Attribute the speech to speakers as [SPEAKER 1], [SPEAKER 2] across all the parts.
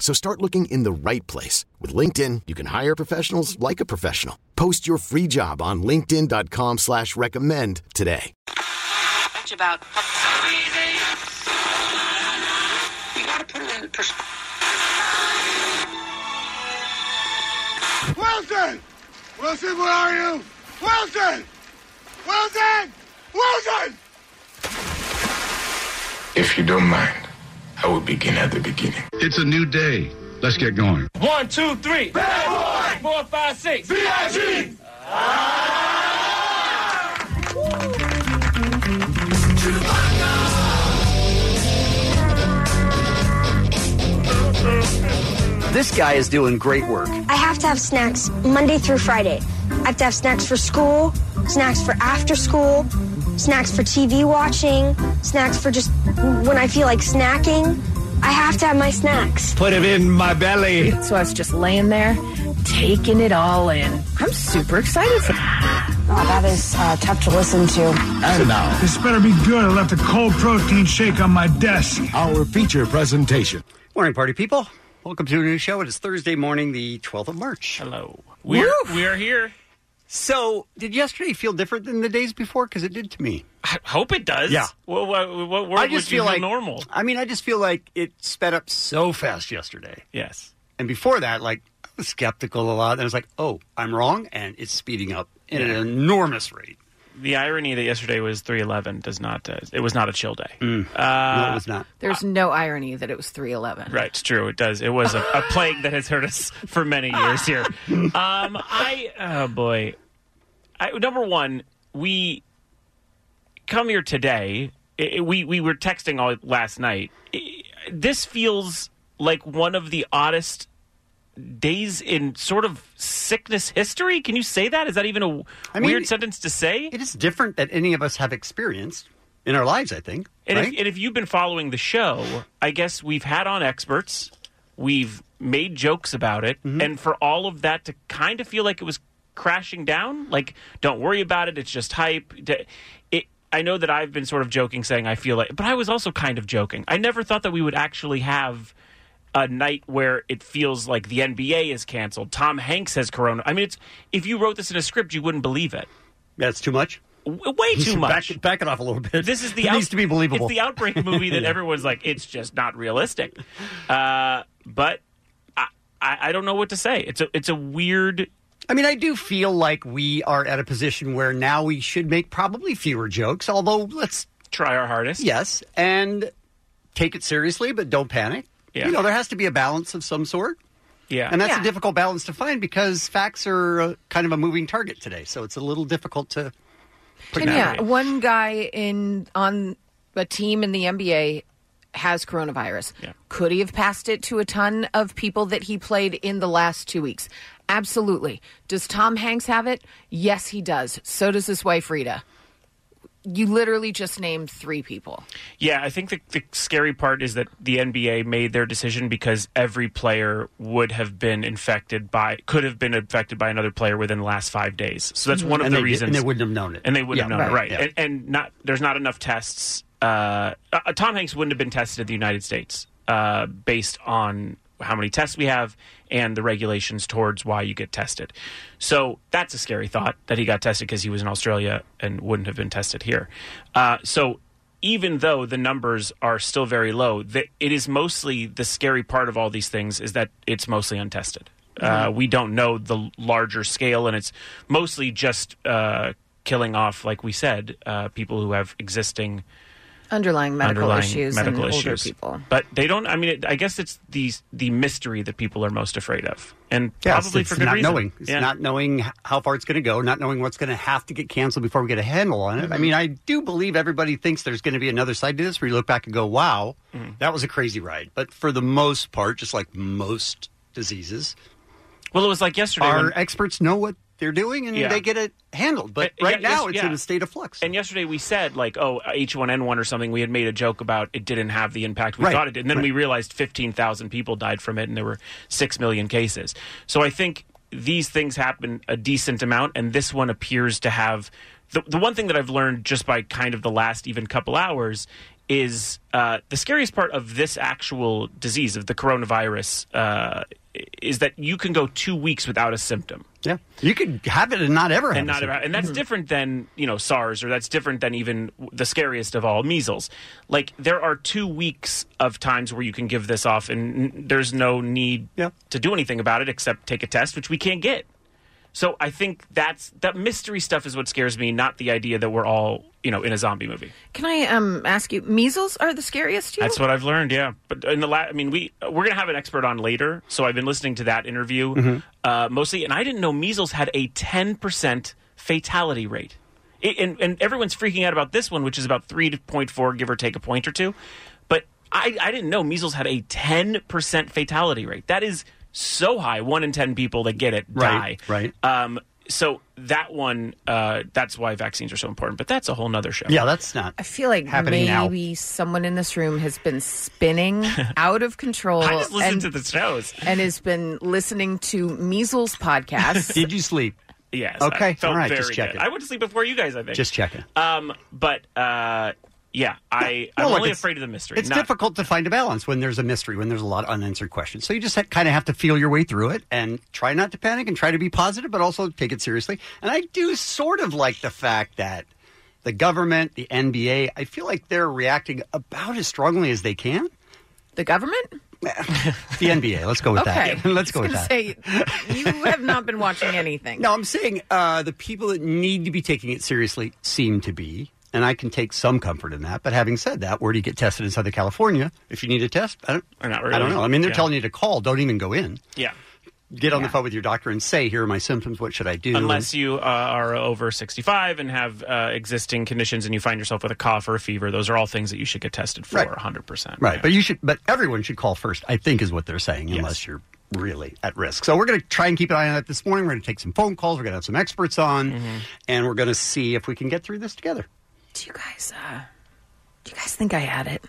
[SPEAKER 1] So start looking in the right place. With LinkedIn, you can hire professionals like a professional. Post your free job on linkedin.com slash recommend today.
[SPEAKER 2] Much about you gotta put it in perspective.
[SPEAKER 3] Wilson! Wilson, where are you? Wilson! Wilson! Wilson!
[SPEAKER 4] If you don't mind, I will begin at the beginning.
[SPEAKER 5] It's a new day. Let's get going.
[SPEAKER 6] One, two, three. Bad boy. Four, five, six.
[SPEAKER 3] B.I.G..
[SPEAKER 7] This guy is doing great work.
[SPEAKER 8] I have to have snacks Monday through Friday. I have to have snacks for school, snacks for after school, snacks for TV watching, snacks for just when I feel like snacking. I have to have my snacks.
[SPEAKER 9] Put it in my belly.
[SPEAKER 10] So I was just laying there, taking it all in. I'm super excited for.
[SPEAKER 11] Oh, that is uh, tough to listen to.
[SPEAKER 12] And now.
[SPEAKER 13] This better be good. I left a cold protein shake on my desk.
[SPEAKER 14] Our feature presentation.
[SPEAKER 7] Morning, party people. Welcome to a new show. It is Thursday morning, the 12th of March.
[SPEAKER 6] Hello. We're we're here.
[SPEAKER 7] So, did yesterday feel different than the days before? Because it did to me.
[SPEAKER 6] I hope it does.
[SPEAKER 7] Yeah.
[SPEAKER 6] What what, what word
[SPEAKER 7] I just
[SPEAKER 6] would you
[SPEAKER 7] feel like
[SPEAKER 6] normal?
[SPEAKER 7] I mean, I just feel like it sped up so fast yesterday.
[SPEAKER 6] Yes.
[SPEAKER 7] And before that, like I was skeptical a lot, and I was like, "Oh, I'm wrong," and it's speeding up at
[SPEAKER 6] Yeah.
[SPEAKER 7] an enormous rate.
[SPEAKER 6] The irony that yesterday was 311 does not uh, it was not a chill day.
[SPEAKER 7] Mm.
[SPEAKER 6] Uh,
[SPEAKER 7] no, it was not.
[SPEAKER 10] There's no irony that it was 311.
[SPEAKER 6] Right, it's true. It does. It was a, a plague that has hurt us for many years here. Um, I oh boy, I, number one, we come here today. I- I- we we were texting all last night. I- This feels like one of the oddest days in sort of sickness history. Can you say that? Is that even a
[SPEAKER 7] I mean,
[SPEAKER 6] weird sentence to say?
[SPEAKER 7] It is different that any of us have experienced in our lives. I think.
[SPEAKER 6] And,
[SPEAKER 7] right?
[SPEAKER 6] if, and if you've been following the show, I guess we've had on experts, we've made jokes about it,
[SPEAKER 7] Mm-hmm.
[SPEAKER 6] and for all of that to kind of feel like it was crashing down, like don't worry about it, it's just hype. d- It, I know that I've been sort of joking, saying I feel like, but I was also kind of joking. I never thought that we would actually have a night where it feels like the NBA is canceled, Tom Hanks has corona. I mean, it's if you wrote this in a script, you wouldn't believe it.
[SPEAKER 7] That's too much.
[SPEAKER 6] W- Way too much.
[SPEAKER 7] Back, back it off a little bit.
[SPEAKER 6] This is the
[SPEAKER 7] it
[SPEAKER 6] out-
[SPEAKER 7] needs to be believable.
[SPEAKER 6] It's the outbreak movie that everyone's like, it's just not realistic. Uh, but I, I, I don't know what to say. It's a it's a weird.
[SPEAKER 7] I mean, I do feel like we are at a position where now we should make probably fewer jokes. Although, let's
[SPEAKER 6] Try our hardest.
[SPEAKER 7] yes, and take it seriously, but don't panic.
[SPEAKER 6] Yeah.
[SPEAKER 7] You know, there has to be a balance of some sort.
[SPEAKER 6] yeah.
[SPEAKER 7] And that's
[SPEAKER 10] Yeah.
[SPEAKER 7] a difficult balance to find because facts are uh, kind of a moving target today. So it's a little difficult to put
[SPEAKER 10] And
[SPEAKER 7] down.
[SPEAKER 10] yeah, one guy in on a team in the NBA has coronavirus.
[SPEAKER 6] Yeah.
[SPEAKER 10] Could he have passed it to a ton of people that he played in the last two weeks? Absolutely. Does Tom Hanks have it? Yes, he does. So does his wife Rita. You literally just named three people.
[SPEAKER 6] Yeah, I think the, the scary part is that the NBA made their decision because every player would have been infected by, could have been infected by another player within the last five days. So that's one of
[SPEAKER 7] Mm-hmm. And
[SPEAKER 6] the
[SPEAKER 7] they,
[SPEAKER 6] reasons.
[SPEAKER 7] and they wouldn't have known it.
[SPEAKER 6] and they wouldn't
[SPEAKER 7] Yeah,
[SPEAKER 6] have known
[SPEAKER 10] right,
[SPEAKER 6] it, right? And, and not there's not enough tests. Uh, uh, Tom Hanks wouldn't have been tested in the United States uh, based on how many tests we have and the regulations towards why you get tested. So that's a scary thought that he got tested because he was in Australia and wouldn't have been tested here. Uh, so even though the numbers are still very low, the, it is mostly the scary part of all these things is that it's mostly untested. Uh, we don't know the larger scale, and it's mostly just uh, killing off, like we said, uh, people who have existing
[SPEAKER 10] Underlying medical
[SPEAKER 6] underlying
[SPEAKER 10] issues
[SPEAKER 6] medical
[SPEAKER 10] and
[SPEAKER 6] issues.
[SPEAKER 10] older people.
[SPEAKER 6] But they don't. I mean, it, I guess it's the the mystery that people are most afraid of, and
[SPEAKER 7] Yes,
[SPEAKER 6] probably
[SPEAKER 7] it's
[SPEAKER 6] for good
[SPEAKER 7] not
[SPEAKER 6] reason.
[SPEAKER 7] knowing. It's
[SPEAKER 6] Yeah.
[SPEAKER 7] not knowing h- how far it's going to go, not knowing what's going to have to get canceled before we get a handle on it. I
[SPEAKER 6] Mhm.
[SPEAKER 7] mean, I do believe everybody thinks there's going to be another side to this where you look back and go, wow,
[SPEAKER 6] Mm-hmm.
[SPEAKER 7] that was a crazy ride. But for the most part, just like most diseases,
[SPEAKER 6] well, it was like yesterday.
[SPEAKER 7] our
[SPEAKER 6] when-
[SPEAKER 7] experts know what they're doing and
[SPEAKER 6] Yeah.
[SPEAKER 7] they get it handled. But
[SPEAKER 6] Uh,
[SPEAKER 7] right
[SPEAKER 6] yeah,
[SPEAKER 7] now,
[SPEAKER 6] yes-
[SPEAKER 7] it's
[SPEAKER 6] yeah.
[SPEAKER 7] in a state of flux.
[SPEAKER 6] And yesterday we said like, oh, H1N1 or something. We had made a joke about it didn't have the impact we
[SPEAKER 7] Right,
[SPEAKER 6] thought it did, and then
[SPEAKER 7] right.
[SPEAKER 6] we realized 15,000 people died from it, and there were six million cases. So I think these things happen a decent amount, and this one appears to have the the one thing that I've learned just by kind of the last even couple hours is uh, the scariest part of this actual disease of the coronavirus uh, is that you can go two weeks without a symptom
[SPEAKER 7] Yeah. You could have it and not ever have
[SPEAKER 6] and
[SPEAKER 7] a
[SPEAKER 6] not
[SPEAKER 7] Hmm. symptom.
[SPEAKER 6] about, and that's different than you know SARS or that's different than even w- the scariest of all measles. Like there are two weeks of times where you can give this off, and n- there's no need to do anything about it except take a test, which we can't get. So I think that's that mystery stuff is what scares me, not the idea that we're all you know in a zombie movie.
[SPEAKER 10] Can I um ask you? Measles are the scariest. to You?
[SPEAKER 6] That's what I've learned. Yeah, but in the last, I mean, we we're gonna have an expert on later, so I've been listening to that interview
[SPEAKER 7] Mm-hmm.
[SPEAKER 15] Mhm.
[SPEAKER 6] uh, mostly, and I didn't know measles had a ten percent fatality rate. It, and, and everyone's freaking out about this one, which is about three point four, give or take a point or two. But I, I didn't know measles had a ten percent fatality rate. That is so high. One in ten people that get it
[SPEAKER 7] Right,
[SPEAKER 6] die. Right. Um, so that one, uh, that's why vaccines are so important. But that's a whole nother show.
[SPEAKER 7] Yeah, that's not.
[SPEAKER 10] I feel like
[SPEAKER 6] Happening now.
[SPEAKER 10] maybe someone in this room has been spinning out of control
[SPEAKER 6] I just listen
[SPEAKER 10] and,
[SPEAKER 6] to the shows.
[SPEAKER 10] and has been listening to measles podcasts.
[SPEAKER 7] Did you sleep?
[SPEAKER 6] Yes.
[SPEAKER 7] Okay.
[SPEAKER 6] I felt
[SPEAKER 7] All right.
[SPEAKER 6] very
[SPEAKER 7] Just checking.
[SPEAKER 6] good. I went to sleep before you guys. I think.
[SPEAKER 7] Just checking.
[SPEAKER 6] Um, but uh, yeah, I
[SPEAKER 7] Well,
[SPEAKER 6] I'm
[SPEAKER 7] look,
[SPEAKER 6] only
[SPEAKER 7] it's-
[SPEAKER 6] afraid of the mystery.
[SPEAKER 7] It's
[SPEAKER 6] not-
[SPEAKER 7] difficult to find a balance when there's a mystery, when there's a lot of unanswered questions. So you just kind of have to feel your way through it and try not to panic and try to be positive, but also take it seriously. And I do sort of like the fact that the government, the NBA, I feel like they're reacting about as strongly as they can.
[SPEAKER 10] The government?
[SPEAKER 7] The NBA. Let's go with
[SPEAKER 10] okay.
[SPEAKER 7] that. Let's go
[SPEAKER 10] I
[SPEAKER 7] with
[SPEAKER 10] was
[SPEAKER 7] that.
[SPEAKER 10] gonna Say, you have not been watching anything.
[SPEAKER 7] No, I'm saying uh, the people that need to be taking it seriously seem to be, and I can take some comfort in that. But having said that, where do you get tested in Southern California if you need a test? I don't,
[SPEAKER 6] not
[SPEAKER 7] I don't
[SPEAKER 6] really.
[SPEAKER 7] know. I mean, they're
[SPEAKER 6] Yeah.
[SPEAKER 7] telling you to call. Don't even go in.
[SPEAKER 6] Yeah.
[SPEAKER 7] Get on the phone with your doctor and say, "Here are my symptoms. What should I do?"
[SPEAKER 6] Unless you uh, are over 65 and have uh, existing conditions, and you find yourself with a cough or a fever, those are all things that you should get tested for.
[SPEAKER 7] Right.
[SPEAKER 6] 100. percent
[SPEAKER 7] Right, but you should. But everyone should call first. I think is what they're saying, unless you're really at risk. So we're going to try and keep an eye on that this morning. We're going to take some phone calls. We're going to have some experts on,
[SPEAKER 6] Mm-hmm.
[SPEAKER 7] and we're going to see if we can get through this together.
[SPEAKER 10] Do you guys? Uh, do you guys think I had it?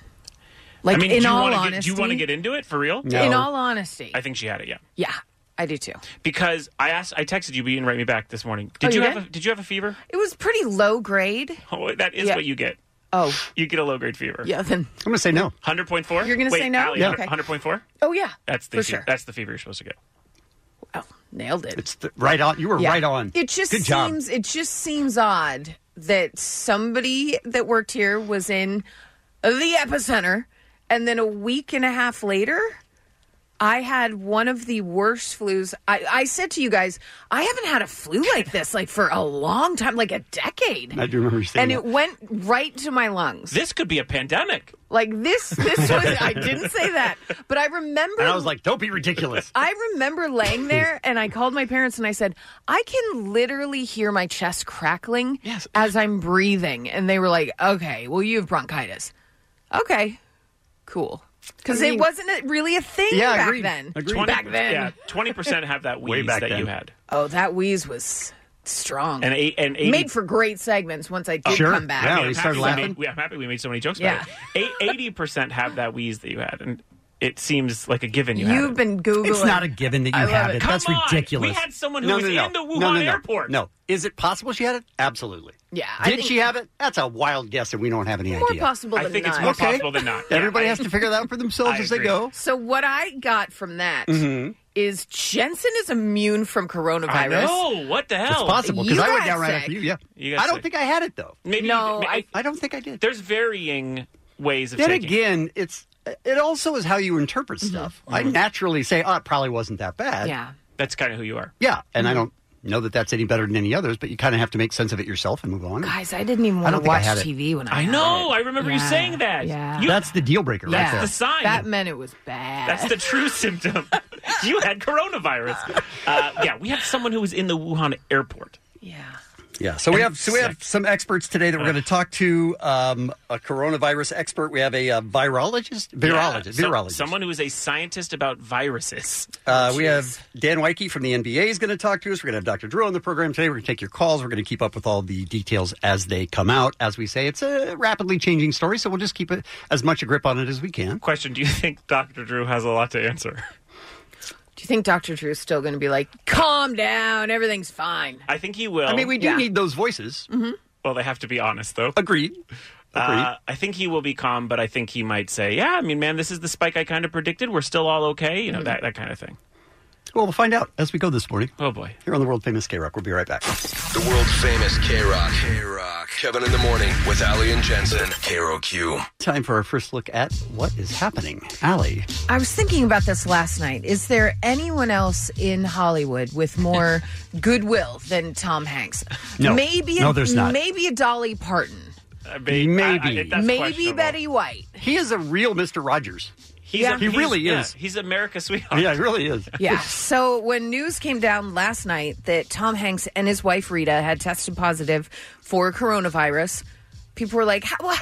[SPEAKER 10] Like
[SPEAKER 6] I mean,
[SPEAKER 10] in
[SPEAKER 6] do you
[SPEAKER 10] all
[SPEAKER 6] wanna
[SPEAKER 10] honesty,
[SPEAKER 6] get, do you want to get into it for real?
[SPEAKER 10] In all honesty,
[SPEAKER 6] I think she had it. Yeah.
[SPEAKER 10] yeah, I do too.
[SPEAKER 6] Because I asked, I texted you, but you didn't write me back this morning. Did
[SPEAKER 10] Oh,
[SPEAKER 6] you,
[SPEAKER 10] you
[SPEAKER 6] have?
[SPEAKER 10] did?
[SPEAKER 6] A, did you have a fever?
[SPEAKER 10] It was pretty low grade.
[SPEAKER 6] Oh, that is
[SPEAKER 10] Yeah.
[SPEAKER 6] what you get.
[SPEAKER 10] Oh,
[SPEAKER 6] You get a low grade fever.
[SPEAKER 10] yeah. Then
[SPEAKER 7] I'm going to say no.
[SPEAKER 6] 100.4. You're
[SPEAKER 10] gonna say no? Yeah. Okay.
[SPEAKER 6] 100.4.
[SPEAKER 10] oh yeah,
[SPEAKER 6] That's the
[SPEAKER 10] For
[SPEAKER 6] fe-
[SPEAKER 10] sure.
[SPEAKER 6] that's the fever you're supposed to get.
[SPEAKER 10] nailed it.
[SPEAKER 7] It's the, right on. You were
[SPEAKER 10] Yeah.
[SPEAKER 7] right on.
[SPEAKER 10] It just
[SPEAKER 7] Good job.
[SPEAKER 10] seems it just seems odd that somebody that worked here was in the epicenter and then a week and a half later I had one of the worst flus. I, I said to you guys, I haven't had a flu like this like for a long time, like a decade.
[SPEAKER 7] I do remember you
[SPEAKER 10] And
[SPEAKER 7] saying that.
[SPEAKER 10] it went right to my lungs.
[SPEAKER 6] This could be a pandemic.
[SPEAKER 10] Like this this was I didn't say that. But I remember
[SPEAKER 7] and I was like, "Don't be ridiculous."
[SPEAKER 10] I remember laying there and I called my parents and I said, I can literally hear my chest crackling as I'm breathing. And they were like, okay, well, you have bronchitis. Okay, cool. Because
[SPEAKER 6] I
[SPEAKER 10] it
[SPEAKER 6] mean-
[SPEAKER 10] wasn't a- really a thing back then. Back then.
[SPEAKER 6] yeah, twenty percent have that
[SPEAKER 7] Way
[SPEAKER 6] wheeze
[SPEAKER 7] back
[SPEAKER 6] that
[SPEAKER 7] then.
[SPEAKER 6] you had,
[SPEAKER 10] Oh, that wheeze was strong.
[SPEAKER 6] and eight and eighty.
[SPEAKER 10] Made for great segments once I did come back.
[SPEAKER 6] I mean, I'm happy we made- we- I'm happy we made so many jokes about it. Eighty percent have that wheeze that you had, and it seems like a given you, had
[SPEAKER 10] You've
[SPEAKER 6] it.
[SPEAKER 10] been Googling.
[SPEAKER 7] It's not a given that you
[SPEAKER 10] I love
[SPEAKER 7] have
[SPEAKER 10] it.
[SPEAKER 7] it.
[SPEAKER 10] Come
[SPEAKER 7] That's
[SPEAKER 10] on.
[SPEAKER 7] ridiculous.
[SPEAKER 10] We had someone who was in the Wuhan
[SPEAKER 7] no, no, no.
[SPEAKER 10] airport.
[SPEAKER 7] No, is it possible she had it? Absolutely.
[SPEAKER 10] Yeah, I
[SPEAKER 7] Did
[SPEAKER 10] think-
[SPEAKER 7] she have it? That's a wild guess, and we don't have any
[SPEAKER 10] More
[SPEAKER 7] idea.
[SPEAKER 10] possible I than think it's not. more
[SPEAKER 7] Okay.
[SPEAKER 10] possible
[SPEAKER 6] than not.
[SPEAKER 7] Everybody
[SPEAKER 10] Yeah, I-
[SPEAKER 7] has to figure that out for themselves as they go.
[SPEAKER 10] So what I got from that
[SPEAKER 6] Mm-hmm.
[SPEAKER 10] is
[SPEAKER 7] Mhm.
[SPEAKER 10] Jensen is immune from coronavirus.
[SPEAKER 6] I know. Oh, What the hell?
[SPEAKER 7] It's possible because
[SPEAKER 10] You
[SPEAKER 7] I went
[SPEAKER 10] got
[SPEAKER 7] down right
[SPEAKER 10] sick.
[SPEAKER 7] after you. Yeah,
[SPEAKER 6] You got
[SPEAKER 7] I don't
[SPEAKER 6] sick.
[SPEAKER 7] think I had it though.
[SPEAKER 6] Maybe
[SPEAKER 7] no,
[SPEAKER 6] I,
[SPEAKER 7] I don't think I did.
[SPEAKER 6] There's varying ways of
[SPEAKER 7] Then
[SPEAKER 6] taking. it.
[SPEAKER 7] again, it's it also is how you interpret stuff. I naturally say, "Oh, it probably wasn't that bad."
[SPEAKER 10] Mm-hmm. Yeah. Mm-hmm.
[SPEAKER 6] That's kind of who you are.
[SPEAKER 7] Yeah, and I don't know that that's any better than any others, but you kind of have to make sense of it yourself and move on.
[SPEAKER 10] Guys, I didn't even
[SPEAKER 7] I
[SPEAKER 10] want to
[SPEAKER 7] don't think I
[SPEAKER 10] watch
[SPEAKER 7] had it.
[SPEAKER 10] TV when I.
[SPEAKER 7] I
[SPEAKER 10] had
[SPEAKER 6] know,
[SPEAKER 10] it.
[SPEAKER 6] I remember you
[SPEAKER 10] Yeah.
[SPEAKER 6] saying that.
[SPEAKER 10] Yeah.
[SPEAKER 6] You-
[SPEAKER 7] that's the deal breaker
[SPEAKER 10] Yeah.
[SPEAKER 7] right there.
[SPEAKER 10] That meant it was bad.
[SPEAKER 6] That's the true symptom. You had coronavirus. Uh, yeah, we have someone who was in the Wuhan airport.
[SPEAKER 7] Yeah, so we have so we have some experts today that we're going to talk to. Um, a coronavirus expert. We have a uh, virologist, virologist,
[SPEAKER 6] Yeah, so-
[SPEAKER 7] virologist.
[SPEAKER 6] someone who is a scientist about viruses.
[SPEAKER 7] Uh, we have Dan Wyke from the NBA is going to talk to us. We're going to have Dr. Drew on the program today. We're going to take your calls. We're going to keep up with all the details as they come out. As we say, it's a rapidly changing story, so we'll just keep it as much a grip on it as we can.
[SPEAKER 6] Question: Do you think Dr. Drew has a lot to answer?
[SPEAKER 10] Do you think Doctor Drew's still going to be like, "Calm down, everything's fine"?
[SPEAKER 6] I think he will.
[SPEAKER 10] I mean, we do Yeah. need
[SPEAKER 7] those voices.
[SPEAKER 10] Mhm.
[SPEAKER 6] Well, they have to be honest, though.
[SPEAKER 7] Agreed.
[SPEAKER 6] Uh, I think he will be calm, but I think he might say, "Yeah, I mean, man, this is the spike I kind of predicted. We're still all okay," you know,
[SPEAKER 7] Mm-hmm.
[SPEAKER 6] that that kind of thing.
[SPEAKER 7] Well, we'll find out as we go this morning.
[SPEAKER 6] Oh boy!
[SPEAKER 7] Here on the world famous K Rock. We'll be right back.
[SPEAKER 15] The world famous K Rock. K Rock. Kevin in the morning with Ali and Jensen. KROQ.
[SPEAKER 7] Time for our first look at what is happening, Allie.
[SPEAKER 10] I was thinking about this last night. Is there anyone else in Hollywood with more goodwill than Tom Hanks?
[SPEAKER 7] No.
[SPEAKER 10] maybe
[SPEAKER 7] No,
[SPEAKER 10] a,
[SPEAKER 7] there's not. Uh,
[SPEAKER 10] Maybe a Dolly Parton.
[SPEAKER 7] Maybe,
[SPEAKER 10] maybe Betty White.
[SPEAKER 7] He is a real Mr. Rogers.
[SPEAKER 6] He's
[SPEAKER 10] Yeah.
[SPEAKER 6] a-
[SPEAKER 10] He
[SPEAKER 6] he's-
[SPEAKER 7] really
[SPEAKER 6] yeah,
[SPEAKER 7] is.
[SPEAKER 6] he's America's sweetheart.
[SPEAKER 7] Yeah, he really is.
[SPEAKER 10] Yeah. So when news came down last night that Tom Hanks and his wife Rita had tested positive for coronavirus, people were like, "How- wha-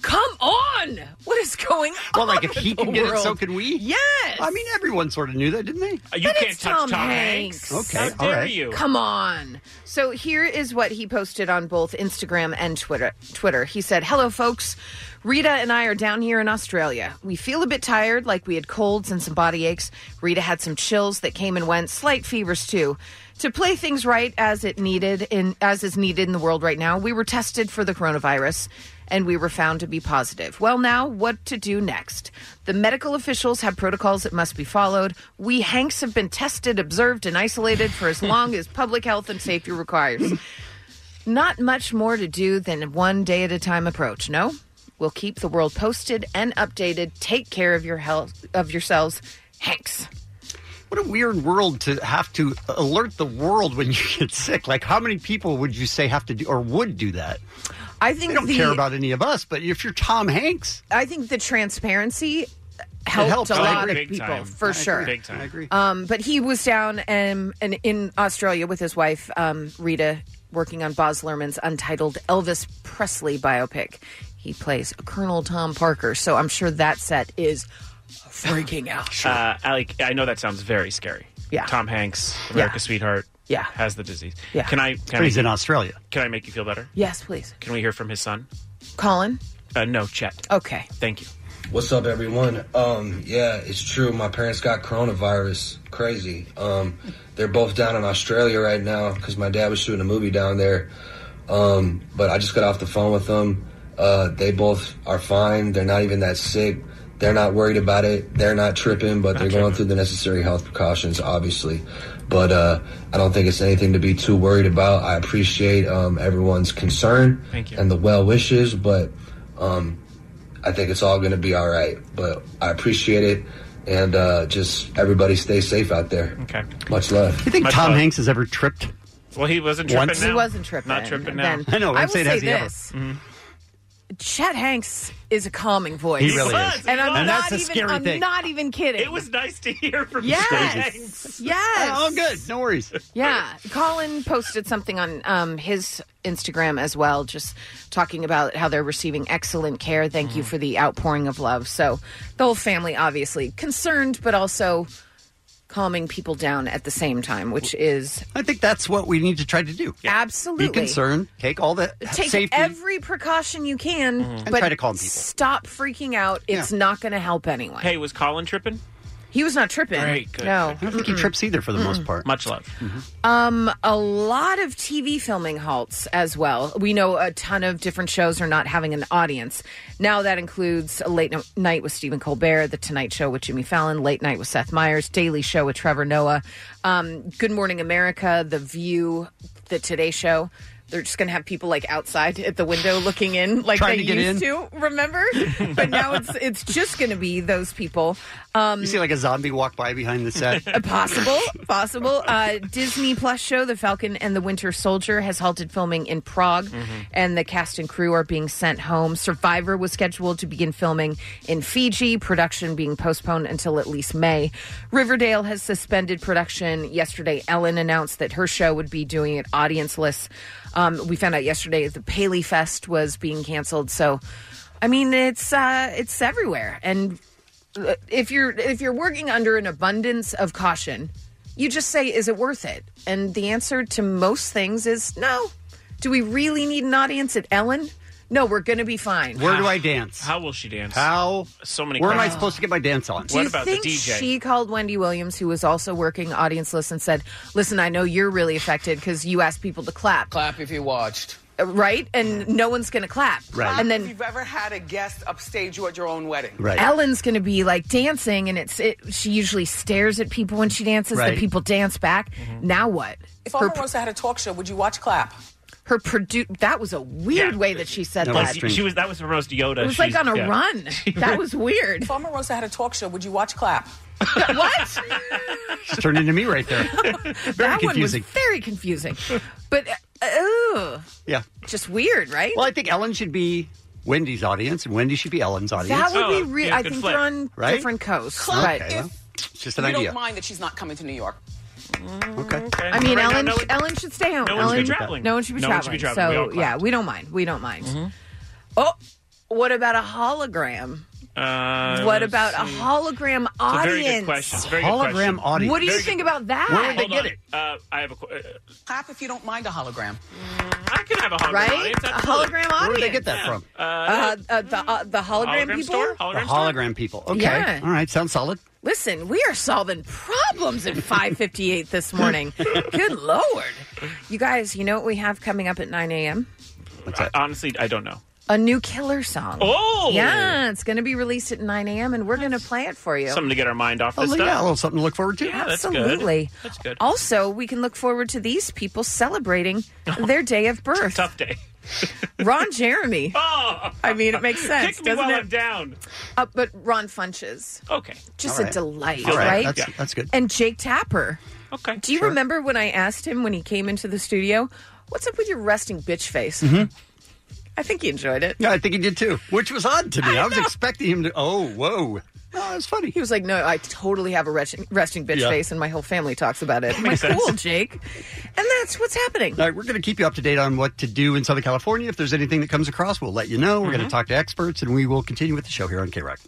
[SPEAKER 10] "Come on, what is going on?"
[SPEAKER 7] Well, like if he
[SPEAKER 10] with the
[SPEAKER 7] can get it,
[SPEAKER 10] world?"
[SPEAKER 7] so can we.
[SPEAKER 10] Yes.
[SPEAKER 7] I mean, everyone sort of knew that, didn't they?
[SPEAKER 10] But it's Tom, Hanks.
[SPEAKER 7] Okay, all right.
[SPEAKER 10] Come on. So here is what he posted on both Instagram and Twitter. Twitter. He said, "Hello, folks. Rita and I are down here in Australia. We feel a bit tired, like we had colds and some body aches. Rita had some chills that came and went, slight fevers too." To play things right as it needed in as is needed in the world right now, we were tested for the coronavirus and we were found to be positive. Well, now what to do next? The medical officials have protocols that must be followed. We Hanks have been tested, observed, and isolated for as long as public health and safety requires. Not much more to do than a one day at a time approach, no? We'll keep the world posted and updated. Take care of your health of yourselves. Hanks.
[SPEAKER 7] What a weird world to have to alert the world when you get sick. Like, how many people would you say have to do or would do that?
[SPEAKER 10] I think
[SPEAKER 7] they don't
[SPEAKER 10] the-
[SPEAKER 7] care about any of us, but if you're Tom Hanks,
[SPEAKER 10] I think the transparency
[SPEAKER 7] it
[SPEAKER 10] helped,
[SPEAKER 7] helps.
[SPEAKER 10] a
[SPEAKER 7] I
[SPEAKER 10] lot of
[SPEAKER 7] agree.
[SPEAKER 10] people for sure.
[SPEAKER 7] I agree.
[SPEAKER 10] Um, but he was down um, and in Australia with his wife um, Rita, working on Boz Luhrmann's untitled Elvis Presley biopic. He plays Colonel Tom Parker, so I'm sure that set is freaking out.
[SPEAKER 6] Uh, Alec, I know that sounds very scary.
[SPEAKER 10] Yeah.
[SPEAKER 6] Tom Hanks, America's sweetheart.
[SPEAKER 10] Yeah.
[SPEAKER 6] Has the disease.
[SPEAKER 10] Yeah.
[SPEAKER 6] Can I? Can I
[SPEAKER 7] He's in Australia.
[SPEAKER 6] Can I make you feel better?
[SPEAKER 10] Yes, please,
[SPEAKER 6] Can we hear from his son?
[SPEAKER 10] Colin.
[SPEAKER 6] Uh, no, Chet.
[SPEAKER 10] Okay.
[SPEAKER 6] Thank you.
[SPEAKER 16] What's up, everyone? Um, yeah, it's true. My parents got coronavirus. Crazy. Um, they're both down in Australia right now because my dad was shooting a movie down there. Um, but I just got off the phone with them. Uh, they both are fine. They're not even that sick. They're not worried about it. They're not tripping, but they're going through the necessary health precautions, obviously. But uh, I don't think it's anything to be too worried about. I appreciate um, everyone's concern
[SPEAKER 6] Thank you.
[SPEAKER 16] and the well wishes, but um, I think it's all going to be all right. But I appreciate it. And uh, just everybody stay safe out there.
[SPEAKER 6] Okay.
[SPEAKER 16] Much love.
[SPEAKER 7] You think
[SPEAKER 16] Much
[SPEAKER 7] Tom
[SPEAKER 16] love.
[SPEAKER 7] Hanks has ever tripped?
[SPEAKER 6] Well, he wasn't tripping.
[SPEAKER 7] Once?
[SPEAKER 6] Now.
[SPEAKER 10] He wasn't tripping.
[SPEAKER 6] Not tripping now. Mm-hmm.
[SPEAKER 10] Then-
[SPEAKER 7] I know,
[SPEAKER 10] I
[SPEAKER 7] I'm
[SPEAKER 10] will
[SPEAKER 7] saying,
[SPEAKER 10] say
[SPEAKER 7] has he ever?
[SPEAKER 10] this. Chet Hanks is a calming voice.
[SPEAKER 7] He really is.
[SPEAKER 10] and I'm
[SPEAKER 7] And
[SPEAKER 10] not
[SPEAKER 7] that's a
[SPEAKER 10] even.
[SPEAKER 7] scary
[SPEAKER 10] I'm
[SPEAKER 7] thing.
[SPEAKER 10] not even kidding.
[SPEAKER 6] It was nice to hear from
[SPEAKER 10] Yes.
[SPEAKER 6] Chet.
[SPEAKER 10] Yes.
[SPEAKER 7] Oh, good. No worries.
[SPEAKER 10] Yeah, Colin posted something on um, his Instagram as well, just talking about how they're receiving excellent care. Thank you for the outpouring of love. So the whole family, obviously concerned, but also calming people down at the same time, which is
[SPEAKER 7] I think that's what we need to try to do.
[SPEAKER 10] absolutely
[SPEAKER 7] Be concerned. Take all the
[SPEAKER 10] Take
[SPEAKER 7] safety.
[SPEAKER 10] every precaution you can,
[SPEAKER 7] Mhm. And
[SPEAKER 10] but
[SPEAKER 7] try to calm people.
[SPEAKER 10] Stop freaking out. It's not going to help anyone.
[SPEAKER 6] Hey, was Colin tripping?
[SPEAKER 10] He was not tripping.
[SPEAKER 6] Great, good,
[SPEAKER 10] no,
[SPEAKER 6] good, good,
[SPEAKER 7] I don't think he trips either for the most
[SPEAKER 10] Mm-mm.
[SPEAKER 7] part.
[SPEAKER 6] Much love.
[SPEAKER 10] Um, a lot of TV filming halts as well. We know a ton of different shows are not having an audience. Now that includes a late No- night with Stephen Colbert, The Tonight Show with Jimmy Fallon, Late Night with Seth Meyers, Daily Show with Trevor Noah, um, Good Morning America, The View, The Today Show. They're just going to have people like outside at the window looking in, like
[SPEAKER 7] Trying
[SPEAKER 10] they
[SPEAKER 7] to get
[SPEAKER 10] used to. Remember, but now it's it's just going to be those people. Um,
[SPEAKER 7] you see like a zombie walk by behind the set.
[SPEAKER 10] Uh, possible, possible. Uh, Disney Plus show The Falcon and the Winter Soldier has halted filming in Prague, and the cast and crew are being sent home. Survivor was scheduled to begin filming in Fiji, production being postponed until at least May. Riverdale has suspended production yesterday. Ellen announced that her show would be doing it audienceless. Um, we found out yesterday that the Paley Fest was being canceled. So, I mean, it's uh, it's everywhere, and if you're if you're working under an abundance of caution, you just say, "Is it worth it?" And the answer to most things is no. Do we really need an audience at Ellen? No, we're going to be fine.
[SPEAKER 7] Where do I dance?
[SPEAKER 6] How will she dance?
[SPEAKER 7] How?
[SPEAKER 6] So many.
[SPEAKER 7] Where am I
[SPEAKER 6] questions.
[SPEAKER 7] supposed to get my dance on?
[SPEAKER 10] Do you think she called Wendy Williams, who was also working audienceless, and said, "Listen, I know you're really affected because you asked people to clap,
[SPEAKER 17] Clap if you watched.
[SPEAKER 10] Uh, right? And no one's going to clap,
[SPEAKER 17] Clap
[SPEAKER 10] And
[SPEAKER 17] if
[SPEAKER 10] then
[SPEAKER 17] you've ever had a guest upstage you at your own wedding.
[SPEAKER 10] Ellen's going to be like dancing, and it's it, she usually stares at people when she dances.
[SPEAKER 17] Right.
[SPEAKER 10] The people dance back. Now what?
[SPEAKER 17] If
[SPEAKER 10] Her
[SPEAKER 17] Elmer Rosa had a talk show, would you watch Clap?
[SPEAKER 10] her produ- that was a weird way that she said that.
[SPEAKER 6] she was that was the most Yoda.
[SPEAKER 10] it was
[SPEAKER 6] she's-
[SPEAKER 10] like on a
[SPEAKER 6] yeah.
[SPEAKER 10] run. That was weird.
[SPEAKER 17] If Elmer Rosa had a talk show, would you watch Clap?
[SPEAKER 10] what?
[SPEAKER 7] She's turning to me right there. Very
[SPEAKER 10] that
[SPEAKER 7] confusing.
[SPEAKER 10] one was very confusing. But uh, ooh,
[SPEAKER 7] Yeah.
[SPEAKER 10] just weird, right?
[SPEAKER 7] Well, I think Ellen should be Wendy's audience, and Wendy should be Ellen's audience.
[SPEAKER 10] That
[SPEAKER 6] Oh,
[SPEAKER 10] would be real. I think they're on
[SPEAKER 7] Right?
[SPEAKER 10] different coasts.
[SPEAKER 7] Okay,
[SPEAKER 10] but
[SPEAKER 7] well, it's just an
[SPEAKER 17] you
[SPEAKER 7] idea. Mm.
[SPEAKER 17] don't mind that she's not coming to New York.
[SPEAKER 7] Okay.
[SPEAKER 10] I mean,
[SPEAKER 17] Right now,
[SPEAKER 10] Ellen.
[SPEAKER 17] no one-
[SPEAKER 10] Ellen should stay home.
[SPEAKER 17] no one should
[SPEAKER 10] Ellen,
[SPEAKER 17] be traveling.
[SPEAKER 10] No one should be
[SPEAKER 17] No one
[SPEAKER 10] traveling.
[SPEAKER 17] should be traveling. We all
[SPEAKER 10] So yeah, we don't mind. We don't mind.
[SPEAKER 6] Mm-hmm.
[SPEAKER 10] Oh, what about a hologram?
[SPEAKER 6] Uh,
[SPEAKER 10] what
[SPEAKER 6] let's
[SPEAKER 10] about a
[SPEAKER 6] see.
[SPEAKER 10] hologram
[SPEAKER 6] It's a
[SPEAKER 10] audience?
[SPEAKER 6] very good question. It's a very good question.
[SPEAKER 10] What do you
[SPEAKER 6] Very
[SPEAKER 10] think
[SPEAKER 6] good-
[SPEAKER 10] about that?
[SPEAKER 6] Hold on. Uh, I have a. qu- uh,
[SPEAKER 17] Clap if you don't mind a hologram.
[SPEAKER 6] I can have a hologram
[SPEAKER 10] Right?
[SPEAKER 6] audience.
[SPEAKER 10] A
[SPEAKER 6] absolutely.
[SPEAKER 10] hologram Where would they audience. get
[SPEAKER 7] that from?
[SPEAKER 6] Uh,
[SPEAKER 10] Uh, uh, the uh, the hologram,
[SPEAKER 6] Hologram
[SPEAKER 10] people.
[SPEAKER 6] store?
[SPEAKER 7] the hologram people. Okay.
[SPEAKER 10] Yeah.
[SPEAKER 7] All right. Sounds solid.
[SPEAKER 10] Listen, we are solving problems at 5:58 this morning. Good lord, you guys! You know what we have coming up at 9 a.m.
[SPEAKER 6] I- honestly, I don't know.
[SPEAKER 10] A new killer song.
[SPEAKER 6] Oh!
[SPEAKER 10] yeah, it's going to be released at 9 a.m. and we're going to play it for you.
[SPEAKER 6] Something to get our mind off
[SPEAKER 10] Oh,
[SPEAKER 6] this
[SPEAKER 10] yeah,
[SPEAKER 6] stuff.
[SPEAKER 10] a little
[SPEAKER 7] something to look forward
[SPEAKER 6] Yeah, that's good.
[SPEAKER 10] Absolutely.
[SPEAKER 6] That's good.
[SPEAKER 10] Also, we can look forward to these people celebrating their day of birth. Tough
[SPEAKER 6] day.
[SPEAKER 10] Ron Jeremy.
[SPEAKER 6] Oh,
[SPEAKER 10] I mean, it makes sense.
[SPEAKER 6] Kick me
[SPEAKER 10] doesn't
[SPEAKER 6] while
[SPEAKER 10] it?
[SPEAKER 6] I'm down.
[SPEAKER 10] Uh, but Ron Funches.
[SPEAKER 6] Okay.
[SPEAKER 10] Just
[SPEAKER 6] All
[SPEAKER 10] a
[SPEAKER 6] right.
[SPEAKER 10] delight,
[SPEAKER 6] All right,
[SPEAKER 10] right?
[SPEAKER 6] that's- Yeah. that's good.
[SPEAKER 10] And Jake Tapper.
[SPEAKER 6] Okay.
[SPEAKER 10] Do you remember when I asked him when he came into the studio, what's up with your resting bitch face?
[SPEAKER 6] Mm-hmm.
[SPEAKER 7] Mhm.
[SPEAKER 10] I think he enjoyed it.
[SPEAKER 7] Yeah, I think he did too, which was odd to me. I, was expecting him to. Oh, whoa.
[SPEAKER 10] No,
[SPEAKER 7] it was funny.
[SPEAKER 10] He was like, "No, I totally have a resting, resting bitch
[SPEAKER 7] Yeah.
[SPEAKER 10] face, and my whole family talks about it." I'm like,
[SPEAKER 7] Makes sense.
[SPEAKER 10] "Cool, Jake." And that's what's happening.
[SPEAKER 7] All right, we're going to keep you up to date on what to do in Southern California. If there's anything that comes across, we'll let you know. We're going
[SPEAKER 10] Mm-hmm.
[SPEAKER 7] to talk to experts, and we will continue with the show here on K Rock.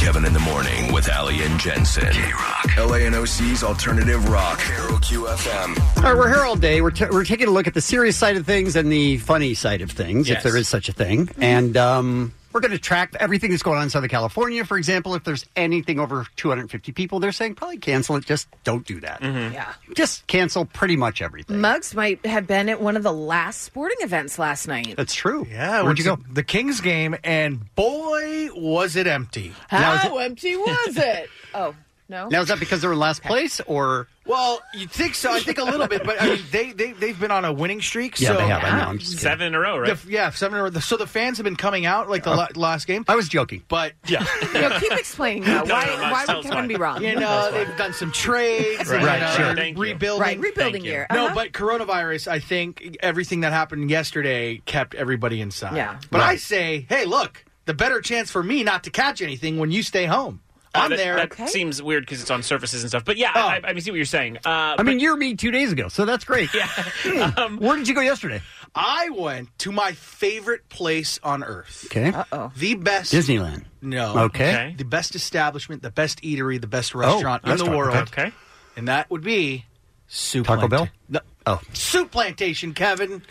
[SPEAKER 15] Kevin in the Morning with Ali and Jensen. K-Rock. LA and OC's alternative rock. Carol QFM.
[SPEAKER 7] All right, we're here all day. We're, t- we're taking a look at the serious side of things and the funny side of things, if
[SPEAKER 15] Yes.
[SPEAKER 7] there is such a thing.
[SPEAKER 10] Mm-hmm.
[SPEAKER 7] And um, we're going to track everything that's going on in Southern California. For example, if there's anything over 250 people, they're saying probably cancel it. Just don't do that.
[SPEAKER 6] Mm-hmm.
[SPEAKER 10] Yeah.
[SPEAKER 7] Just cancel pretty much everything.
[SPEAKER 10] Muggs might have been at one of the last sporting events last night.
[SPEAKER 7] That's true.
[SPEAKER 18] Yeah,
[SPEAKER 7] Where'd
[SPEAKER 18] went
[SPEAKER 7] you
[SPEAKER 18] to
[SPEAKER 7] go?
[SPEAKER 18] The Kings game, and boy, was it empty.
[SPEAKER 10] How empty was it? Oh no.
[SPEAKER 7] Now, is that because they're in last place or.
[SPEAKER 18] Well, you think so? I think a little bit, but I mean, they they they've been on a winning streak.
[SPEAKER 7] Yeah,
[SPEAKER 18] so
[SPEAKER 7] they have. I know. I'm just kidding.
[SPEAKER 6] Seven in a row, right?
[SPEAKER 18] The- yeah, seven in a row. So the fans have been coming out like the
[SPEAKER 7] Oh.
[SPEAKER 18] la- last game.
[SPEAKER 7] I was joking,
[SPEAKER 18] but yeah,
[SPEAKER 10] No, keep explaining that.
[SPEAKER 18] No,
[SPEAKER 10] Why,
[SPEAKER 18] no, no,
[SPEAKER 10] why
[SPEAKER 18] tell
[SPEAKER 10] would
[SPEAKER 18] us
[SPEAKER 10] Kevin
[SPEAKER 18] why.
[SPEAKER 10] be wrong?
[SPEAKER 18] You know, they've done some trades.
[SPEAKER 7] Right.
[SPEAKER 18] you
[SPEAKER 7] Right,
[SPEAKER 18] know,
[SPEAKER 7] sure.
[SPEAKER 18] they're
[SPEAKER 7] Thank you.
[SPEAKER 18] Rebuilding.
[SPEAKER 10] Right, rebuilding Thank you. year. Uh-huh.
[SPEAKER 18] No, but coronavirus, I think everything that happened yesterday kept everybody inside.
[SPEAKER 10] Yeah.
[SPEAKER 18] But
[SPEAKER 10] Right.
[SPEAKER 18] I say, hey, look, the better chance for me not to catch anything when you stay home.
[SPEAKER 6] Uh,
[SPEAKER 18] I'm
[SPEAKER 6] that,
[SPEAKER 18] there.
[SPEAKER 6] That seems weird because it's on surfaces and stuff. But yeah, I, I, I see what you're saying. Uh,
[SPEAKER 7] I mean, you're me two days ago, so that's great. Yeah. Where did you go yesterday?
[SPEAKER 18] Um, I went to my favorite place on earth.
[SPEAKER 7] Okay.
[SPEAKER 10] oh.
[SPEAKER 18] The best
[SPEAKER 7] Disneyland.
[SPEAKER 18] No.
[SPEAKER 7] Okay. Okay.
[SPEAKER 18] The best establishment, the best eatery, the best restaurant in the
[SPEAKER 7] restaurant,
[SPEAKER 18] world.
[SPEAKER 7] okay.
[SPEAKER 18] And that would be Soup
[SPEAKER 7] Taco Bell?
[SPEAKER 18] No.
[SPEAKER 7] Oh.
[SPEAKER 18] Soup Plantation, Kevin.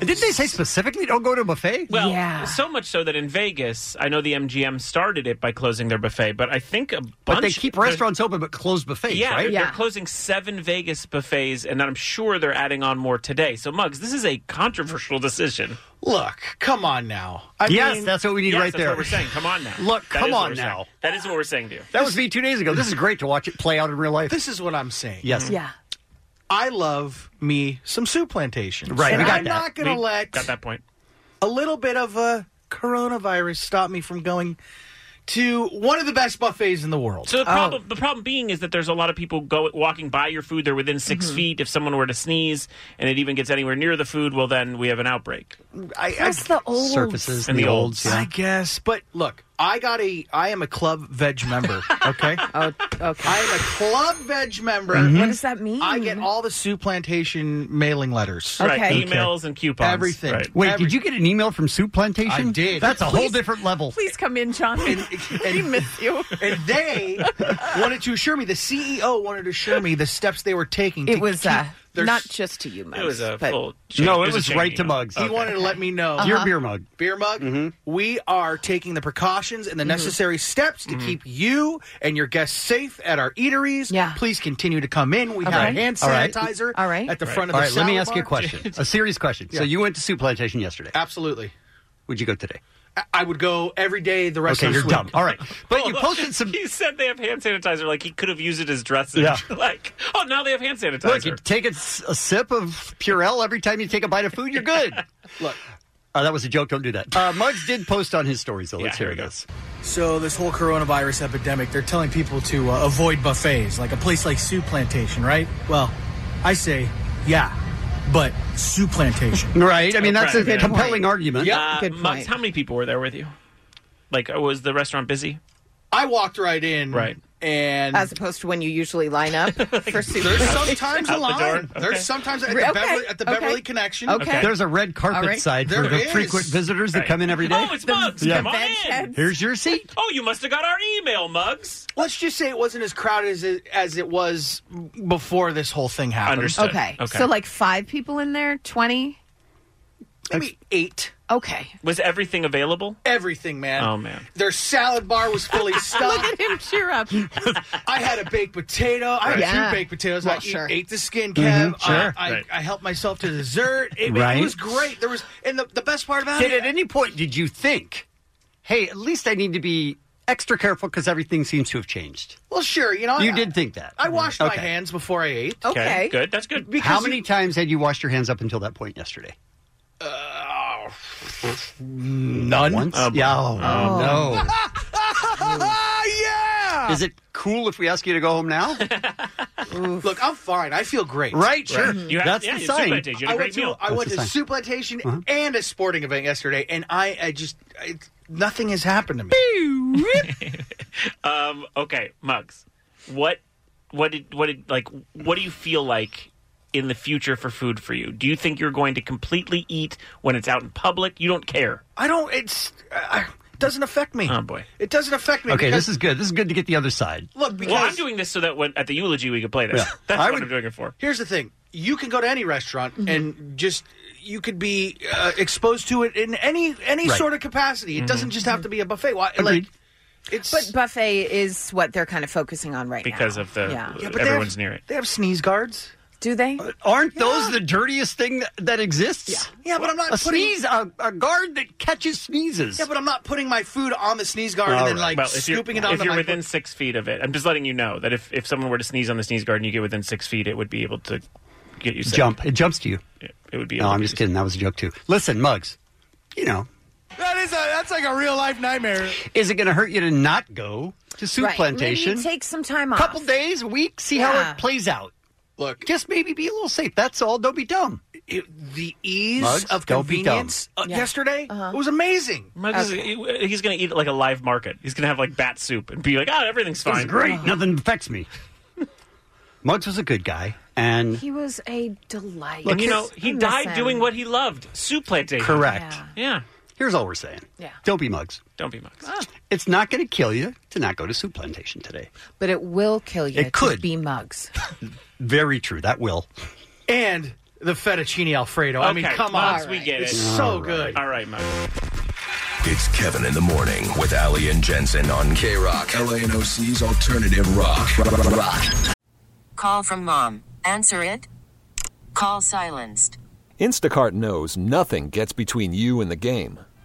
[SPEAKER 7] Didn't they say specifically don't go to a buffet?
[SPEAKER 6] Well, so much so that in Vegas, I know the MGM started it by closing their buffet, but I think a bunch.
[SPEAKER 7] But they keep restaurants open but close buffets,
[SPEAKER 6] yeah,
[SPEAKER 7] right?
[SPEAKER 6] they're- they're closing seven Vegas buffets, and I'm sure they're adding on more today. So, Muggs, this is a controversial decision.
[SPEAKER 18] Look, come on now. I
[SPEAKER 7] yes,
[SPEAKER 18] mean-
[SPEAKER 7] that's what we need
[SPEAKER 6] Yes,
[SPEAKER 7] right
[SPEAKER 6] that's
[SPEAKER 7] there.
[SPEAKER 6] What we're saying, come on now.
[SPEAKER 7] Look,
[SPEAKER 6] That
[SPEAKER 7] come
[SPEAKER 6] is what
[SPEAKER 7] on
[SPEAKER 6] we're saying.
[SPEAKER 7] now.
[SPEAKER 6] That is what we're saying to you.
[SPEAKER 7] That was me two days ago. This is great to watch it play out in real life.
[SPEAKER 18] This is what I'm saying.
[SPEAKER 10] Mm-hmm.
[SPEAKER 7] Yes. Yeah.
[SPEAKER 18] I love me some Soup Plantation.
[SPEAKER 7] Right,
[SPEAKER 18] And
[SPEAKER 7] we got
[SPEAKER 18] I'm
[SPEAKER 7] that.
[SPEAKER 18] not going to
[SPEAKER 7] We
[SPEAKER 18] let
[SPEAKER 6] got that point.
[SPEAKER 18] a little bit of a coronavirus stop me from going to one of the best buffets in the world. Uh,
[SPEAKER 6] So the
[SPEAKER 7] Oh.
[SPEAKER 6] problem, the problem being is that there's a lot of people go walking by your food. They're within 6
[SPEAKER 7] Mm-hmm.
[SPEAKER 6] feet. If someone were to sneeze and it even gets anywhere near the food, well, then we have an outbreak.
[SPEAKER 18] I,
[SPEAKER 6] Plus the olds. Surfaces, And the the olds, olds, yeah.
[SPEAKER 18] I guess. But look, I got a. I am a club veg member. Okay.
[SPEAKER 10] oh, okay.
[SPEAKER 18] I am a club veg member.
[SPEAKER 10] Mhm.
[SPEAKER 6] Mm-hmm.
[SPEAKER 10] What does that mean?
[SPEAKER 18] I get all the Sioux Plantation mailing letters,
[SPEAKER 6] Right, Okay. emails and coupons.
[SPEAKER 18] everything.
[SPEAKER 6] Right.
[SPEAKER 7] Wait, did you get an email from Soup Plantation?
[SPEAKER 18] I did.
[SPEAKER 7] That's a whole
[SPEAKER 18] Please-
[SPEAKER 7] different level.
[SPEAKER 10] Please come in, John. we miss you.
[SPEAKER 18] And they wanted to assure me. The CEO wanted to assure me the steps they were taking.
[SPEAKER 10] It
[SPEAKER 18] to
[SPEAKER 10] was
[SPEAKER 18] keep
[SPEAKER 10] uh,
[SPEAKER 18] their
[SPEAKER 10] not
[SPEAKER 18] s-
[SPEAKER 10] just to you, Muggs.
[SPEAKER 18] It was a
[SPEAKER 10] but-
[SPEAKER 18] full
[SPEAKER 7] No, it was right to Muggs.
[SPEAKER 18] He wanted to let me know
[SPEAKER 10] Uh-huh.
[SPEAKER 7] Your beer mug. Mm-hmm.
[SPEAKER 18] Beer mug. We are taking the precautions
[SPEAKER 10] Mm-hmm.
[SPEAKER 18] and the necessary steps to keep you and your guests safe at our eateries. Yeah. Please continue to come in. We have
[SPEAKER 7] Okay.
[SPEAKER 18] hand
[SPEAKER 7] All right.
[SPEAKER 18] sanitizer.
[SPEAKER 10] All right.
[SPEAKER 18] At the front of
[SPEAKER 7] All
[SPEAKER 18] the
[SPEAKER 7] right, let me
[SPEAKER 18] salad
[SPEAKER 7] ask you a
[SPEAKER 18] bar.
[SPEAKER 7] question, a serious question. So
[SPEAKER 18] Yeah.
[SPEAKER 7] you went to Soup Plantation yesterday.
[SPEAKER 18] Absolutely.
[SPEAKER 7] Would you go today?
[SPEAKER 18] I- I would go every day the rest
[SPEAKER 7] Okay,
[SPEAKER 18] of the
[SPEAKER 7] you're
[SPEAKER 18] week.
[SPEAKER 7] dumb. All right, but you
[SPEAKER 6] Well,
[SPEAKER 7] posted some.
[SPEAKER 6] He said they have hand sanitizer. Like he could have used it as dressing.
[SPEAKER 7] Yeah.
[SPEAKER 6] like, oh, now they have hand sanitizer.
[SPEAKER 7] Look, you take a, s- a sip of Purell every time you take a bite of food. You're good.
[SPEAKER 18] Look.
[SPEAKER 7] Uh, that was a joke. Don't do that. Uh, Muggs did post on his story, so let's
[SPEAKER 18] here
[SPEAKER 7] hear
[SPEAKER 18] we go.
[SPEAKER 7] this.
[SPEAKER 18] So this whole coronavirus epidemic, they're telling people to uh, avoid buffets, like a place like Sioux Plantation, right? Well, I say, yeah, but Sioux Plantation.
[SPEAKER 7] right. I mean, that's a
[SPEAKER 6] Right, yeah.
[SPEAKER 7] compelling argument.
[SPEAKER 6] Uh, Muggs, how many people were there with you? Like, uh, was the restaurant busy?
[SPEAKER 18] I walked right in.
[SPEAKER 6] Right.
[SPEAKER 18] And
[SPEAKER 10] As opposed to when you usually line up for soup.
[SPEAKER 18] there's sometimes a
[SPEAKER 6] Out the
[SPEAKER 18] line.
[SPEAKER 6] door. Okay.
[SPEAKER 18] There's sometimes at the,
[SPEAKER 10] Re- okay,
[SPEAKER 18] Beverly, at the
[SPEAKER 10] okay.
[SPEAKER 18] Beverly Connection.
[SPEAKER 10] Okay.
[SPEAKER 7] There's a red carpet
[SPEAKER 10] All right.
[SPEAKER 7] side for
[SPEAKER 18] There
[SPEAKER 7] the
[SPEAKER 18] is.
[SPEAKER 7] frequent visitors that
[SPEAKER 6] Right.
[SPEAKER 7] come in every day.
[SPEAKER 6] Oh, it's Muggs.
[SPEAKER 7] Yeah.
[SPEAKER 6] Come on
[SPEAKER 10] veg
[SPEAKER 6] in.
[SPEAKER 10] heads.
[SPEAKER 7] Here's your seat.
[SPEAKER 6] Oh, you must have got our email, Muggs.
[SPEAKER 18] Let's just say it wasn't as crowded as it, as it was before this whole thing happened.
[SPEAKER 6] Understood.
[SPEAKER 10] Okay. So like five people in there, 20?
[SPEAKER 18] Maybe eight.
[SPEAKER 10] Okay.
[SPEAKER 6] was everything available?
[SPEAKER 18] Everything, man.
[SPEAKER 6] Oh man.
[SPEAKER 18] Their salad bar was fully
[SPEAKER 10] Look
[SPEAKER 18] stocked.
[SPEAKER 10] at him cheer up.
[SPEAKER 18] I had a baked potato. I had
[SPEAKER 10] Yeah.
[SPEAKER 18] two baked potatoes.
[SPEAKER 10] Well,
[SPEAKER 18] I
[SPEAKER 10] sure.
[SPEAKER 18] eat, ate the skin, Kev. Uh,
[SPEAKER 7] Mhm, sure.
[SPEAKER 18] I, I,
[SPEAKER 6] Right.
[SPEAKER 18] I helped myself to dessert. It,
[SPEAKER 7] Right.
[SPEAKER 18] it was great. There was, and the, the best part about
[SPEAKER 7] Did
[SPEAKER 18] it,
[SPEAKER 7] at any point did you think, hey, at least I need to be extra careful because everything seems to have changed?
[SPEAKER 18] well, sure, you know,
[SPEAKER 7] You
[SPEAKER 18] I,
[SPEAKER 7] did think that.
[SPEAKER 18] Oh, I washed my
[SPEAKER 7] Okay.
[SPEAKER 18] hands before I ate.
[SPEAKER 10] Okay.
[SPEAKER 6] Good. That's good.
[SPEAKER 18] Because
[SPEAKER 7] How
[SPEAKER 18] you-
[SPEAKER 7] many times had you washed your hands up until that point yesterday?
[SPEAKER 18] uh, Mm, None.
[SPEAKER 7] Once?
[SPEAKER 6] Oh, boy.
[SPEAKER 7] yeah. Oh, no.
[SPEAKER 18] Ah, yeah.
[SPEAKER 7] Oh. Is it cool if we ask you to go home now?
[SPEAKER 18] Look, I'm fine. I feel great.
[SPEAKER 7] right, sure.
[SPEAKER 6] You had,
[SPEAKER 7] That's
[SPEAKER 6] yeah,
[SPEAKER 7] the
[SPEAKER 6] you had soup
[SPEAKER 7] sign.
[SPEAKER 6] plantation. You had
[SPEAKER 18] I
[SPEAKER 6] a
[SPEAKER 18] went
[SPEAKER 6] great
[SPEAKER 18] to
[SPEAKER 6] meal.
[SPEAKER 18] I
[SPEAKER 7] That's
[SPEAKER 18] went to
[SPEAKER 7] the Uh-huh.
[SPEAKER 18] Soup Plantation and a sporting event yesterday, and I, I just I, nothing has happened to me.
[SPEAKER 6] Um, okay, Muggs. What what did what did like what do you feel like in the future for food for you? Do you think you're going to completely eat when it's out in public? You don't care.
[SPEAKER 18] I don't. It's uh, it doesn't affect me.
[SPEAKER 6] Oh, boy.
[SPEAKER 18] it doesn't affect me.
[SPEAKER 7] Okay,
[SPEAKER 18] because,
[SPEAKER 7] this is good. This is good to get the other side.
[SPEAKER 18] look. Because
[SPEAKER 6] Well, I'm doing this so that when at the eulogy we could play this.
[SPEAKER 7] Yeah.
[SPEAKER 6] That's
[SPEAKER 7] I
[SPEAKER 6] what
[SPEAKER 7] would-
[SPEAKER 6] I'm doing it for.
[SPEAKER 18] Here's the thing: you can go to any restaurant and just you could be uh, exposed to it in any any
[SPEAKER 7] Right.
[SPEAKER 18] sort of capacity. It
[SPEAKER 6] Mm-hmm.
[SPEAKER 18] doesn't just have to be a buffet. Why, like
[SPEAKER 7] Agreed.
[SPEAKER 18] it's
[SPEAKER 10] But buffet is what they're kind of focusing on right
[SPEAKER 6] Because
[SPEAKER 10] now.
[SPEAKER 6] of the
[SPEAKER 10] Yeah.
[SPEAKER 18] Yeah, but they
[SPEAKER 6] everyone's
[SPEAKER 18] have-
[SPEAKER 6] near it.
[SPEAKER 18] They have sneeze guards. Uh,
[SPEAKER 10] Do they?
[SPEAKER 7] Aren't those the dirtiest thing that, that exists?
[SPEAKER 18] Yeah, but I'm not
[SPEAKER 7] a
[SPEAKER 18] putting-
[SPEAKER 7] sneeze, a, a guard that catches sneezes.
[SPEAKER 18] Yeah, but I'm not putting my food on the sneeze guard
[SPEAKER 7] All
[SPEAKER 18] and then
[SPEAKER 7] right.
[SPEAKER 18] like
[SPEAKER 6] Well, if you're,
[SPEAKER 18] scooping it
[SPEAKER 6] if
[SPEAKER 18] onto
[SPEAKER 6] you're
[SPEAKER 18] my
[SPEAKER 6] within six feet of it, I'm just letting you know that if, if someone were to sneeze on the sneeze guard and you get within six feet, it would be able to get you sick.
[SPEAKER 7] Jump. It jumps to you.
[SPEAKER 6] It, it would be.
[SPEAKER 7] No,
[SPEAKER 6] able
[SPEAKER 7] I'm
[SPEAKER 6] to
[SPEAKER 7] just
[SPEAKER 6] get you
[SPEAKER 7] kidding. That was a joke too. Listen, Muggs, you know,
[SPEAKER 18] That is a that's like a real life nightmare.
[SPEAKER 7] is it going to hurt you to not go to Soup
[SPEAKER 10] right.
[SPEAKER 7] Plantation?
[SPEAKER 10] Maybe take some time
[SPEAKER 7] a
[SPEAKER 10] off.
[SPEAKER 7] couple days, a week, see how
[SPEAKER 10] Yeah.
[SPEAKER 7] it plays out.
[SPEAKER 18] Look,
[SPEAKER 7] Just maybe be a little safe. That's all. Don't be dumb.
[SPEAKER 18] it, the ease
[SPEAKER 7] Muggs,
[SPEAKER 18] of
[SPEAKER 7] don't be dumb.
[SPEAKER 18] convenience uh, yesterday
[SPEAKER 10] Uh-huh.
[SPEAKER 18] it was amazing.
[SPEAKER 6] sick. Muggs is- he- He's going to eat it like a live market. He's going to have like bat soup and be like, "Oh, everything's
[SPEAKER 7] It's
[SPEAKER 6] fine." Uh-huh.
[SPEAKER 7] great. Nothing affects me. Muggs was a good guy, and
[SPEAKER 10] He was a delight.
[SPEAKER 6] and you know, he
[SPEAKER 10] I miss
[SPEAKER 6] died
[SPEAKER 10] him.
[SPEAKER 6] doing what he loved: soup plantation.
[SPEAKER 7] correct.
[SPEAKER 10] Yeah.
[SPEAKER 6] Yeah.
[SPEAKER 7] Here's all we're saying.
[SPEAKER 10] Yeah. Ah.
[SPEAKER 7] Don't be Muggs.
[SPEAKER 6] Don't be Muggs.
[SPEAKER 7] It's not going to kill you to not go to Soup Plantation today.
[SPEAKER 10] But it will kill you.
[SPEAKER 7] It
[SPEAKER 10] to
[SPEAKER 7] could.
[SPEAKER 10] be mugs.
[SPEAKER 7] Very true. That will.
[SPEAKER 18] And the fettuccine alfredo. I mean,
[SPEAKER 6] Okay,
[SPEAKER 18] come
[SPEAKER 6] Muggs,
[SPEAKER 18] on,
[SPEAKER 6] we get
[SPEAKER 18] it's
[SPEAKER 6] it.
[SPEAKER 18] so good.
[SPEAKER 6] All right, Muggs.
[SPEAKER 15] It's Kevin in the Morning with Ali and Jensen on K Rock, LANOC's alternative rock. rock.
[SPEAKER 19] Call from mom. Answer it. Call silenced.
[SPEAKER 20] Instacart knows nothing gets between you and the game.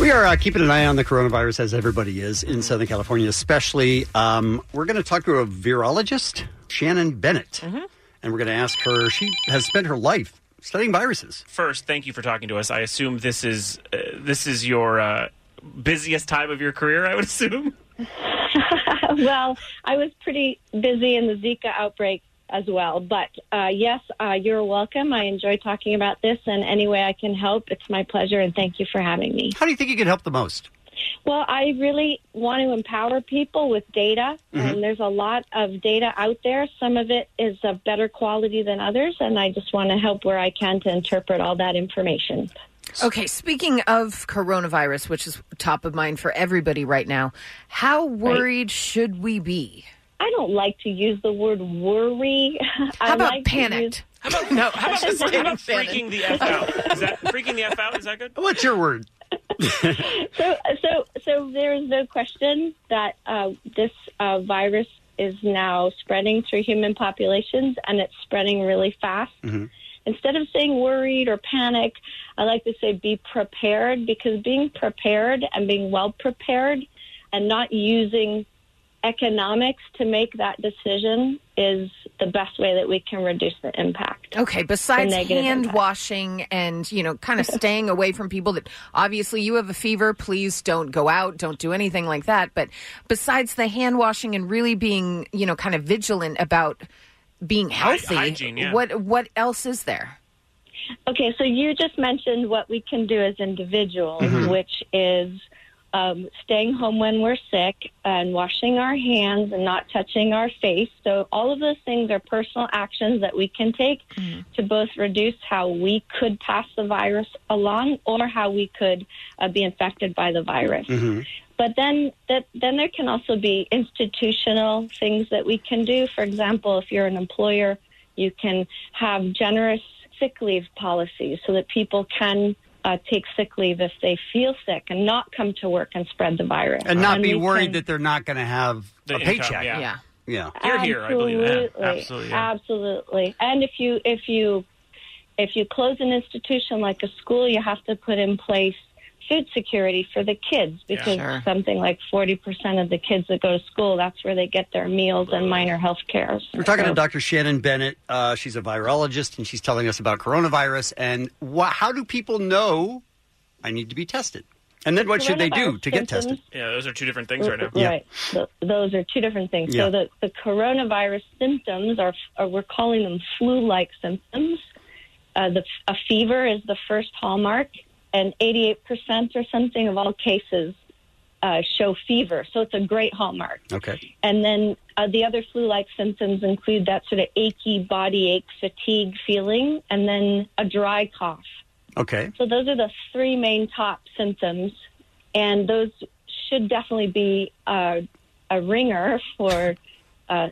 [SPEAKER 7] We are uh, keeping an eye on the coronavirus as everybody is in Southern California, especially. Um, we're going to talk to a virologist, Shannon Bennett,
[SPEAKER 21] Mm-hmm.
[SPEAKER 7] and we're going to ask her. She has spent her life studying viruses.
[SPEAKER 6] First, thank you for talking to us. I assume this is uh, this is your uh, busiest time of your career. I would assume.
[SPEAKER 21] well, I was pretty busy in the Zika outbreak as well. But uh, yes, uh, you're welcome. I enjoy talking about this, and any way I can help, it's my pleasure, and thank you for having me.
[SPEAKER 7] How do you think you can help the most?
[SPEAKER 21] Well, I really want to empower people with data,
[SPEAKER 10] Mm-hmm.
[SPEAKER 21] and there's a lot of data out there. Some of it is of better quality than others, and I just want to help where I can to interpret all that information.
[SPEAKER 10] Okay, speaking of coronavirus, which is top of mind for everybody right now, how worried should we be?
[SPEAKER 21] I don't like to use the word worry.
[SPEAKER 10] How about panicked?
[SPEAKER 6] How about no? How about, how about freaking the f out? Is that freaking the f out? Is that good?
[SPEAKER 7] What's your word?
[SPEAKER 21] so, so, so there is no question that uh, this uh, virus is now spreading through human populations, and it's spreading really fast.
[SPEAKER 7] Mm-hmm.
[SPEAKER 21] Instead of saying worried or panic, I like to say be prepared because being prepared and being well prepared and not using economics to make that decision is the best way that we can reduce the impact.
[SPEAKER 10] Okay, besides
[SPEAKER 21] The negative
[SPEAKER 10] hand
[SPEAKER 21] impact.
[SPEAKER 10] washing and, you know, kind of staying away from people that obviously you have a fever, please don't go out, don't do anything like that. But besides the hand washing and really being, you know, kind of vigilant about being
[SPEAKER 21] Hy-
[SPEAKER 10] healthy,
[SPEAKER 21] hygiene, yeah.
[SPEAKER 10] what what else is there?
[SPEAKER 21] Okay, so you just mentioned what we can do as individuals,
[SPEAKER 10] Mhm.
[SPEAKER 21] which is um, staying home when we're sick and washing our hands and not touching our face. So, all of those things are personal actions that we can take to both reduce how we could pass the virus along or how we could uh, be infected by the virus. But then, that, then there can also be institutional things that we can do. For example, if you're an employer, you can have generous sick leave policies so that people can uh, take sick leave if they feel sick and not come to work and spread the virus.
[SPEAKER 7] And not be
[SPEAKER 21] we
[SPEAKER 7] worried
[SPEAKER 21] can-
[SPEAKER 7] that they're not going to have
[SPEAKER 6] The
[SPEAKER 7] a
[SPEAKER 6] income,
[SPEAKER 7] paycheck.
[SPEAKER 6] yeah. Yeah.
[SPEAKER 7] yeah.
[SPEAKER 21] Absolutely. Absolutely. And if you if you if you close an institution like a school, you have to put in place food security for the kids because
[SPEAKER 22] Sure.
[SPEAKER 21] something like 40% of the kids that go to school, that's where they get their meals and minor health cares.
[SPEAKER 7] We're talking
[SPEAKER 21] So-
[SPEAKER 7] to Dr. Shannon Bennett. Uh, she's a virologist, and she's telling us about coronavirus and wha- how do people know I need to be tested? And then what should they do to get tested?
[SPEAKER 6] Yeah, those are two different things right now.
[SPEAKER 21] Right. Th- those are two different things.
[SPEAKER 7] Yeah.
[SPEAKER 21] So the, the coronavirus symptoms are, are, we're calling them flu like symptoms. Uh, the, a fever is the first hallmark, and 88% or something of all cases uh, show fever. So it's a great hallmark.
[SPEAKER 7] Okay.
[SPEAKER 21] And then uh, the other flu like symptoms include that sort of achy body ache, fatigue feeling, and then a dry cough.
[SPEAKER 7] Okay.
[SPEAKER 21] So those are the three main top symptoms, and those should definitely be uh, a ringer for uh,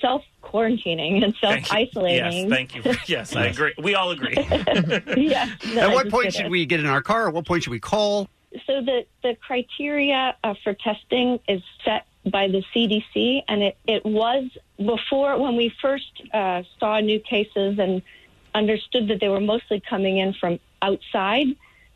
[SPEAKER 21] self quarantining and self
[SPEAKER 6] Yes,
[SPEAKER 21] isolating.
[SPEAKER 6] thank you. Yes, I agree. We all agree.
[SPEAKER 21] yes,
[SPEAKER 7] At what point should we get in our car? At what point should we call?
[SPEAKER 21] So the the criteria uh, for testing is set by the CDC, and it it was before when we first uh, saw new cases and understood that they were mostly coming in from outside.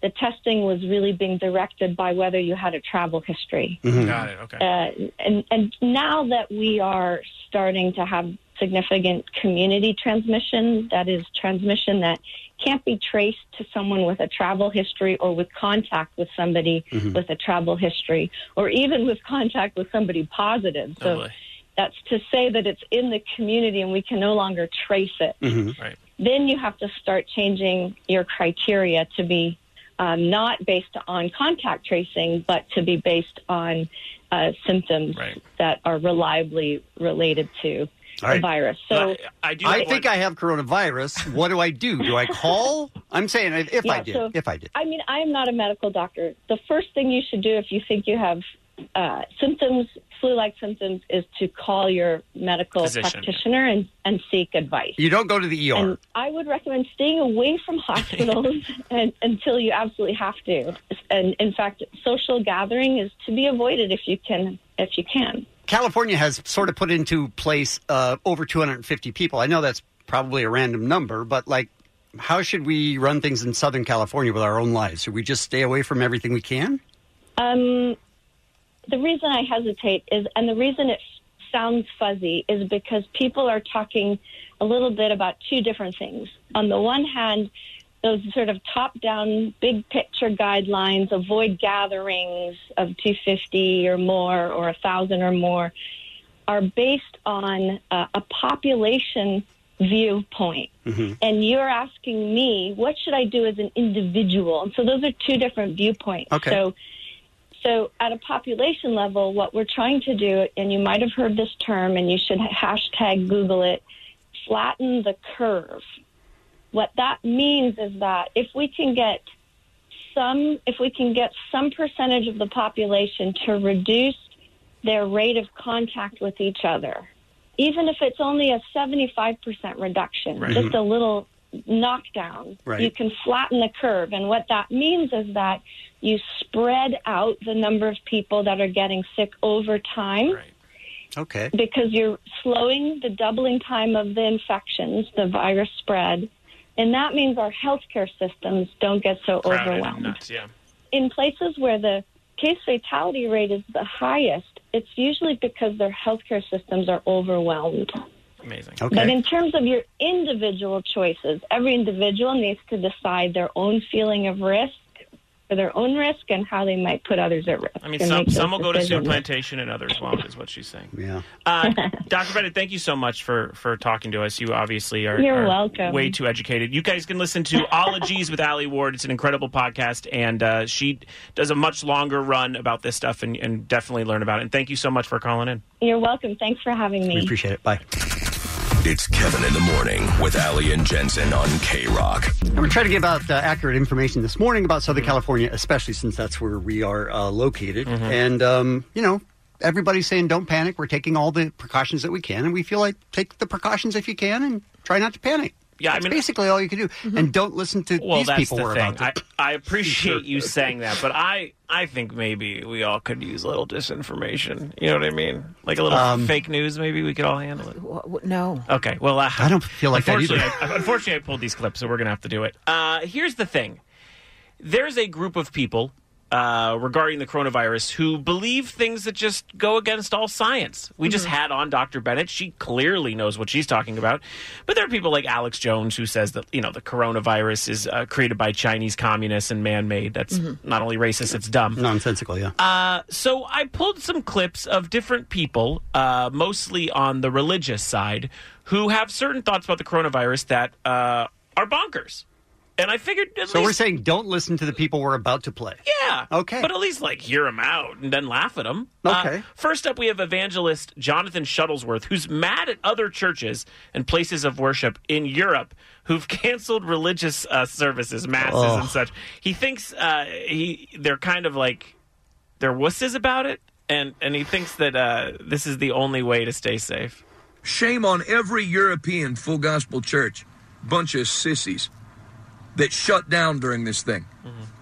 [SPEAKER 21] The testing was really being directed by whether you had a travel history.
[SPEAKER 6] Got it. Okay.
[SPEAKER 21] Uh, and, and now that we are starting to have significant community transmission, that is, transmission that can't be traced to someone with a travel history or with contact with somebody
[SPEAKER 23] Mhm.
[SPEAKER 21] with a travel history or even with contact with somebody positive. So that's to say that it's in the community and we can no longer trace it
[SPEAKER 7] Mm-hmm.
[SPEAKER 6] Right.
[SPEAKER 21] then you have to start changing your criteria to be um, not based on contact tracing, but to be based on uh, symptoms that are reliably related to
[SPEAKER 7] All right.
[SPEAKER 21] the virus. So
[SPEAKER 6] I,
[SPEAKER 7] do I think I have coronavirus. What do I do? Do I call? I'm saying if, if I
[SPEAKER 21] Yeah,
[SPEAKER 7] did.
[SPEAKER 21] so-
[SPEAKER 7] if I did.
[SPEAKER 21] I mean, I am not a medical doctor. The first thing you should do if you think you have uh, symptoms, flu like symptoms, is to call your medical
[SPEAKER 7] Physician.
[SPEAKER 21] practitioner and, and seek advice.
[SPEAKER 7] You don't go to the ER.
[SPEAKER 21] And I would recommend staying away from hospitals and, until you absolutely have to. And in fact, social gathering is to be avoided if you can. If you can.
[SPEAKER 7] California has sort of put into place uh, over 250 people. I know that's probably a random number, but like, how should we run things in Southern California with our own lives? Should we just stay away from everything we can?
[SPEAKER 21] Um, the reason I hesitate is, and the reason it sounds fuzzy is because people are talking a little bit about two different things. On the one hand, those sort of top down, big picture guidelines avoid gatherings of 250 or more or 1,000 or more are based on uh, a population viewpoint and you're asking me what should I do as an individual. And so those are two different viewpoints.
[SPEAKER 24] Okay.
[SPEAKER 21] So so at a population level, what we're trying to do, and you might have heard this term, and you should hashtag Google it, flatten the curve. What that means is that if we can get some, if we can get some percentage of the population to reduce their rate of contact with each other, even if it's only a 75% reduction,
[SPEAKER 22] Right.
[SPEAKER 21] just a little knockdown,
[SPEAKER 22] Right.
[SPEAKER 21] you can flatten the curve. And what that means is that you spread out the number of people that are getting sick over time
[SPEAKER 7] Okay.
[SPEAKER 21] because you're slowing the doubling time of the infections, the virus spread. And that means our healthcare systems don't get so overwhelmed.
[SPEAKER 6] yeah.
[SPEAKER 21] In places where the case fatality rate is the highest, it's usually because their healthcare systems are overwhelmed.
[SPEAKER 6] Amazing.
[SPEAKER 21] But in terms of your individual choices, every individual needs to decide their own feeling of risk for their own risk and how they might put others at risk.
[SPEAKER 6] I mean,
[SPEAKER 21] and
[SPEAKER 6] some
[SPEAKER 21] make those
[SPEAKER 6] some will go to Sioux
[SPEAKER 21] decisions.
[SPEAKER 6] Plantation and others won't, is what she's saying.
[SPEAKER 7] Yeah.
[SPEAKER 6] Uh, Dr. Bennett, thank you so much for for talking to us. You obviously are,
[SPEAKER 21] You're
[SPEAKER 6] are
[SPEAKER 21] welcome.
[SPEAKER 6] way too educated. You guys can listen to Ologies with Ali Ward. It's an incredible podcast, and uh, she does a much longer run about this stuff and, and definitely learn about it. And thank you so much for calling in.
[SPEAKER 21] You're welcome. Thanks for having me.
[SPEAKER 7] appreciate it. Bye.
[SPEAKER 15] It's Kevin in the Morning with Ali and Jensen on K Rock.
[SPEAKER 7] I'm going to try to give out uh, accurate information this morning about Southern California, especially since that's where we are uh, located.
[SPEAKER 6] Mm-hmm.
[SPEAKER 7] And, um, you know, everybody's saying don't panic. We're taking all the precautions that we can. And we feel like take the precautions if you can and try not to panic.
[SPEAKER 6] Yeah, I
[SPEAKER 7] That's
[SPEAKER 6] mean- Mm-hmm.
[SPEAKER 7] basically all you can do. And don't listen to
[SPEAKER 6] Well,
[SPEAKER 7] these
[SPEAKER 6] that's
[SPEAKER 7] people
[SPEAKER 6] the
[SPEAKER 7] worry
[SPEAKER 6] thing.
[SPEAKER 7] about
[SPEAKER 6] I, I appreciate you saying that, but I I think maybe we all could use a little disinformation. You know what I mean? Like a little
[SPEAKER 7] Um,
[SPEAKER 6] fake news. Maybe we could all handle it.
[SPEAKER 10] no.
[SPEAKER 6] Okay. Well, uh, I
[SPEAKER 7] don't feel like that either.
[SPEAKER 6] unfortunately, I, unfortunately, I pulled these clips, so we're gonna have to do it. Uh, here's the thing: there's a group of people uh, regarding the coronavirus who believe things that just go against all science. We just had on Dr. Bennett; she clearly knows what she's talking about. But there are people like Alex Jones who says that you know the coronavirus is uh, created by Chinese communists and man-made. That's
[SPEAKER 7] Mhm.
[SPEAKER 6] not only racist; it's dumb.
[SPEAKER 7] Nonsensical, yeah.
[SPEAKER 6] Uh, so I pulled some clips of different people, uh, mostly on the religious side, who have certain thoughts about the coronavirus that uh, are bonkers. And I figured, at
[SPEAKER 7] So
[SPEAKER 6] least,
[SPEAKER 7] we're saying don't listen to the people we're about to play.
[SPEAKER 6] yeah,
[SPEAKER 7] Okay.
[SPEAKER 6] but at least like hear them out and then laugh at them.
[SPEAKER 7] Okay.
[SPEAKER 6] first up, we have evangelist Jonathan Shuttlesworth, who's mad at other churches and places of worship in Europe who've canceled religious uh, services, masses,
[SPEAKER 7] Ugh.
[SPEAKER 6] and such. He thinks uh, he they're kind of like they're wusses about it, and and he thinks that uh, this is the only way to stay safe.
[SPEAKER 25] Shame on every European full gospel church, bunch of sissies that shut down during this thing.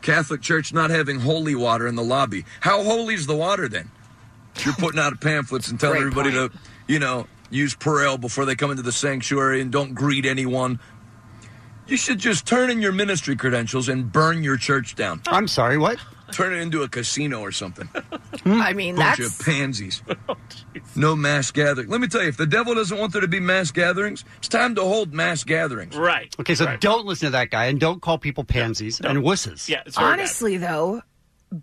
[SPEAKER 25] Catholic Church not having holy water in the lobby. How holy is the water then? You're putting out pamphlets and telling everybody to, you know, use Perel before they come into the sanctuary and don't greet anyone. You should just turn in your ministry credentials and burn your church down.
[SPEAKER 7] I'm sorry, what?
[SPEAKER 25] Turn it into a casino or something.
[SPEAKER 10] I mean,
[SPEAKER 7] Hmm?
[SPEAKER 25] Bunch
[SPEAKER 10] that's
[SPEAKER 25] of pansies.
[SPEAKER 6] Oh,
[SPEAKER 25] no mass gathering. Let me tell you, if the devil doesn't want there to be mass gatherings, it's time to hold mass gatherings.
[SPEAKER 6] Right.
[SPEAKER 7] Okay, so don't listen to that guy and don't call people pansies and wusses.
[SPEAKER 6] Yeah,
[SPEAKER 10] honestly though.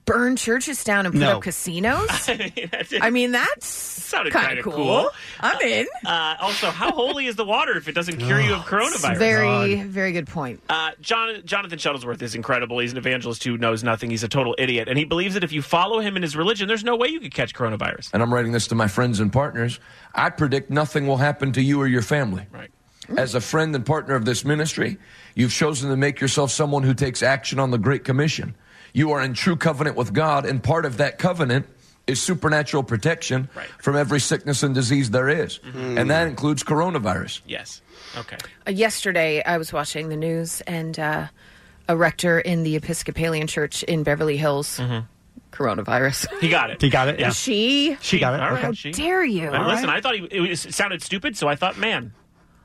[SPEAKER 10] burn churches down and put
[SPEAKER 6] No.
[SPEAKER 10] up casinos? I
[SPEAKER 6] I
[SPEAKER 10] mean, that's
[SPEAKER 6] Sounded
[SPEAKER 10] kind
[SPEAKER 6] kinda
[SPEAKER 10] of cool.
[SPEAKER 6] cool.
[SPEAKER 10] I'm in.
[SPEAKER 6] Uh, also, how holy is the water if it doesn't cure you of coronavirus?
[SPEAKER 10] Very, very good point.
[SPEAKER 6] Uh, John, Jonathan Shuttlesworth is incredible. He's an evangelist who knows nothing. He's a total idiot. And he believes that if you follow him in his religion, there's no way you could catch coronavirus.
[SPEAKER 25] and I'm writing this to my friends and partners, I predict nothing will happen to you or your family.
[SPEAKER 6] Right.
[SPEAKER 25] As a friend and partner of this ministry, you've chosen to make yourself someone who takes action on the Great Commission. You are in true covenant with God, and part of that covenant is supernatural protection from every sickness and disease there is.
[SPEAKER 6] Mm-hmm.
[SPEAKER 25] And that includes coronavirus.
[SPEAKER 6] Yes. Okay.
[SPEAKER 10] Uh, yesterday, I was watching the news, and uh, a rector in the Episcopalian Church in Beverly Hills, coronavirus.
[SPEAKER 6] He got it.
[SPEAKER 7] He got it.
[SPEAKER 6] Mm-hmm. Uh, Yeah.
[SPEAKER 10] She.
[SPEAKER 6] She got it, All right, okay. she-
[SPEAKER 10] How dare you?
[SPEAKER 6] And listen, I thought he, it, was, it sounded stupid, so I thought, man,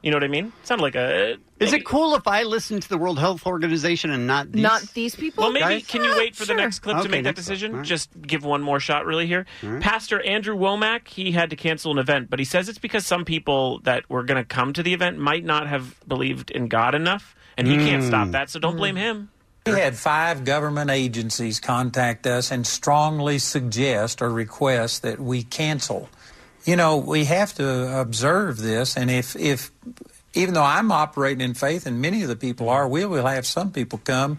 [SPEAKER 6] you know what I mean? Sounded like a.
[SPEAKER 7] Is it cool if I listen to the World Health Organization and not these?
[SPEAKER 10] Not these people.
[SPEAKER 6] Well, maybe
[SPEAKER 7] Guys?
[SPEAKER 6] can you wait for the
[SPEAKER 7] Sure.
[SPEAKER 6] next clip
[SPEAKER 7] Okay,
[SPEAKER 6] to make that
[SPEAKER 7] next clip.
[SPEAKER 6] decision?
[SPEAKER 7] All right.
[SPEAKER 6] Just give one more shot, really. Here, Pastor Andrew Womack, he had to cancel an event, but he says it's because some people that were going to come to the event might not have believed in God enough, and he can't
[SPEAKER 24] Mm.
[SPEAKER 6] stop that. So don't blame him.
[SPEAKER 24] We had five government agencies contact us and strongly suggest or request that we cancel. You know, we have to observe this, and if, if even though I'm operating in faith, and many of the people are, we will have some people come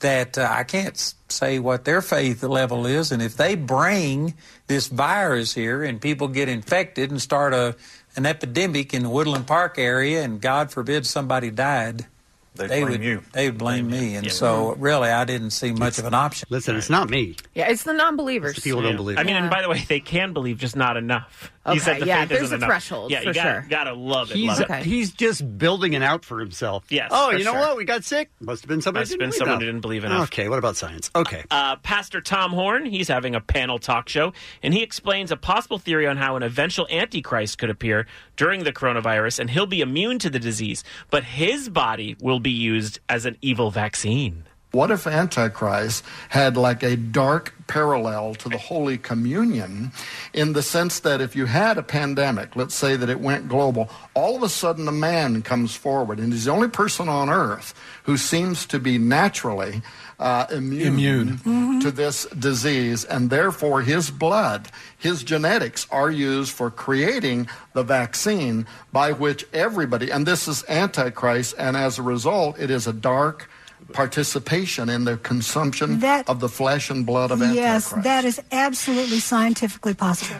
[SPEAKER 24] that uh, I can't s- say what their faith level is, and if they bring this virus here and people get infected and start a an epidemic in the Woodland Park area, and God forbid somebody died,
[SPEAKER 22] They'd blame
[SPEAKER 24] would
[SPEAKER 22] you.
[SPEAKER 24] they would blame me, and so really I didn't see much of an option.
[SPEAKER 7] Listen, it's not me.
[SPEAKER 10] Yeah, it's the non-believers.
[SPEAKER 6] Yeah. I mean, and by the way, they can believe, just not enough.
[SPEAKER 10] Okay,
[SPEAKER 6] He said the
[SPEAKER 10] yeah,
[SPEAKER 6] faith
[SPEAKER 10] there's a
[SPEAKER 6] isn't enough.
[SPEAKER 10] threshold,
[SPEAKER 6] Yeah, you
[SPEAKER 10] for
[SPEAKER 6] gotta,
[SPEAKER 10] sure.
[SPEAKER 6] gotta love it.
[SPEAKER 7] He's,
[SPEAKER 6] love it.
[SPEAKER 7] he's just building an out for himself.
[SPEAKER 6] Yes,
[SPEAKER 7] Oh,
[SPEAKER 6] for
[SPEAKER 7] you know
[SPEAKER 6] sure.
[SPEAKER 7] what? We got sick. Must have been somebody.
[SPEAKER 6] Must
[SPEAKER 7] who
[SPEAKER 6] have
[SPEAKER 7] didn't
[SPEAKER 6] been
[SPEAKER 7] believe
[SPEAKER 6] someone who
[SPEAKER 7] enough.
[SPEAKER 6] didn't believe enough.
[SPEAKER 7] Okay, what about science? Okay.
[SPEAKER 6] Uh, Pastor Tom Horn, he's having a panel talk show, and he explains a possible theory on how an eventual antichrist could appear during the coronavirus, and he'll be immune to the disease, but his body will be used as an evil vaccine.
[SPEAKER 23] What if Antichrist had like a dark parallel to the Holy Communion in the sense that if you had a pandemic, let's say that it went global, all of a sudden a man comes forward and he's the only person on earth who seems to be naturally uh, immune, Mm-hmm. to this disease, and therefore his blood, his genetics are used for creating the vaccine by which everybody, and this is Antichrist, and as a result, it is a dark participation in the consumption of the flesh and blood of
[SPEAKER 26] Yes,
[SPEAKER 23] Antichrist.
[SPEAKER 26] that is absolutely scientifically possible.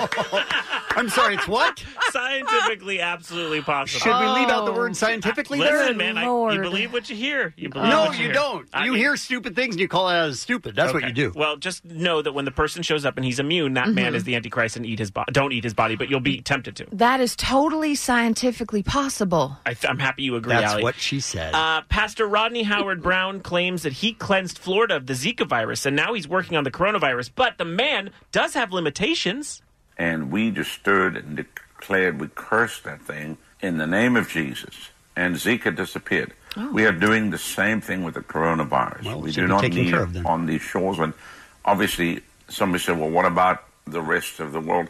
[SPEAKER 7] I'm sorry, it's what?
[SPEAKER 6] Scientifically, absolutely possible. Oh.
[SPEAKER 7] Should we leave out the word scientifically?
[SPEAKER 6] Listen,
[SPEAKER 7] there?
[SPEAKER 6] man, I, you believe what you hear. You believe
[SPEAKER 7] no,
[SPEAKER 6] what you,
[SPEAKER 7] you
[SPEAKER 6] hear.
[SPEAKER 7] don't.
[SPEAKER 6] I
[SPEAKER 7] you
[SPEAKER 6] mean-
[SPEAKER 7] hear stupid things and you call it out as stupid. That's what
[SPEAKER 6] Okay.
[SPEAKER 7] you do.
[SPEAKER 6] Well, just know that when the person shows up and he's immune, that man
[SPEAKER 10] Mhm.
[SPEAKER 6] is the antichrist and eat his body. Don't eat his body, but you'll be tempted to.
[SPEAKER 10] That is totally scientifically possible.
[SPEAKER 6] I th- I'm happy you agree.
[SPEAKER 7] That's
[SPEAKER 6] Allie.
[SPEAKER 7] what she said.
[SPEAKER 6] Uh, Pastor Rodney Howard Brown claims that he cleansed Florida of the Zika virus, and now he's working on the coronavirus. But the man does have limitations.
[SPEAKER 5] and we disturbed and declared we cursed that thing in the name of Jesus. And Zika disappeared.
[SPEAKER 27] Oh.
[SPEAKER 5] We are doing the same thing with the coronavirus. we
[SPEAKER 27] should
[SPEAKER 5] do
[SPEAKER 27] be
[SPEAKER 5] not
[SPEAKER 27] taken
[SPEAKER 5] need
[SPEAKER 27] care of
[SPEAKER 5] it on these shores. And obviously, somebody said, well, what about the rest of the world?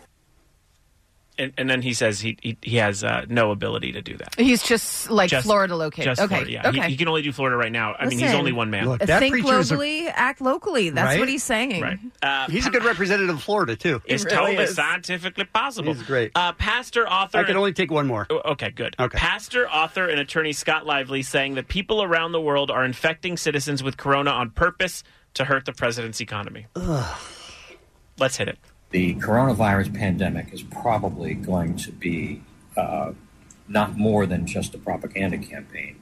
[SPEAKER 6] And, and then he says he he, he has uh, no ability to do that.
[SPEAKER 10] He's just like
[SPEAKER 6] Just-
[SPEAKER 10] Florida located.
[SPEAKER 6] Just
[SPEAKER 10] okay,
[SPEAKER 6] Florida, yeah. He-
[SPEAKER 10] okay.
[SPEAKER 6] He, can only do Florida right now. I mean, he's
[SPEAKER 10] Listen,
[SPEAKER 6] only one man.
[SPEAKER 10] think globally, act locally. That's
[SPEAKER 6] Right?
[SPEAKER 10] what he's saying.
[SPEAKER 6] Right. Uh,
[SPEAKER 7] He's a good representative of Florida, too.
[SPEAKER 6] It's totally scientifically possible.
[SPEAKER 7] He's great.
[SPEAKER 6] Uh, pastor, author. Oh,
[SPEAKER 7] I could only take one more.
[SPEAKER 6] Okay, good. Pastor, author, and attorney Scott Lively saying that people around the world are infecting citizens with corona on purpose to hurt the president's economy. Let's hit it.
[SPEAKER 28] The coronavirus pandemic is probably going to be uh, not more than just a propaganda campaign.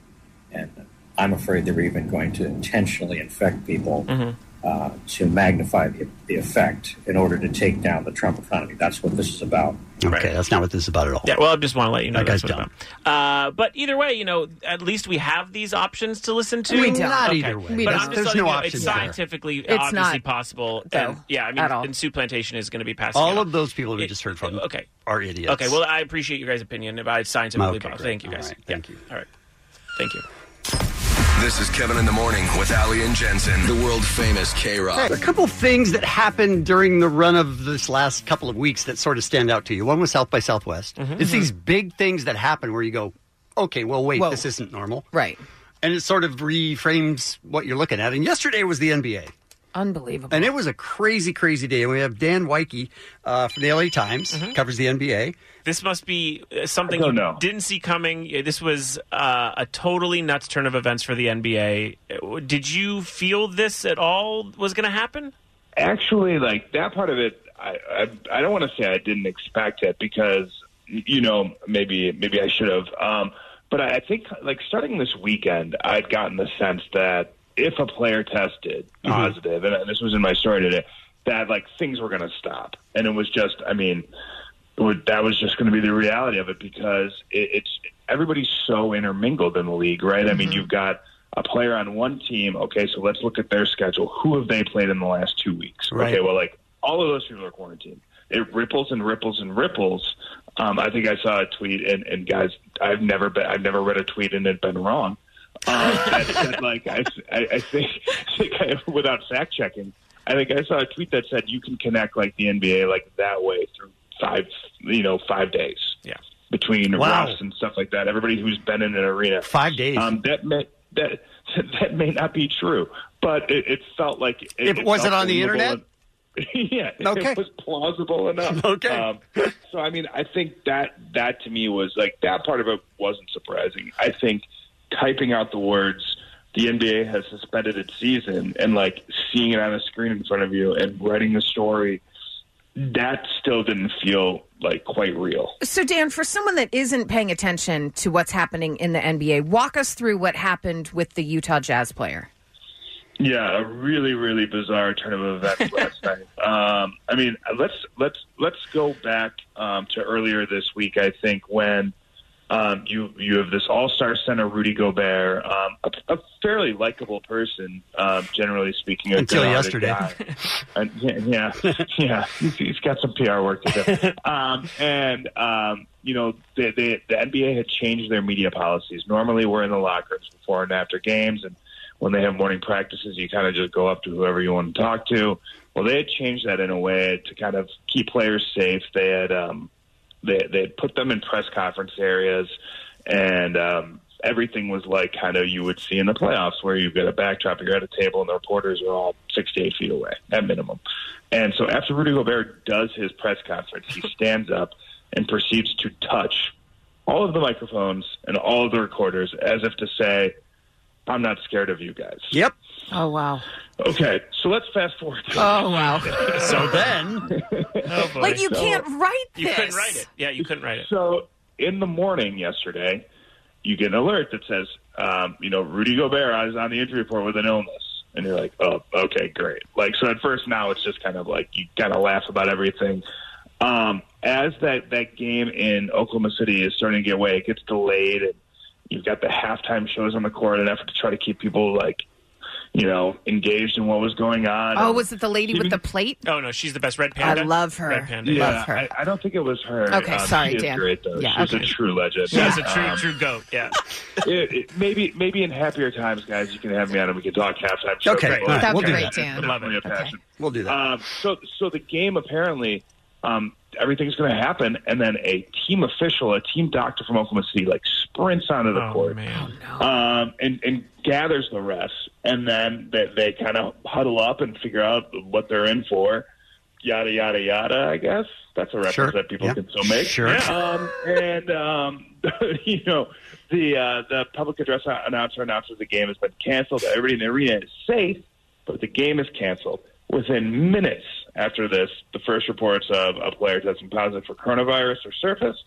[SPEAKER 28] And I'm afraid they're even going to intentionally infect people
[SPEAKER 6] Mm. Mm-hmm.
[SPEAKER 28] uh, to magnify the, the effect in order to take down the Trump economy. That's what this is about.
[SPEAKER 7] Okay, that's not what this is about at all.
[SPEAKER 6] Yeah, well, I just want to let you know
[SPEAKER 7] that guy's
[SPEAKER 6] that's what
[SPEAKER 7] dumb.
[SPEAKER 6] Uh, but either way, you know, at least we have these options to listen to.
[SPEAKER 7] We don't. Not either way. We
[SPEAKER 6] but
[SPEAKER 7] don't.
[SPEAKER 6] I'm just
[SPEAKER 7] There's
[SPEAKER 6] letting you
[SPEAKER 7] no
[SPEAKER 6] know,
[SPEAKER 7] options
[SPEAKER 6] It's
[SPEAKER 7] there.
[SPEAKER 6] scientifically
[SPEAKER 7] It's
[SPEAKER 6] obviously
[SPEAKER 7] not,
[SPEAKER 6] possible.
[SPEAKER 7] though,
[SPEAKER 6] and, yeah, I mean,
[SPEAKER 7] at all.
[SPEAKER 6] and Sue Plantation is going to be passing. it
[SPEAKER 7] All
[SPEAKER 6] on.
[SPEAKER 7] of those people we just heard from okay. are idiots.
[SPEAKER 6] Okay, well, I appreciate your guys' opinion about it's scientifically
[SPEAKER 7] Okay,
[SPEAKER 6] possible.
[SPEAKER 7] great.
[SPEAKER 6] Thank you,
[SPEAKER 7] All
[SPEAKER 6] guys.
[SPEAKER 7] right,
[SPEAKER 6] thank you. All right. Thank you.
[SPEAKER 15] This is Kevin in the Morning with Ali and Jensen, the world famous K Rock.
[SPEAKER 7] Hey, a couple things that happened during the run of this last couple of weeks that sort of stand out to you. One was South by Southwest.
[SPEAKER 18] Mhm.
[SPEAKER 7] It's these big things that happen where you go, okay, well, wait, this isn't normal.
[SPEAKER 10] Right.
[SPEAKER 7] And it sort of reframes what you're looking at. And yesterday was the NBA.
[SPEAKER 10] Unbelievable.
[SPEAKER 7] And it was a crazy, crazy day. And we have Dan Wyke uh, from the LA Times, covers the NBA.
[SPEAKER 6] This must be uh, something
[SPEAKER 7] I
[SPEAKER 6] you
[SPEAKER 7] don't know.
[SPEAKER 6] didn't see coming. Uh, This was uh, a totally nuts turn of events for the NBA. Uh, Did you feel this at all was going to happen?
[SPEAKER 29] actually like that part of it i i, I don't want to say i didn't expect it because you know maybe maybe i should have um but I, I think like starting this weekend i'd gotten the sense that if a player tested positive, and this was in my story today that like things were going to stop and it was just i mean it would- that was just going to be the reality of it because it, it's everybody's so intermingled in the league, right? I mean, you've got a player on one team. Okay, so let's look at their schedule. Who have they played in the last two weeks?
[SPEAKER 9] Right.
[SPEAKER 29] Okay, well, like all of those people are quarantined. It ripples and ripples and ripples. Um, I think I saw a tweet, and, and guys, I've never been, I've never read a tweet and it been wrong. Um, that said, like I, I, I think, I think I, without fact checking, I think I saw a tweet that said you can connect like the NBA like that way through five, you know, five days.
[SPEAKER 6] Yeah,
[SPEAKER 29] between
[SPEAKER 7] Wow.
[SPEAKER 29] refs and stuff like that. Everybody who's been in an arena,
[SPEAKER 7] five days.
[SPEAKER 29] Um, that may that that may not be true, but it, it felt like it,
[SPEAKER 7] If- was
[SPEAKER 29] felt
[SPEAKER 7] it on the
[SPEAKER 29] believable
[SPEAKER 7] internet?
[SPEAKER 29] en- yeah,
[SPEAKER 7] Okay.
[SPEAKER 29] it was plausible enough.
[SPEAKER 7] Okay.
[SPEAKER 29] Um, so I mean, I think that that to me was like that part of it wasn't surprising. I think typing out the words the NBA has suspended its season and like seeing it on a screen in front of you and writing the story, that still didn't feel like quite real.
[SPEAKER 10] So, Dan, for someone that isn't paying attention to what's happening in the NBA, walk us through what happened with the Utah Jazz player.
[SPEAKER 29] Yeah, a really, really bizarre turn of events last night. Um, I mean, let's let's let's go back um, to earlier this week. I think when um, you you have this All Star center, Rudy Gobert, um, a, a fairly likable person, um, generally speaking. a
[SPEAKER 7] Until
[SPEAKER 29] good-hearted
[SPEAKER 7] yesterday.
[SPEAKER 29] guy. And, yeah, yeah, yeah. He's, he's got some PR work to do. Um, and um, you know, they, they, the NBA had changed their media policies. Normally, we're in the locker rooms before and after games, and when they have morning practices, you kind of just go up to whoever you want to talk to. Well, they had changed that in a way to kind of keep players safe. They had um, they they had put them in press conference areas, and um, everything was like kind of you would see in the playoffs, where you've got a backdrop, you're at a table, and the reporters are all six to eight feet away at minimum. And so after Rudy Gobert does his press conference, he stands up and proceeds to touch all of the microphones and all of the recorders as if to say, I'm not scared of you guys.
[SPEAKER 7] Yep.
[SPEAKER 10] Oh, wow.
[SPEAKER 29] Okay, so let's fast forward. To
[SPEAKER 10] Oh, wow.
[SPEAKER 29] so
[SPEAKER 7] then,
[SPEAKER 10] Like, you can't write this.
[SPEAKER 29] You couldn't write it.
[SPEAKER 6] Yeah, you couldn't write it.
[SPEAKER 29] So in the morning yesterday, you get an alert that says, um, you know, Rudy Gobert is on the injury report with an illness. And you're like, oh, okay, great. Like, so at first, now it's just kind of like you kind of laugh about everything. Um, as that, that game in Oklahoma City is starting to get away, it gets delayed, and you've got the halftime shows on the court, an effort to try to keep people, like, you know, engaged in what was going on.
[SPEAKER 10] Oh,
[SPEAKER 29] And-
[SPEAKER 10] was it the lady with the plate?
[SPEAKER 6] Oh no, she's the best red
[SPEAKER 10] panda. I love her. Red panda.
[SPEAKER 29] Yeah,
[SPEAKER 10] Love her.
[SPEAKER 29] I, I don't think it was her.
[SPEAKER 10] Okay,
[SPEAKER 29] Um,
[SPEAKER 10] sorry,
[SPEAKER 29] she is
[SPEAKER 10] Dan.
[SPEAKER 29] great though.
[SPEAKER 10] Yeah,
[SPEAKER 29] She's a true legend.
[SPEAKER 6] She's a true,
[SPEAKER 29] Um,
[SPEAKER 6] true goat. Yeah.
[SPEAKER 29] it- it- maybe, maybe in happier times, guys, you can have me on and we can talk halftime. show.
[SPEAKER 7] Okay, all right, That'd we'll be do great, that. Dan.
[SPEAKER 29] It's definitely a passion.
[SPEAKER 7] We'll do that.
[SPEAKER 29] Um, so, so the game apparently, um, everything's going to happen, and then a team official, a team doctor from Oklahoma City, like sprints onto
[SPEAKER 7] Oh,
[SPEAKER 29] the court um, and, and gathers the refs, and then they, they kind of huddle up and figure out what they're in for. Yada yada yada. I guess that's a reference
[SPEAKER 30] Sure.
[SPEAKER 29] that people
[SPEAKER 30] Yeah.
[SPEAKER 29] can still make.
[SPEAKER 30] Sure. Yeah.
[SPEAKER 29] Um, and um, you know the uh, the public address announcer announces the game has been canceled. Everybody in the arena is safe, but the game is canceled. Within minutes after this, the first reports of a player testing positive for coronavirus are surfaced.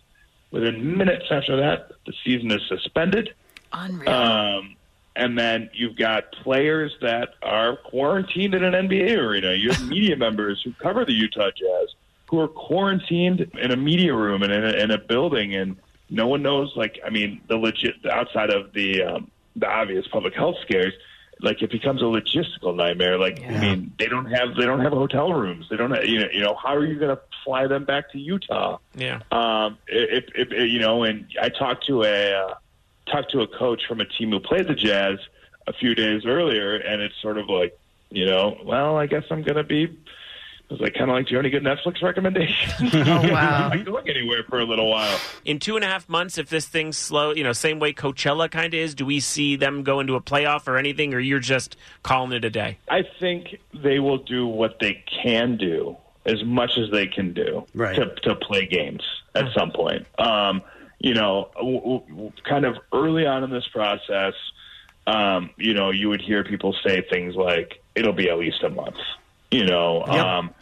[SPEAKER 29] Within minutes after that, the season is suspended.
[SPEAKER 10] Unreal.
[SPEAKER 29] Um, and then you've got players that are quarantined in an NBA arena. You have media members who cover the Utah Jazz who are quarantined in a media room and in a, in a building, and no one knows. Like, I mean, the legit outside of the um, the obvious public health scares, like it becomes a logistical nightmare. Like, I mean, they don't have they don't have hotel rooms. They don't have, you know you know how are you going to fly them back to Utah?
[SPEAKER 6] Yeah.
[SPEAKER 29] Um, if, if, if, you know, and I talked to a uh, talked to a coach from a team who played the Jazz a few days earlier, and it's sort of like, you know, well, I guess I'm going to be was like, kind of like, do you have any good Netflix recommendations?
[SPEAKER 6] Oh, wow.
[SPEAKER 29] I can look anywhere for a little while.
[SPEAKER 6] In two and a half months, if this thing's slow, you know, same way Coachella kind of is, do we see them go into a playoff or anything, or you're just calling it a day?
[SPEAKER 29] I think they will do what they can do as much as they can do
[SPEAKER 6] Right. Uh-huh.
[SPEAKER 29] to, to play games at some point. Um, you know, w- w- w- kind of early on in this process, um, you know, you would hear people say things like, it'll be at least a month. You know,
[SPEAKER 31] Yep.
[SPEAKER 29] um,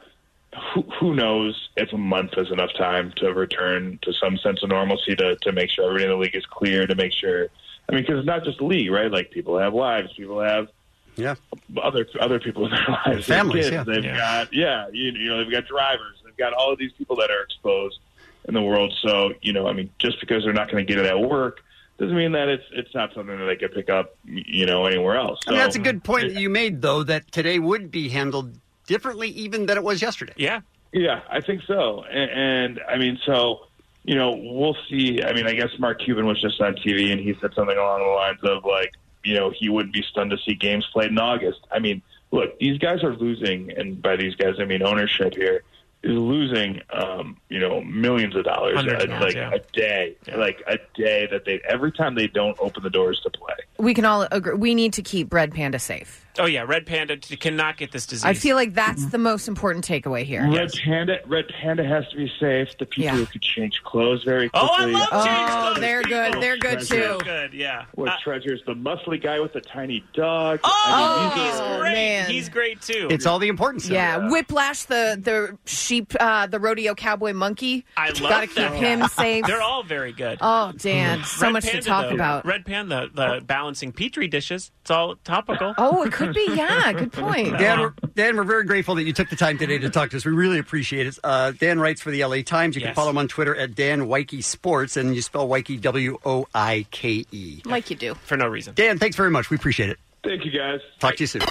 [SPEAKER 29] who, who knows if a month is enough time to return to some sense of normalcy to, to make sure everybody in the league is clear, to make sure. I mean, because it's not just the league, right? Like people have lives, people have
[SPEAKER 7] yeah
[SPEAKER 29] other other people in their lives, They have
[SPEAKER 7] Families,
[SPEAKER 29] kids,
[SPEAKER 7] yeah.
[SPEAKER 29] They've
[SPEAKER 7] Yeah.
[SPEAKER 29] got yeah, you, you know, they've got drivers, they've got all of these people that are exposed in the world. So you know, I mean, just because they're not going to get it at work doesn't mean that it's it's not something that they could pick up, y- you know, anywhere else.
[SPEAKER 7] I mean,
[SPEAKER 29] So-
[SPEAKER 7] that's a good point that you made, though, that today would be handled differently even than it was yesterday.
[SPEAKER 6] Yeah.
[SPEAKER 29] Yeah, I think so. And, and I mean, so you know, we'll see. I mean, I guess Mark Cuban was just on TV and he said something along the lines of like, you know, he wouldn't be stunned to see games played in August. I mean, look, these guys are losing, and by these guys I mean ownership here is losing, um, you know, millions of dollars
[SPEAKER 6] Hundreds of
[SPEAKER 29] uh,
[SPEAKER 6] millions,
[SPEAKER 29] like
[SPEAKER 6] yeah.
[SPEAKER 29] a day, like a day that they every time they don't open the doors to play.
[SPEAKER 10] We can all agree. We need to keep Red Panda safe.
[SPEAKER 6] Oh, yeah. Red Panda t- cannot get this disease.
[SPEAKER 10] I feel like that's the most important takeaway here.
[SPEAKER 29] Red Panda, Red Panda has to be safe. The people who could change clothes very
[SPEAKER 10] Oh,
[SPEAKER 29] quickly.
[SPEAKER 10] I love Oh, change clothes they're people. good. They're good,
[SPEAKER 29] Treasure.
[SPEAKER 10] too.
[SPEAKER 6] Good, yeah.
[SPEAKER 29] What treasures? The muscly guy with the tiny dog.
[SPEAKER 10] Oh,
[SPEAKER 29] these
[SPEAKER 10] he's
[SPEAKER 29] are-
[SPEAKER 10] great. Man. He's
[SPEAKER 6] great too.
[SPEAKER 7] It's all the important stuff.
[SPEAKER 10] Yeah, Whiplash, the the sheep, uh, the rodeo cowboy monkey.
[SPEAKER 6] I love
[SPEAKER 10] Gotta
[SPEAKER 6] that.
[SPEAKER 10] keep him safe.
[SPEAKER 6] They're all very good.
[SPEAKER 10] Oh, Dan, so
[SPEAKER 6] Red
[SPEAKER 10] much to
[SPEAKER 6] Panda,
[SPEAKER 10] talk
[SPEAKER 6] though.
[SPEAKER 10] about.
[SPEAKER 6] Red Panda, the balancing petri dishes. It's all topical.
[SPEAKER 10] Oh, it could be. Yeah, good point.
[SPEAKER 7] Dan,
[SPEAKER 6] Uh-huh.
[SPEAKER 7] we're, Dan, we're very grateful that you took the time today to talk to us. We really appreciate it. Uh, Dan writes for the LA Times. You can
[SPEAKER 10] Yes.
[SPEAKER 7] follow him on Twitter at Dan Wyke Sports, and you spell Wyke W O I K E.
[SPEAKER 10] Like you do.
[SPEAKER 6] For no reason.
[SPEAKER 7] Dan, thanks very much. We appreciate it.
[SPEAKER 29] Thank you, guys.
[SPEAKER 7] Talk to you soon.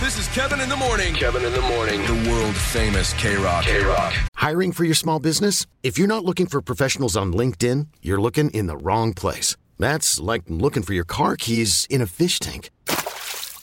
[SPEAKER 15] This is Kevin in the Morning. Kevin in the Morning. The world famous K Rock. K Rock.
[SPEAKER 1] Hiring for your small business? If you're not looking for professionals on LinkedIn, you're looking in the wrong place. That's like looking for your car keys in a fish tank.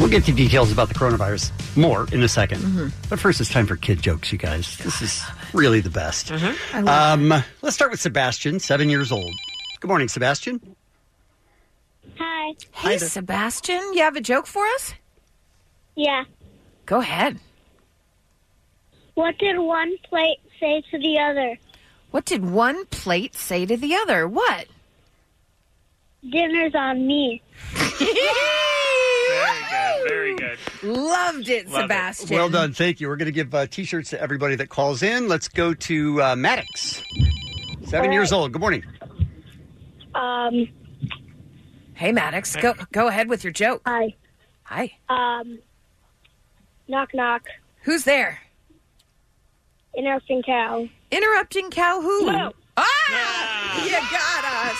[SPEAKER 7] We'll get to details about the coronavirus more in a 2nd
[SPEAKER 10] Mm-hmm.
[SPEAKER 7] But first, it's time for kid jokes, you guys. This is really the best.
[SPEAKER 10] Mm-hmm.
[SPEAKER 7] Um, let's start with Sebastian, seven years old. Good morning, Sebastian.
[SPEAKER 10] Hi. Hey, Sebastian, you have a joke for us?
[SPEAKER 32] Yeah.
[SPEAKER 10] Go ahead.
[SPEAKER 32] What did one plate say to the other?
[SPEAKER 10] What did one plate say to the other? What?
[SPEAKER 32] Dinner's on me.
[SPEAKER 7] Mm-hmm.
[SPEAKER 6] Very good.
[SPEAKER 10] Loved it,
[SPEAKER 7] Love it.
[SPEAKER 10] Sebastian.
[SPEAKER 7] Well done. Thank you. We're going to give uh, t shirts to everybody that calls in. Let's go to uh, Maddox, seven years old. Good morning.
[SPEAKER 32] Um.
[SPEAKER 10] Hey, Maddox, go go ahead with your joke.
[SPEAKER 32] Hi.
[SPEAKER 10] Hi.
[SPEAKER 32] Um. Knock knock.
[SPEAKER 10] Who's there?
[SPEAKER 32] Interrupting cow.
[SPEAKER 10] Interrupting cow who? Ah! You got us.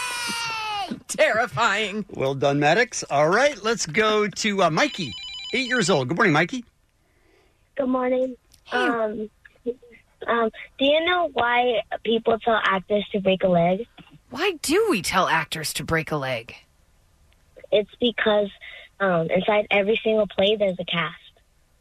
[SPEAKER 10] Terrifying.
[SPEAKER 7] Well done, Maddox. All right, let's go to uh, Mikey, eight years old. Good morning, Mikey.
[SPEAKER 32] Good morning. Um. Um. Do you know why people tell actors to break a leg?
[SPEAKER 10] Why do we tell actors to break a leg?
[SPEAKER 32] It's because um, inside every single play there's a cast.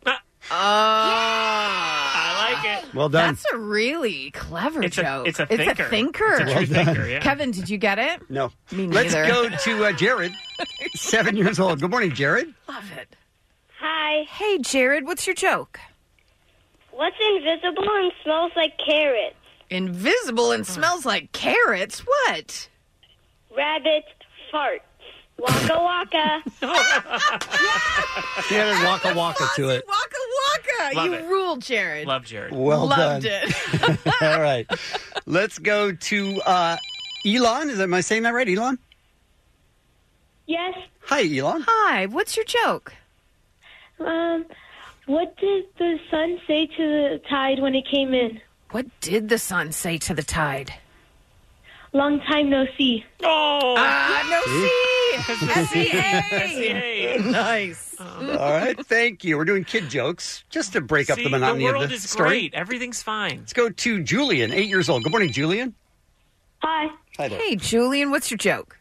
[SPEAKER 10] Oh.
[SPEAKER 7] Ah.
[SPEAKER 10] I
[SPEAKER 6] like it.
[SPEAKER 7] Well done.
[SPEAKER 10] That's a really clever
[SPEAKER 7] It's a-
[SPEAKER 10] joke.
[SPEAKER 7] it's a
[SPEAKER 10] It's
[SPEAKER 7] thinker.
[SPEAKER 10] a thinker.
[SPEAKER 7] It's a true Well done. thinker, yeah.
[SPEAKER 10] Kevin, did you get it?
[SPEAKER 7] No.
[SPEAKER 10] Me
[SPEAKER 7] Let's
[SPEAKER 10] neither.
[SPEAKER 7] go to uh, Jared, seven years old. Good morning, Jared.
[SPEAKER 10] Love it.
[SPEAKER 32] Hi.
[SPEAKER 10] Hey, Jared, what's your joke?
[SPEAKER 32] What's invisible and smells like carrots?
[SPEAKER 10] Invisible and smells like carrots. What?
[SPEAKER 32] Rabbit fart.
[SPEAKER 8] Waka waka.
[SPEAKER 7] She added waka waka to it.
[SPEAKER 10] Waka waka.
[SPEAKER 7] Love
[SPEAKER 10] you
[SPEAKER 7] it.
[SPEAKER 10] ruled, Jared.
[SPEAKER 6] Love Jared.
[SPEAKER 7] Well
[SPEAKER 10] Loved
[SPEAKER 7] done.
[SPEAKER 10] it.
[SPEAKER 7] All right. Let's go to uh, Elon. Is am I saying that right, Elon?
[SPEAKER 8] Yes.
[SPEAKER 7] Hi, Elon.
[SPEAKER 8] Hi. What's your joke? Um, what did the sun say to the tide when it came in?
[SPEAKER 10] What did the sun say to the tide?
[SPEAKER 8] Long time no see.
[SPEAKER 6] Oh.
[SPEAKER 10] Ah, no see.
[SPEAKER 6] SEA.
[SPEAKER 10] E S-E-A. Nice.
[SPEAKER 7] All right. Thank you. We're doing kid jokes just to break up
[SPEAKER 6] See,
[SPEAKER 7] the monotony
[SPEAKER 6] world
[SPEAKER 7] of the
[SPEAKER 6] is
[SPEAKER 7] story.
[SPEAKER 6] great. Everything's fine.
[SPEAKER 7] Let's go to Julian, eight years old. Good morning, Julian.
[SPEAKER 8] Hi.
[SPEAKER 7] Hi there.
[SPEAKER 10] Hey, Julian, what's your joke?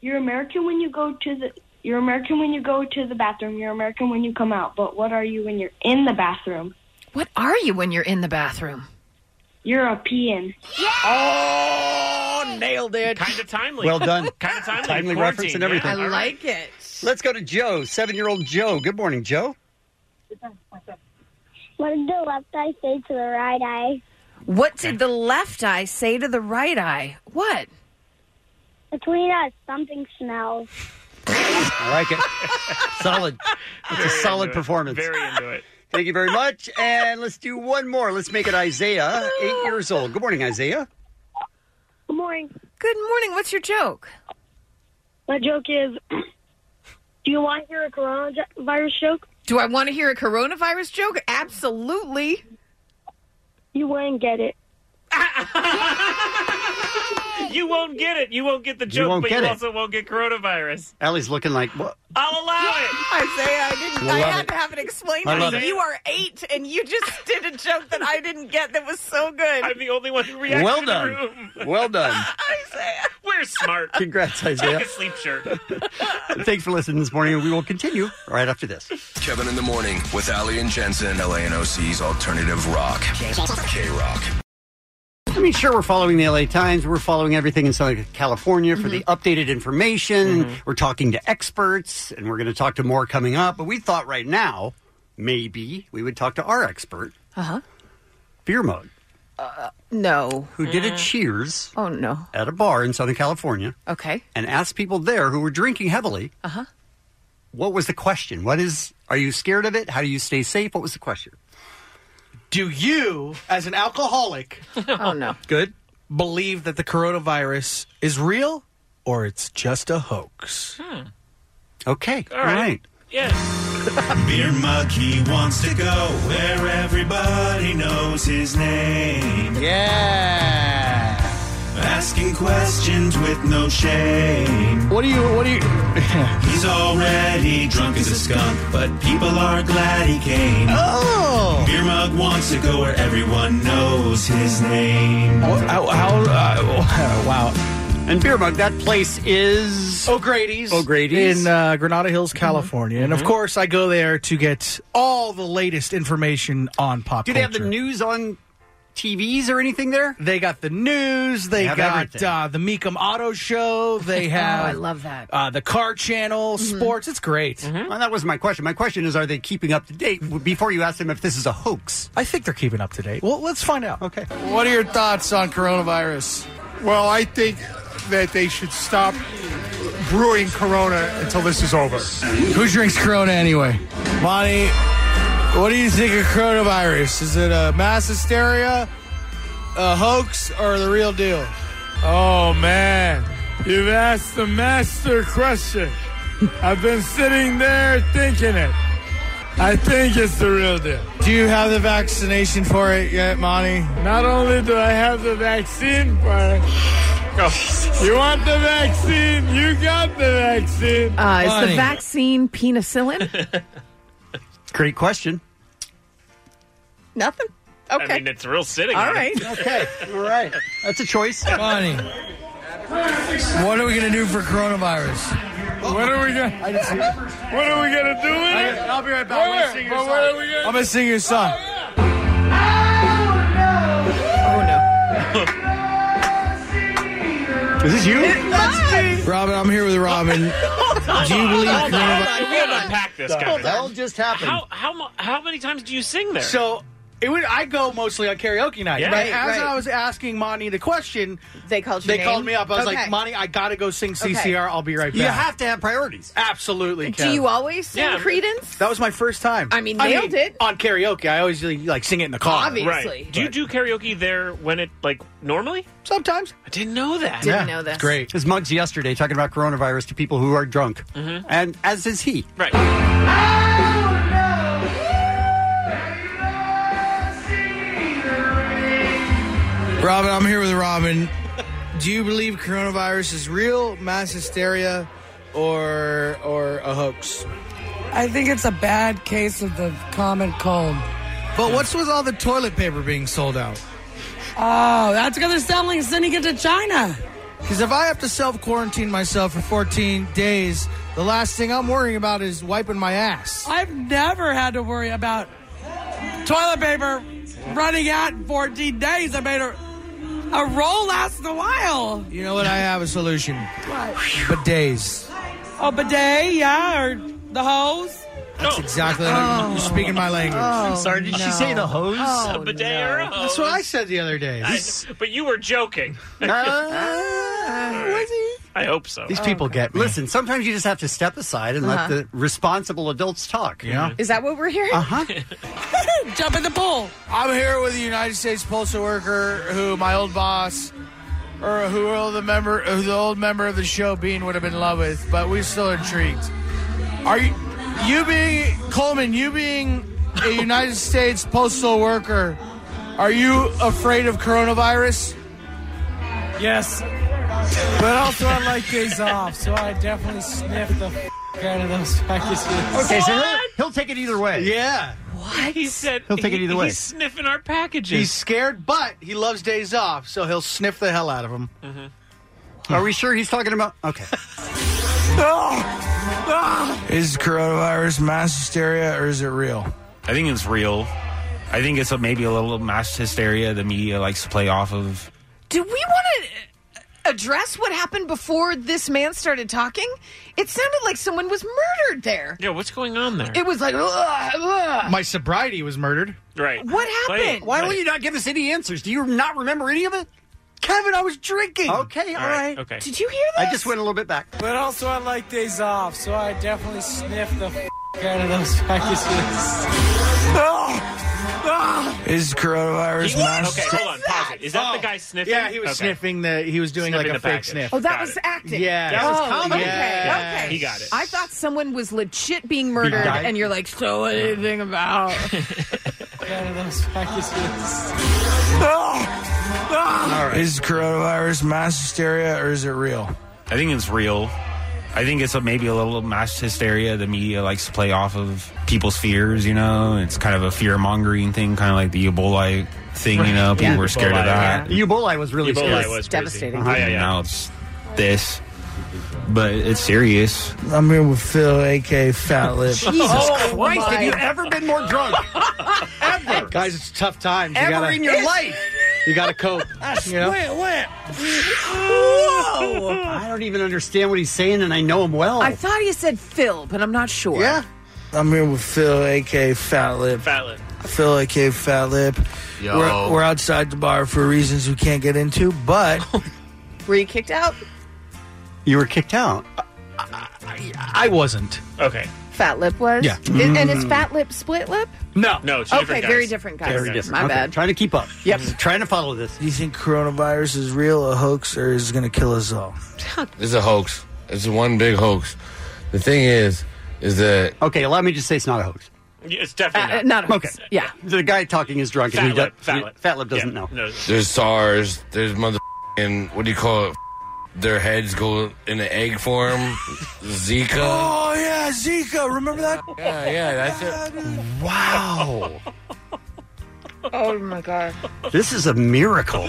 [SPEAKER 8] You're American when you go to the. You're American when you go to the bathroom. You're American when you come out. But what are you when you're in the bathroom?
[SPEAKER 10] What are you when you're in the bathroom?
[SPEAKER 8] European.
[SPEAKER 7] Oh, nailed it.
[SPEAKER 6] Kind of timely.
[SPEAKER 7] Well done.
[SPEAKER 6] kind of timely.
[SPEAKER 7] Timely
[SPEAKER 6] Quarantine,
[SPEAKER 7] reference and
[SPEAKER 6] yeah.
[SPEAKER 7] everything.
[SPEAKER 6] All right.
[SPEAKER 10] it.
[SPEAKER 7] Let's go to Joe, seven year old Joe. Good morning, Joe.
[SPEAKER 8] What did the left eye say to the right eye?
[SPEAKER 10] What did the left eye say to the right eye? What?
[SPEAKER 8] Between us, something smells.
[SPEAKER 7] I like it. solid. It's a solid performance.
[SPEAKER 6] Very into it.
[SPEAKER 7] Thank you very much. And let's do one more. Let's make it Isaiah, eight years old. Good morning, Isaiah.
[SPEAKER 8] Good morning.
[SPEAKER 10] Good morning. What's your joke?
[SPEAKER 8] My joke is Do you want to hear a coronavirus joke?
[SPEAKER 10] Do I want to hear a coronavirus joke? Absolutely.
[SPEAKER 8] You wouldn't get it.
[SPEAKER 6] You won't get it. You won't get the
[SPEAKER 7] You
[SPEAKER 6] joke,
[SPEAKER 7] won't
[SPEAKER 6] but you
[SPEAKER 7] get it.
[SPEAKER 6] also won't get coronavirus.
[SPEAKER 7] Allie's looking like, what?
[SPEAKER 6] I'll allow it.
[SPEAKER 10] Isaiah, I didn't.
[SPEAKER 7] Love
[SPEAKER 10] I had
[SPEAKER 7] it.
[SPEAKER 10] to have it explained
[SPEAKER 7] I
[SPEAKER 10] to
[SPEAKER 7] love
[SPEAKER 10] me.
[SPEAKER 7] it.
[SPEAKER 10] You are eight, and you just did a joke that I didn't get. That was so good.
[SPEAKER 6] I'm the only one who reacted
[SPEAKER 7] well
[SPEAKER 6] in the
[SPEAKER 7] done.
[SPEAKER 6] room.
[SPEAKER 7] Well done.
[SPEAKER 6] We're smart.
[SPEAKER 7] Congrats,
[SPEAKER 6] Take
[SPEAKER 7] Isaiah.
[SPEAKER 6] a sleep shirt.
[SPEAKER 7] Thanks for listening this morning. We will continue right after this.
[SPEAKER 15] Kevin in the Morning with Ali and Jensen, LANOC's alternative rock. K Rock.
[SPEAKER 7] I mean, sure, we're following the LA Times. We're following everything in Southern California for the
[SPEAKER 10] Mm-hmm.
[SPEAKER 7] updated information. We're talking to experts, and we're going to talk to more coming up. But we thought right now, maybe we would talk to our expert,
[SPEAKER 10] Uh huh.
[SPEAKER 7] Beer Mode,
[SPEAKER 10] Uh, No. Mm.
[SPEAKER 7] who did a cheers
[SPEAKER 10] Oh no.
[SPEAKER 7] at a bar in Southern California
[SPEAKER 10] Okay.
[SPEAKER 7] and asked people there who were drinking heavily,
[SPEAKER 10] Uh huh.
[SPEAKER 7] what was the question? What is, are you scared of it? How do you stay safe? What was the question?
[SPEAKER 18] Do you, as an alcoholic,
[SPEAKER 10] Oh no.
[SPEAKER 18] good, believe that the coronavirus is real or it's just a hoax?
[SPEAKER 7] Okay.
[SPEAKER 18] All right.
[SPEAKER 9] Beer Mug, he wants to go where everybody knows his name.
[SPEAKER 7] Yeah.
[SPEAKER 9] Asking questions with no shame.
[SPEAKER 7] What do you, what do you.
[SPEAKER 9] He's already drunk as a skunk, but people are glad he came.
[SPEAKER 7] Oh.
[SPEAKER 9] Beer Mug wants to go where everyone knows his name.
[SPEAKER 7] Oh, uh, wow. And Beer Mug, that place is.
[SPEAKER 18] O'Grady's.
[SPEAKER 7] O'Grady's. Mm-hmm.
[SPEAKER 18] In uh, Granada Hills, California. And of course, I go there to get all the latest information on pop
[SPEAKER 7] Do they
[SPEAKER 18] culture.
[SPEAKER 7] have the news on TVs or anything there?
[SPEAKER 18] They got the news. They,
[SPEAKER 7] have
[SPEAKER 18] got
[SPEAKER 7] everything.
[SPEAKER 18] uh, the Meekum Auto Show. They have.
[SPEAKER 10] Oh, I love that. Mm-hmm.
[SPEAKER 18] Uh, the Car Channel, sports. It's great.
[SPEAKER 7] Well, that was my question. My question is, are they keeping up to date before you ask them if this is a hoax?
[SPEAKER 18] I think they're keeping up to date. Well, let's find out.
[SPEAKER 7] Okay.
[SPEAKER 16] What are your thoughts on coronavirus? Well, I think that they should stop brewing Corona until this is over.
[SPEAKER 18] Who drinks Corona anyway?
[SPEAKER 16] Monty, what do you think of coronavirus? Is it a mass hysteria, a hoax, or the real deal? Oh, man. You've asked the master question. I've been sitting there thinking it. I think it's the real deal. Do you have the vaccination for it yet, Monty? Not only do I have the vaccine for it, you want the vaccine? You got the vaccine.
[SPEAKER 10] Uh, is the vaccine penicillin?
[SPEAKER 7] Great question.
[SPEAKER 10] Nothing. Okay.
[SPEAKER 6] I mean, it's real sitting.
[SPEAKER 10] All
[SPEAKER 6] on
[SPEAKER 10] right.
[SPEAKER 6] It.
[SPEAKER 7] Okay. All right. That's a choice.
[SPEAKER 16] Monty, what are we gonna do for coronavirus? What are we gonna? What are we gonna do? With it? I'll be right back.
[SPEAKER 18] I'm gonna sing your song.
[SPEAKER 16] I'm gonna sing your song.
[SPEAKER 7] Is this you?
[SPEAKER 16] Robin, I'm here with Robin. Do you believe
[SPEAKER 6] Hold on,
[SPEAKER 16] coronavirus?
[SPEAKER 6] hold on. We gotta unpack this, Kevin.
[SPEAKER 7] just happened?
[SPEAKER 6] How how mu- how many times do you sing there?
[SPEAKER 18] So
[SPEAKER 9] It would. I go mostly on karaoke night.
[SPEAKER 20] Yeah.
[SPEAKER 9] But
[SPEAKER 20] Right,
[SPEAKER 9] as
[SPEAKER 20] right.
[SPEAKER 9] I was asking Monty the question,
[SPEAKER 20] They called you.
[SPEAKER 9] they called me up. I was like, Monty, I got to go sing
[SPEAKER 20] Okay.
[SPEAKER 9] CCR. I'll be right back.
[SPEAKER 20] You
[SPEAKER 7] have to have priorities.
[SPEAKER 9] Absolutely.
[SPEAKER 20] Do
[SPEAKER 9] Kev.
[SPEAKER 20] you always sing Credence?
[SPEAKER 9] That was my first time. I
[SPEAKER 20] mean, nailed it.
[SPEAKER 9] on karaoke. I always like, like sing it in the car.
[SPEAKER 6] Right. Do you do karaoke there when it like normally?
[SPEAKER 9] Sometimes.
[SPEAKER 6] I didn't know that.
[SPEAKER 7] It's great. His mugs yesterday talking about coronavirus to people who are drunk,
[SPEAKER 6] Mhm.
[SPEAKER 7] and as is he.
[SPEAKER 6] Right.
[SPEAKER 16] Oh,
[SPEAKER 18] Robin, I'm here with Robin. Do you believe coronavirus is real, mass hysteria, or or a hoax?
[SPEAKER 3] I think it's a bad case of the common cold.
[SPEAKER 18] But what's with all the toilet paper being sold out?
[SPEAKER 3] Oh, that's because they're selling sending it to China.
[SPEAKER 18] Because if I have to self quarantine myself for 14 days, the last thing I'm worrying about is wiping my ass.
[SPEAKER 3] I've never had to worry about toilet paper running out in 14 days. I made a, a roll last in a while.
[SPEAKER 18] You know what? I have a solution.
[SPEAKER 3] What?
[SPEAKER 18] Bidets.
[SPEAKER 3] A bidet, yeah, or the hose.
[SPEAKER 18] That's exactly how
[SPEAKER 3] Oh.
[SPEAKER 18] you're speaking my language.
[SPEAKER 3] Oh, Sorry, did she no. Oh, say the
[SPEAKER 18] hose?
[SPEAKER 6] a bidet or a hose.
[SPEAKER 18] That's what I said the other day.
[SPEAKER 6] I know, but you were joking. he?
[SPEAKER 7] was
[SPEAKER 6] I hope so. Oh.
[SPEAKER 7] These people get me. Oh, Listen, sometimes you just have to step aside and
[SPEAKER 3] Uh-huh.
[SPEAKER 7] let the responsible adults talk. Yeah.
[SPEAKER 3] Is that what we're hearing?
[SPEAKER 7] Uh huh.
[SPEAKER 3] Jump in the pool.
[SPEAKER 18] I'm here with a United States postal worker who my old boss or who all the member who the old member of the show Bean would have been in love with, but we're still intrigued. Are you you being Coleman, you being a United States postal worker, are you afraid of coronavirus?
[SPEAKER 3] Yes.
[SPEAKER 18] But also I like
[SPEAKER 3] Days off, so I definitely sniffed the f- out of those packages.
[SPEAKER 7] Okay, so he'll, he'll take it either way.
[SPEAKER 9] Yeah.
[SPEAKER 6] What? He said
[SPEAKER 7] He'll take it
[SPEAKER 6] he-
[SPEAKER 7] either way.
[SPEAKER 6] He's sniffing our packages.
[SPEAKER 9] He's scared, but he loves days off, so he'll sniff the hell out of them.
[SPEAKER 6] Mm-hmm.
[SPEAKER 7] Are we sure he's talking about? Okay.
[SPEAKER 18] Ah! Is coronavirus mass hysteria or is it real?
[SPEAKER 17] I think it's real. I think it's a, maybe a little mass hysteria the media likes to play off of.
[SPEAKER 10] Do we want to address what happened before this man started talking? It sounded like someone was murdered there.
[SPEAKER 6] Yeah, what's going on there?
[SPEAKER 10] It was like, ugh, ugh.
[SPEAKER 9] My sobriety was murdered.
[SPEAKER 6] Right.
[SPEAKER 10] What happened?
[SPEAKER 7] Why will you not give us any answers? Do you not remember any of it?
[SPEAKER 9] Kevin, I was drinking.
[SPEAKER 7] Okay, all right.
[SPEAKER 6] Okay.
[SPEAKER 10] Did you hear
[SPEAKER 7] I just went a little bit back.
[SPEAKER 3] But also, I like days off, so I definitely sniffed the f- out of those packages.
[SPEAKER 18] Is coronavirus mass
[SPEAKER 6] Okay, hold on. Pause it. Is that the guy
[SPEAKER 18] Oh.
[SPEAKER 6] sniffing?
[SPEAKER 9] Yeah, he was
[SPEAKER 6] Okay.
[SPEAKER 9] sniffing the. He was doing
[SPEAKER 6] Sniffing
[SPEAKER 9] like a
[SPEAKER 6] the
[SPEAKER 9] fake
[SPEAKER 6] package.
[SPEAKER 9] sniff.
[SPEAKER 10] Oh, that
[SPEAKER 6] Got
[SPEAKER 10] was
[SPEAKER 6] it.
[SPEAKER 10] acting.
[SPEAKER 9] Yeah.
[SPEAKER 6] That was
[SPEAKER 10] Oh,
[SPEAKER 6] comedy.
[SPEAKER 10] Okay,
[SPEAKER 6] Yeah.
[SPEAKER 10] okay.
[SPEAKER 6] He got it.
[SPEAKER 10] I thought someone was legit being murdered,
[SPEAKER 6] died?
[SPEAKER 10] and you're like, so what do you think about?
[SPEAKER 3] out of those packages.
[SPEAKER 18] Is coronavirus mass hysteria or is it real?
[SPEAKER 17] I think it's real. I think it's a, maybe a little mass hysteria the media likes to play off of people's fears, you know? It's kind of a fear mongering thing, kind of like the Ebola thing, you know?
[SPEAKER 7] Right.
[SPEAKER 17] People
[SPEAKER 7] Yeah.
[SPEAKER 17] were scared of
[SPEAKER 7] Ebola,
[SPEAKER 17] that.
[SPEAKER 7] yeah. Ebola was really
[SPEAKER 17] Ebola
[SPEAKER 7] scary.
[SPEAKER 17] was crazy.
[SPEAKER 7] Devastating.
[SPEAKER 17] Uh-huh.
[SPEAKER 7] Yeah, yeah.
[SPEAKER 17] Now it's this, but it's serious.
[SPEAKER 18] I'm here with Phil, aka Fat Lip.
[SPEAKER 7] Jesus
[SPEAKER 6] Oh,
[SPEAKER 7] Christ, have you ever been more drunk? ever.
[SPEAKER 9] Guys, it's tough times. You
[SPEAKER 7] Ever
[SPEAKER 9] gotta-
[SPEAKER 7] in your life.
[SPEAKER 9] You got to cope. you know?
[SPEAKER 7] Whoa! I don't even understand what he's saying, and I know him well.
[SPEAKER 10] I thought he said Phil, but I'm not sure. Yeah.
[SPEAKER 18] I'm here with Phil, aka Fat Lip.
[SPEAKER 6] Fat Lip.
[SPEAKER 18] Phil, aka Fat Lip.
[SPEAKER 10] Yo.
[SPEAKER 18] We're, we're outside the bar for reasons we can't get into, but
[SPEAKER 10] Were you kicked out?
[SPEAKER 7] you were kicked out.
[SPEAKER 9] I wasn't.
[SPEAKER 6] Okay.
[SPEAKER 10] Fat lip was.
[SPEAKER 7] Yeah.
[SPEAKER 10] I- And is
[SPEAKER 7] Mm.
[SPEAKER 10] fat lip split lip?
[SPEAKER 7] No,
[SPEAKER 6] no,
[SPEAKER 10] two Okay, different guys. very different guys.
[SPEAKER 7] Very different.
[SPEAKER 10] My
[SPEAKER 7] Okay,
[SPEAKER 10] bad.
[SPEAKER 7] Trying to keep up.
[SPEAKER 10] Yep.
[SPEAKER 7] Trying to follow this.
[SPEAKER 18] do you think coronavirus is real, a hoax, or is it going to kill us all?
[SPEAKER 19] This is a hoax. It's one big hoax. The thing is, is that
[SPEAKER 7] okay? Allow me to say it's not a hoax.
[SPEAKER 6] Yeah, It's definitely
[SPEAKER 7] okay.
[SPEAKER 10] Uh, Yeah,
[SPEAKER 7] the guy talking is drunk. and
[SPEAKER 19] Fat
[SPEAKER 7] he
[SPEAKER 19] lip,
[SPEAKER 7] does,
[SPEAKER 19] fat
[SPEAKER 7] he-
[SPEAKER 19] lip.
[SPEAKER 7] Fat lip doesn't know.
[SPEAKER 19] there's SARS, there's mother and what do you call it? Their heads go in an egg form. Zika.
[SPEAKER 18] Oh, yeah, Zika. Remember that?
[SPEAKER 19] Yeah, yeah, that's it.
[SPEAKER 7] Wow.
[SPEAKER 10] Oh my god.
[SPEAKER 7] This is a miracle.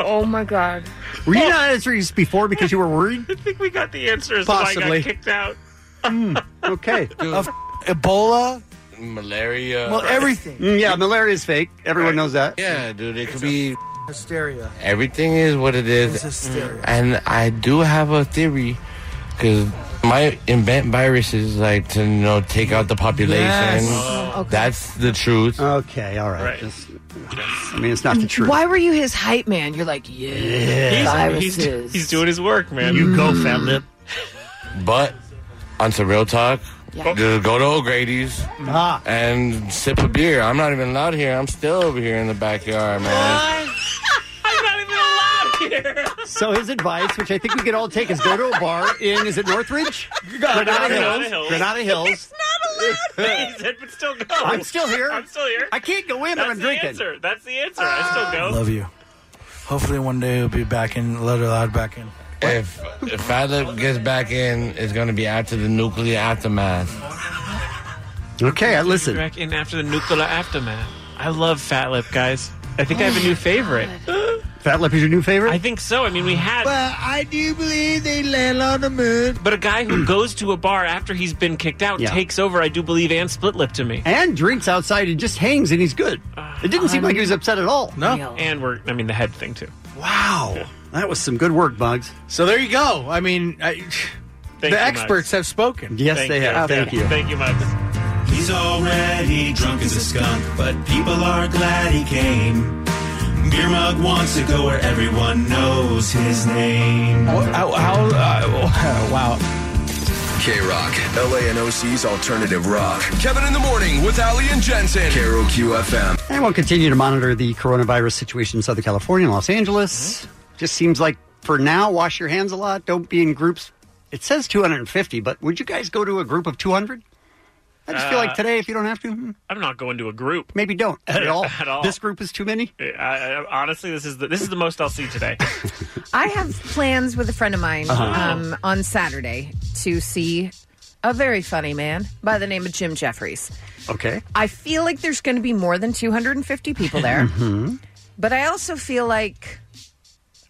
[SPEAKER 10] Oh my god.
[SPEAKER 7] Were you not answering this before because you were worried?
[SPEAKER 6] I think we got the answer. as to Why I
[SPEAKER 7] Possibly.
[SPEAKER 6] got kicked out.
[SPEAKER 7] Hmm. Okay.
[SPEAKER 18] Ebola.
[SPEAKER 19] Malaria.
[SPEAKER 7] Well, Hmm,
[SPEAKER 18] everything.
[SPEAKER 7] yeah, malaria is fake. Everyone knows that.
[SPEAKER 19] Yeah, dude, it could be.
[SPEAKER 18] Hysteria.
[SPEAKER 19] Everything is what it is.
[SPEAKER 18] It's hysteria.
[SPEAKER 19] And I do have a theory Because my invent viruses like to you know take out the population.
[SPEAKER 7] Yes. Oh, okay.
[SPEAKER 19] That's the truth.
[SPEAKER 7] Okay, all right. Just- I mean, it's not the truth.
[SPEAKER 10] Why were you his hype man? You're like, yeah,
[SPEAKER 19] He's-
[SPEAKER 10] viruses.
[SPEAKER 6] He's doing his work, man.
[SPEAKER 19] You go, fat lip. But on some real talk,
[SPEAKER 10] Yeah.
[SPEAKER 19] just go to O'Grady's
[SPEAKER 7] Ah.
[SPEAKER 19] and sip a beer. I'm not even allowed here. I'm still over here in the backyard, man.
[SPEAKER 7] So his advice, which I think we could all take, is go to a bar in is it Northridge,
[SPEAKER 6] Granada
[SPEAKER 7] Hills,
[SPEAKER 6] Hills.
[SPEAKER 7] Granada Hills.
[SPEAKER 6] he said, but still go.
[SPEAKER 7] I'm still here.
[SPEAKER 6] I'm still here.
[SPEAKER 7] I can't go in, but
[SPEAKER 6] That's
[SPEAKER 7] I'm
[SPEAKER 6] the
[SPEAKER 7] drinking.
[SPEAKER 6] answer. That's the answer. I still go.
[SPEAKER 18] Love you.
[SPEAKER 23] Hopefully, one day he'll be back in, let allowed back in.
[SPEAKER 19] If if Fat Lip gets back in, it's gonna be after the nuclear aftermath.
[SPEAKER 7] Okay, I
[SPEAKER 6] Be
[SPEAKER 7] listen.
[SPEAKER 6] Back in after the nuclear aftermath. I love Fat Lip, guys. I think I have a new favorite.
[SPEAKER 7] Fat Lip is your new favorite.
[SPEAKER 6] I think so. I mean, we had.
[SPEAKER 16] Well, I do believe they land on the moon.
[SPEAKER 6] But a guy who goes to a bar after he's been kicked out
[SPEAKER 7] Yeah.
[SPEAKER 6] takes over, I do believe, and split lip to me.
[SPEAKER 7] And drinks outside and just hangs and he's good. It didn't seem like he was upset at all.
[SPEAKER 6] And we're, I mean, the head thing, too.
[SPEAKER 7] Wow, that was some good work, Bugs.
[SPEAKER 16] So there you go. I mean, I,
[SPEAKER 6] you,
[SPEAKER 16] the experts have spoken.
[SPEAKER 7] Yes, Thank they you. have. Thank you.
[SPEAKER 6] Thank you, Mike.
[SPEAKER 9] He's already drunk as a skunk, but people are glad he came. Beer Mug wants to go where everyone knows his name.
[SPEAKER 7] uh,
[SPEAKER 23] wow.
[SPEAKER 15] K Rock, LA and OC's alternative rock. Kevin in the morning with Ali and Jensen. Caro QFM.
[SPEAKER 7] And we'll continue to monitor the coronavirus situation in Southern California and Los Angelos. Just seems like for now, wash your hands a lot. Don't be in groups. It says 250, but would you guys go to a group of 200? I just feel
[SPEAKER 6] Uh,
[SPEAKER 7] like today, if you don't have to, hmm,
[SPEAKER 6] I'm not going to a group.
[SPEAKER 7] maybe don't at all.
[SPEAKER 6] At all.
[SPEAKER 7] This group is too many.
[SPEAKER 6] I, I, honestly, this is the this is the most I'll see today.
[SPEAKER 10] I have plans with a friend of mine
[SPEAKER 6] Uh-huh.
[SPEAKER 10] um, on Saturday to see a very funny man by the name of Jim Jeffries.
[SPEAKER 7] Okay.
[SPEAKER 10] I feel like there's going to be more than 250 people there,
[SPEAKER 7] Mhm.
[SPEAKER 10] but I also feel like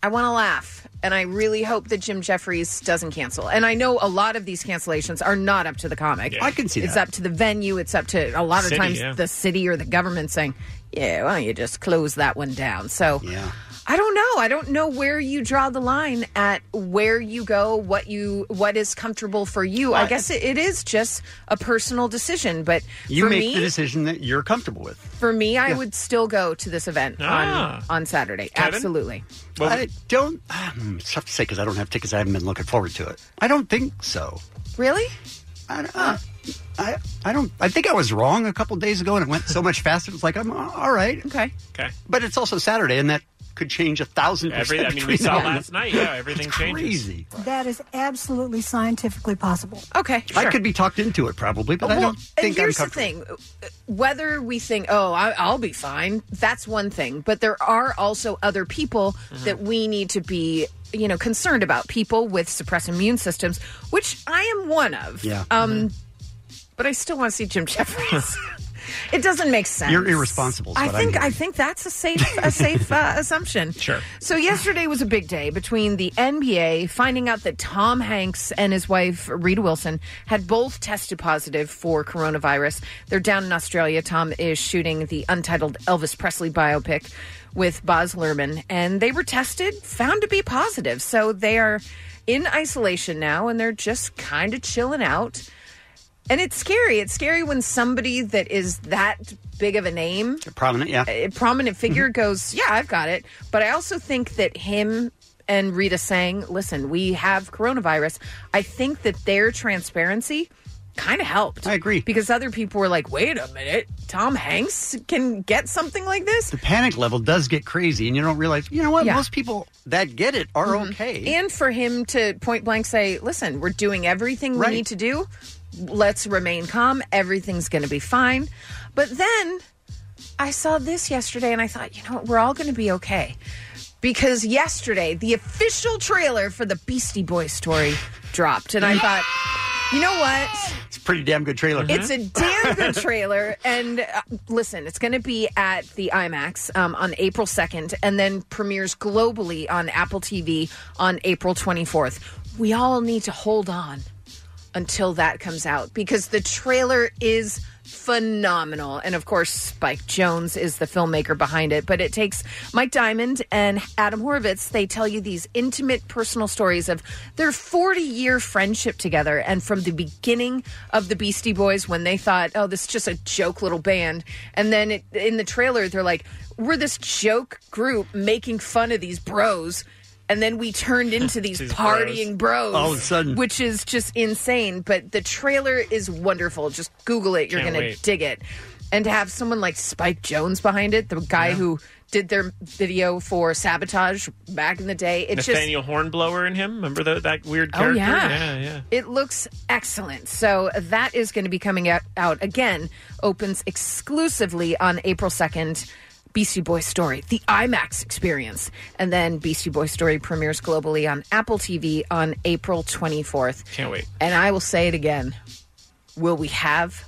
[SPEAKER 10] I want to laugh. And I really hope that Jim Jeffries doesn't cancel. And I know a lot of these cancellations are not up to the comic.
[SPEAKER 7] Yeah. I can see
[SPEAKER 10] It's
[SPEAKER 7] that.
[SPEAKER 10] up to the venue. It's up to a lot of
[SPEAKER 7] City,
[SPEAKER 10] times
[SPEAKER 7] yeah.
[SPEAKER 10] the city or the government saying, yeah, why don't you just close that one down? So
[SPEAKER 7] yeah.
[SPEAKER 10] I don't know. I don't know where you draw the line at where you go, what you what is comfortable for you. I,
[SPEAKER 7] I-
[SPEAKER 10] guess it, it is just a personal decision, but
[SPEAKER 7] You
[SPEAKER 10] for
[SPEAKER 7] make
[SPEAKER 10] me,
[SPEAKER 7] the decision that you're comfortable with.
[SPEAKER 10] for me, I would still go to this event
[SPEAKER 7] Ah.
[SPEAKER 10] on on Saturday.
[SPEAKER 7] Kevin?
[SPEAKER 10] Absolutely. Uh,
[SPEAKER 7] I don't. Um, it's tough to say because I don't have tickets. I haven't been looking forward to it. I don't think so.
[SPEAKER 10] Really?
[SPEAKER 7] I, uh, I, I don't. I think I was wrong a couple days ago, and it went so much faster. It's like I'm uh, all right.
[SPEAKER 10] Okay.
[SPEAKER 6] Okay.
[SPEAKER 7] But it's also Saturday, and that could change a thousand
[SPEAKER 6] Every,
[SPEAKER 7] percent.
[SPEAKER 6] I mean, we
[SPEAKER 7] between
[SPEAKER 6] saw
[SPEAKER 7] now and-
[SPEAKER 6] last night. Yeah, everything changes.
[SPEAKER 7] Crazy.
[SPEAKER 26] That is absolutely scientifically possible.
[SPEAKER 10] Okay.
[SPEAKER 7] I could be talked into it probably, but I
[SPEAKER 10] well,
[SPEAKER 7] don't
[SPEAKER 10] and
[SPEAKER 7] think I'm
[SPEAKER 10] here's the
[SPEAKER 7] comfortable.
[SPEAKER 10] thing: whether we think, "Oh, I, I'll be fine," that's one thing. But there are also other people
[SPEAKER 7] Mm-hmm.
[SPEAKER 26] Mhm.
[SPEAKER 10] that we need to be, you know, concerned about. People with suppressed immune systems, which I am one of.
[SPEAKER 7] Yeah. Mm-hmm.
[SPEAKER 10] Um, but I still want to see Jim Jeffries. it doesn't make sense.
[SPEAKER 7] You're irresponsible. is
[SPEAKER 10] I
[SPEAKER 7] what I'm
[SPEAKER 10] think
[SPEAKER 7] hearing.
[SPEAKER 10] I think that's a safe a safe uh, assumption.
[SPEAKER 7] Sure.
[SPEAKER 10] So yesterday was a big day between the NBA finding out that Tom Hanks and his wife Rita Wilson had both tested positive for coronavirus. They're down in Australia. Tom is shooting the untitled Elvis Presley biopic with Boz Luhrmann, and they were tested, found to be positive. So they are in isolation now, and they're just kind of chilling out. And it's scary. It's scary when somebody that is that big of a name
[SPEAKER 7] Prominent, yeah. Mm-hmm.
[SPEAKER 10] a prominent figure goes, Yeah, I've got it. But I also think that him and Rita saying, Listen, we have coronavirus, I think that their transparency kind of helped. I
[SPEAKER 7] agree.
[SPEAKER 10] Because other people were like, Wait a minute, Tom Hanks can get something like this?
[SPEAKER 7] The panic level does get crazy, and you don't realize. You know what?
[SPEAKER 10] Yeah.
[SPEAKER 7] Most people that get it are
[SPEAKER 10] Mhm.
[SPEAKER 7] okay.
[SPEAKER 10] And for him to point blank say, Listen, we're doing everything
[SPEAKER 7] Right.
[SPEAKER 10] we need to do. Let's remain calm. Everything's going to be fine. But then I saw this yesterday and I thought, you know what? We're all going to be okay. Because yesterday, the official trailer for the Beastie Boys story dropped. And I thought, you know what?
[SPEAKER 7] It's a pretty damn good trailer.
[SPEAKER 10] It's
[SPEAKER 6] Mm-hmm.
[SPEAKER 10] a damn good trailer. And uh, listen, it's going to be at the IMAX um, on April 2nd and then premieres globally on Apple TV on April 24th. We all need to hold on until that comes out because the trailer is phenomenal. And of course, Spike Jones is the filmmaker behind it. But it takes Mike Diamond and Adam Horowitz, they tell you these intimate personal stories of their 40 year friendship together. And from the beginning of the Beastie Boys, when they thought, oh, this is just a joke little band. And then it, in the trailer, they're like, we're this joke group making fun of these bros. And then we turned into these
[SPEAKER 7] These
[SPEAKER 10] partying
[SPEAKER 7] bros.
[SPEAKER 10] bros,
[SPEAKER 7] All of a sudden.
[SPEAKER 10] which is just insane. But the trailer is wonderful. Just Google it; you're
[SPEAKER 7] Can't
[SPEAKER 10] going to
[SPEAKER 7] wait.
[SPEAKER 10] dig it. And to have someone like Spike Jones behind it, the guy who did their video for Sabotage back in the day, it just
[SPEAKER 6] Nathaniel Hornblower in him. Remember tho- that weird
[SPEAKER 10] Oh,
[SPEAKER 6] character?
[SPEAKER 10] yeah.
[SPEAKER 6] yeah, yeah.
[SPEAKER 10] It looks excellent. So that is going to be coming out, out again. Opens exclusively on April 2nd. Beastie Boys Story, the IMAX experience. And then Beastie Boys Story premieres globally on Apple TV on April 24th.
[SPEAKER 6] Can't wait.
[SPEAKER 10] And I will say it again. Will we have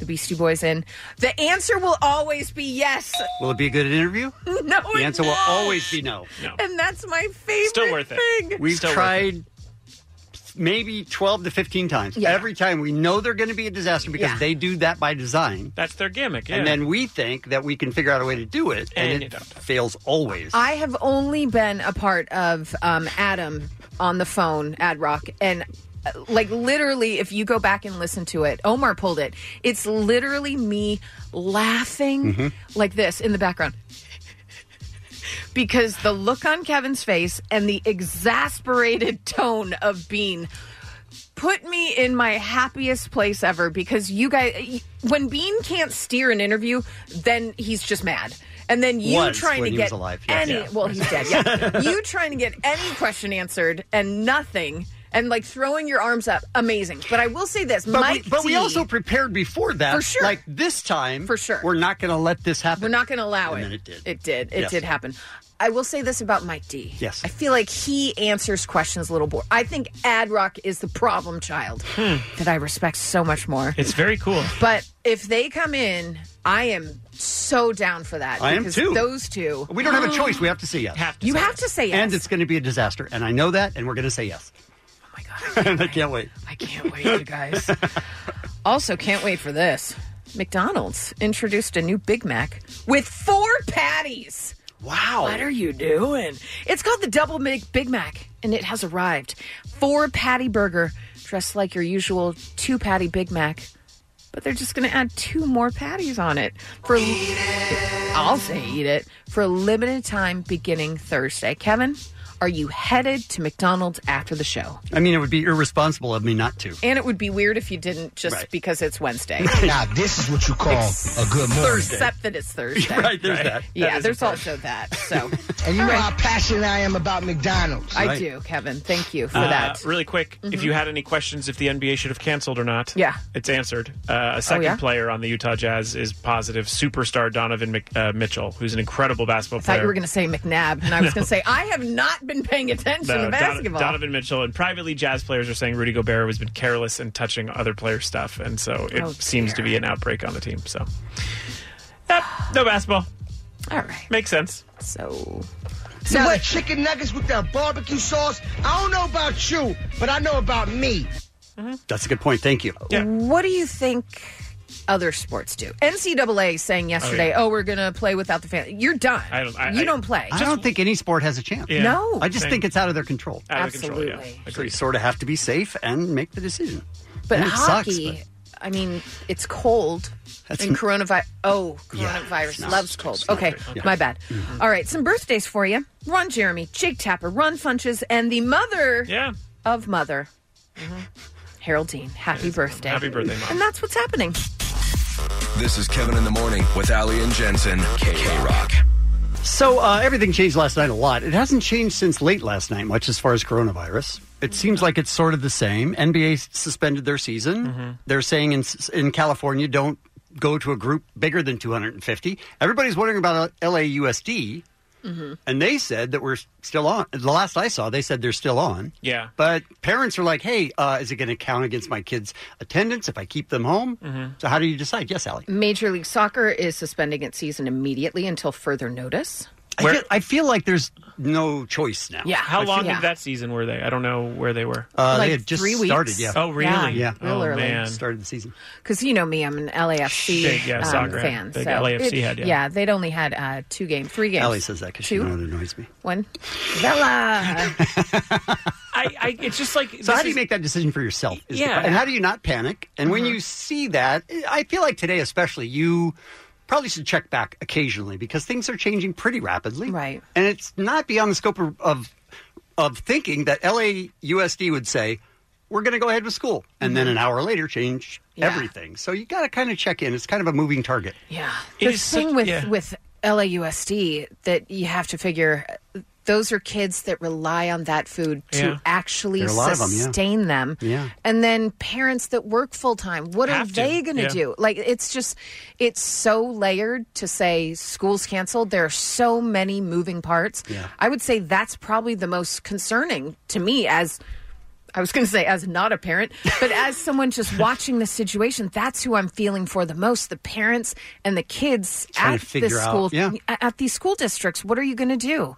[SPEAKER 10] the Beastie Boys in? The answer will always be yes.
[SPEAKER 7] Will it be a good interview?
[SPEAKER 10] Oh, No,
[SPEAKER 7] The answer will always be no.
[SPEAKER 10] And that's my favorite thing.
[SPEAKER 7] We've tried maybe 12 to 15 times.
[SPEAKER 10] Yeah.
[SPEAKER 7] Every time we know they're going to be a disaster because
[SPEAKER 10] Yeah.
[SPEAKER 7] they do that by design.
[SPEAKER 6] That's their gimmick. Yeah.
[SPEAKER 7] And then we think that we can figure out a way to do it, and,
[SPEAKER 6] And you
[SPEAKER 7] it fails always.
[SPEAKER 10] I have only been a part of um, Adam on the phone, Ad Rock, and uh, like literally, if you go back and listen to it, Omar pulled it. It's literally me laughing
[SPEAKER 7] Mm-hmm.
[SPEAKER 24] Mhm.
[SPEAKER 10] like this in the background. Because the look on Kevin's face and the exasperated tone of Bean put me in my happiest place ever because you guys when bean can't steer an interview then he's just mad and then you
[SPEAKER 7] Was
[SPEAKER 10] trying
[SPEAKER 7] when
[SPEAKER 10] to
[SPEAKER 7] he
[SPEAKER 10] get
[SPEAKER 7] was alive, yes.
[SPEAKER 10] any
[SPEAKER 7] Yeah.
[SPEAKER 10] well he's dead yeah you trying to get any question answered and nothing and like throwing your arms up amazing but i will say this
[SPEAKER 7] But,
[SPEAKER 10] mike
[SPEAKER 7] we, but we
[SPEAKER 10] T,
[SPEAKER 7] also prepared before that.
[SPEAKER 10] For sure.
[SPEAKER 7] Like this time, for sure, we're not going to let this happen.
[SPEAKER 10] we're not going to allow
[SPEAKER 7] And
[SPEAKER 10] it
[SPEAKER 7] then it did.
[SPEAKER 10] it did it
[SPEAKER 7] Yes.
[SPEAKER 10] did happen i will say this about mike d
[SPEAKER 7] Yes.
[SPEAKER 10] i feel like he answers questions a little more i think ad rock is the problem child that I respect so much more.
[SPEAKER 6] Hmm. It's very cool.
[SPEAKER 10] But if they come in, I am so down for that.
[SPEAKER 7] I am
[SPEAKER 10] because
[SPEAKER 7] too.
[SPEAKER 10] Those two.
[SPEAKER 7] We don't have a choice. We have to say yes.
[SPEAKER 10] You have to say yes.
[SPEAKER 7] And it's going to be a disaster, and I know that, and we're going to say yes. Oh my god! and I can't wait.
[SPEAKER 10] I can't wait, you guys. also, can't wait for this. McDonald's introduced a new Big Mac with four patties.
[SPEAKER 7] Wow.
[SPEAKER 10] What are you doing? It's called the Double Big Big Mac, and it has arrived. Four patty burger, dressed like your usual two patty Big Mac, but they're just going to add two more patties on it for. I'll say eat it for a limited time beginning Thursday. Kevin, are you headed to McDonald's after the show?
[SPEAKER 7] I mean, it would be irresponsible of me not to.
[SPEAKER 10] And it would be weird if you didn't just
[SPEAKER 7] Right.
[SPEAKER 10] because it's Wednesday.
[SPEAKER 7] now, this is what you call a good
[SPEAKER 10] Except that it's Thursday.
[SPEAKER 7] Right, there's that.
[SPEAKER 10] Yeah,
[SPEAKER 7] That is
[SPEAKER 10] there's
[SPEAKER 7] a
[SPEAKER 10] also that. So
[SPEAKER 24] And you know how passionate I am about McDonald's.
[SPEAKER 10] I do, Kevin. Thank you for
[SPEAKER 6] Uh,
[SPEAKER 10] that.
[SPEAKER 6] Really quick, if
[SPEAKER 10] Mhm.
[SPEAKER 6] you had any questions if the NBA should have canceled or not,
[SPEAKER 10] Yeah. Oh,
[SPEAKER 6] it's answered. Uh, a second
[SPEAKER 10] yeah?
[SPEAKER 6] player on the Utah Jazz is positive superstar Donovan Mc, uh, Mitchell, who's an incredible basketball
[SPEAKER 10] I thought
[SPEAKER 6] player.
[SPEAKER 10] you were going to say McNabb, and I was
[SPEAKER 6] No.
[SPEAKER 10] going to say I have not been paying attention
[SPEAKER 6] No,
[SPEAKER 10] to
[SPEAKER 6] Don-
[SPEAKER 10] basketball.
[SPEAKER 6] Donovan Mitchell and privately Jazz players are saying Rudy Gobert has been careless in touching other players' stuff, and so it
[SPEAKER 10] Oh,
[SPEAKER 6] seems to be an outbreak on the team. So, Yep, no basketball.
[SPEAKER 10] All right,
[SPEAKER 6] makes sense.
[SPEAKER 10] So,
[SPEAKER 24] So now, what? chicken nuggets with the barbecue sauce. I don't know about you, but I know about me.
[SPEAKER 7] That's a good point. Thank you.
[SPEAKER 10] What do you think other sports do? NCAA saying yesterday,
[SPEAKER 7] yeah.
[SPEAKER 10] "Oh, we're going to play without the fan." You're done.
[SPEAKER 7] I don't- I-
[SPEAKER 10] you
[SPEAKER 7] I-
[SPEAKER 10] don't play.
[SPEAKER 7] I don't think any sport has a chance.
[SPEAKER 10] Yeah. No.
[SPEAKER 7] I just
[SPEAKER 10] Same.
[SPEAKER 7] think it's out of their control.
[SPEAKER 10] Out of their control, yeah. Absolutely.
[SPEAKER 7] So you sort of have to be safe and make the decision.
[SPEAKER 10] But
[SPEAKER 7] And it sucks,
[SPEAKER 10] hockey, I mean, it's cold.
[SPEAKER 7] That's
[SPEAKER 10] and
[SPEAKER 7] n-
[SPEAKER 10] coronavirus. Oh,
[SPEAKER 7] Yeah,
[SPEAKER 10] coronavirus
[SPEAKER 7] it's not-
[SPEAKER 10] loves cold. Okay,
[SPEAKER 7] great. Yeah. Mm-hmm.
[SPEAKER 10] my bad. All right, some birthdays for you. Ron Jeremy, Jake Tapper, Ron Funches, and the mother of mother,
[SPEAKER 6] Mm-hmm.
[SPEAKER 10] Harold Dean. Happy birthday.
[SPEAKER 15] Happy birthday, Mom.
[SPEAKER 10] And that's what's happening.
[SPEAKER 15] This is Kevin in the Morning with Ali and Jensen, K Rock.
[SPEAKER 7] So uh, everything changed last night a lot. It hasn't changed since late last night much as far as coronavirus. It seems like it's sort of the same. NBA suspended their season.
[SPEAKER 10] Mm-hmm.
[SPEAKER 7] They're saying in in California don't go to a group bigger than 250. Everybody's wondering about uh, LAUSD, and they said that we're still on. The last I saw, they said they're still on.
[SPEAKER 6] Yeah.
[SPEAKER 7] But parents are like, "Hey, uh, is it going to count against my kids' attendance if I keep them home?" So how do you decide? Yes, Allie.
[SPEAKER 10] Major League Soccer is suspending its season immediately until further notice.
[SPEAKER 7] I, feel, I feel like there's no choice now.
[SPEAKER 10] Yeah.
[SPEAKER 6] How
[SPEAKER 7] I
[SPEAKER 6] long
[SPEAKER 7] feel-
[SPEAKER 6] of that season were they? I don't know where they were.
[SPEAKER 7] Uh, they had just started. Yeah.
[SPEAKER 6] Oh, really?
[SPEAKER 10] Yeah, real
[SPEAKER 6] oh,
[SPEAKER 10] early.
[SPEAKER 6] man.
[SPEAKER 7] Started the season.
[SPEAKER 10] Because you know me, I'm an LAFC
[SPEAKER 6] Big, yeah,
[SPEAKER 10] um,
[SPEAKER 6] soccer had-
[SPEAKER 10] fan.
[SPEAKER 6] big
[SPEAKER 10] so
[SPEAKER 6] LAFC
[SPEAKER 10] it-
[SPEAKER 6] had, yeah.
[SPEAKER 10] they'd only had uh, two games, three games.
[SPEAKER 7] Allie says that because she
[SPEAKER 10] Two?
[SPEAKER 7] knows it annoys me.
[SPEAKER 10] One. Bella.
[SPEAKER 6] I, I, it's just like.
[SPEAKER 7] So how do you make that decision for yourself? is the
[SPEAKER 10] Yeah.
[SPEAKER 7] que- and how do you not panic? And when
[SPEAKER 6] Mm-hmm.
[SPEAKER 7] you see that, I feel like today, especially, you probably should check back occasionally because things are changing pretty rapidly. Right. And it's not beyond the scope of of, of thinking that LAUSD would say, "We're going to go ahead with school," and
[SPEAKER 6] Mm-hmm.
[SPEAKER 7] then an hour later change
[SPEAKER 10] Yeah.
[SPEAKER 7] everything. So you got to kind of check in. It's kind of a moving target.
[SPEAKER 10] Yeah.
[SPEAKER 7] It
[SPEAKER 10] The
[SPEAKER 7] is
[SPEAKER 10] thing
[SPEAKER 7] such-
[SPEAKER 10] with
[SPEAKER 7] yeah.
[SPEAKER 10] with LAUSD that you have to figure uh, those are kids that rely on that food to
[SPEAKER 7] Yeah.
[SPEAKER 10] actually
[SPEAKER 7] There are a lot of 'em, yeah.
[SPEAKER 10] sustain them.
[SPEAKER 7] Yeah.
[SPEAKER 10] And then parents that work full time, what
[SPEAKER 7] Have
[SPEAKER 10] are
[SPEAKER 7] to,
[SPEAKER 10] they going to
[SPEAKER 7] yeah.
[SPEAKER 10] do? Like it's just it's so layered to say school's canceled. There are so many moving parts.
[SPEAKER 7] Yeah.
[SPEAKER 10] I would say that's probably the most concerning to me as I was going to say as not a parent, but as someone just watching this situation, that's who I'm feeling for the most: the parents and the kids
[SPEAKER 6] Trying
[SPEAKER 10] at
[SPEAKER 6] to figure
[SPEAKER 10] this
[SPEAKER 6] out-
[SPEAKER 10] school,
[SPEAKER 6] yeah.
[SPEAKER 10] at these school districts. What are you going to do?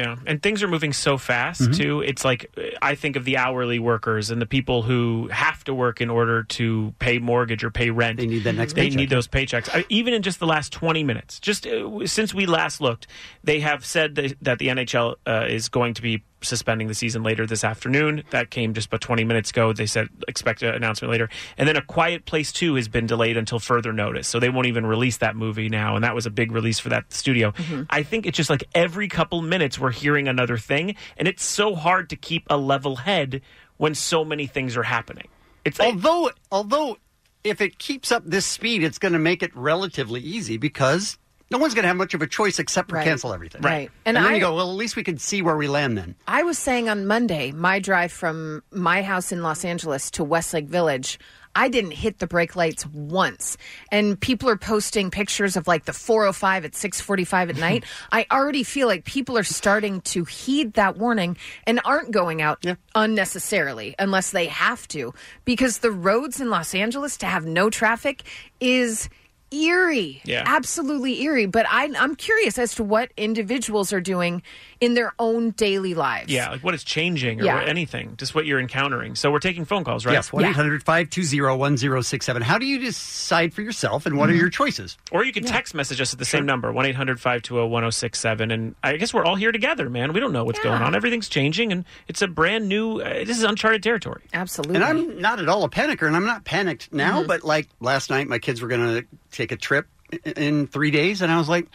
[SPEAKER 6] Yeah, and things are moving so fast
[SPEAKER 7] Mm-hmm.
[SPEAKER 10] Mhm.
[SPEAKER 6] too. It's like uh, I think of the hourly workers and the people who have to work in order to pay mortgage or pay rent. They need that
[SPEAKER 7] next
[SPEAKER 6] They
[SPEAKER 7] paycheck,
[SPEAKER 6] need those paychecks. I, even in just the last twenty minutes, just uh, w- since we last looked, they have said that, that the NHL uh, is going to be suspending the season later this afternoon. That came just about twenty minutes ago. They said expect an announcement later, and then A Quiet Place Two has been delayed until further notice. So they won't even release that movie now, and that was a big release for that studio.
[SPEAKER 25] Mhm.
[SPEAKER 6] I think it's just like every couple minutes we're hearing another thing, and it's so hard to keep a level head when so many things are happening. It's like,
[SPEAKER 7] although although if it keeps up this speed, it's going to make it relatively easy because no one's going to have much of a choice except for
[SPEAKER 10] Right.
[SPEAKER 7] cancel everything.
[SPEAKER 10] Right.
[SPEAKER 7] And,
[SPEAKER 10] And
[SPEAKER 7] then
[SPEAKER 10] I-
[SPEAKER 7] you go, well, at least we can see where we land then.
[SPEAKER 10] I was saying on Monday, my drive from my house in Los Angeles to Westlake Village, I didn't hit the brake lights once. And people are posting pictures of like the 405 at 6:45 at night. I already feel like people are starting to heed that warning and aren't going out unnecessarily unless they have to because the roads in Los Angeles to have no traffic is eerie
[SPEAKER 20] Yeah.
[SPEAKER 10] absolutely eerie but I, i'm curious as to what individuals are doing in their own daily lives
[SPEAKER 6] yeah, like what is changing or
[SPEAKER 10] Yeah.
[SPEAKER 6] what, anything, just what you're encountering. So we're taking phone calls, right?
[SPEAKER 7] Yes, 1 800 520 1067. How do you decide for yourself and what are
[SPEAKER 6] Mhm.
[SPEAKER 7] your choices?
[SPEAKER 6] Or you can text message us at the same number, 1 800 520 1067. And I guess we're all here together, man. We don't know what's going on. Everything's changing, and it's a brand new, uh, this is uncharted territory.
[SPEAKER 10] Absolutely. Mm-hmm.
[SPEAKER 7] And I'm not at all a panicker, and I'm not panicked now, but like last night, my kids were going to take a trip i- in three days, and I was like,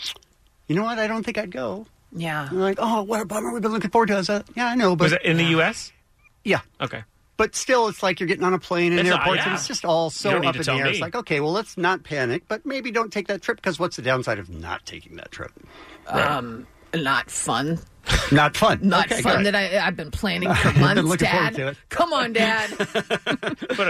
[SPEAKER 7] you know what? I don't think I'd go.
[SPEAKER 10] Yeah.
[SPEAKER 7] And they're like, oh, what a bummer. We've been looking forward to it. I said, yeah, I know. But
[SPEAKER 6] Was it in the U.S.?
[SPEAKER 7] Yeah.
[SPEAKER 6] Okay.
[SPEAKER 7] But still, it's like you're getting on a plane in
[SPEAKER 6] It's not-
[SPEAKER 7] airports, and
[SPEAKER 6] yeah.
[SPEAKER 7] it's just all so
[SPEAKER 6] You don't need
[SPEAKER 7] up
[SPEAKER 6] to
[SPEAKER 7] in the
[SPEAKER 6] tell
[SPEAKER 7] air. It's
[SPEAKER 6] me.
[SPEAKER 7] like, okay, well, let's not panic, but maybe don't take that trip because what's the downside of not taking that trip?
[SPEAKER 10] Um, not fun.
[SPEAKER 7] Not fun.
[SPEAKER 10] not
[SPEAKER 7] Okay,
[SPEAKER 10] fun
[SPEAKER 7] good.
[SPEAKER 10] that I, I've been planning for
[SPEAKER 7] been
[SPEAKER 10] months,
[SPEAKER 7] looking forward
[SPEAKER 10] Dad.
[SPEAKER 7] to it.
[SPEAKER 10] Come on, Dad.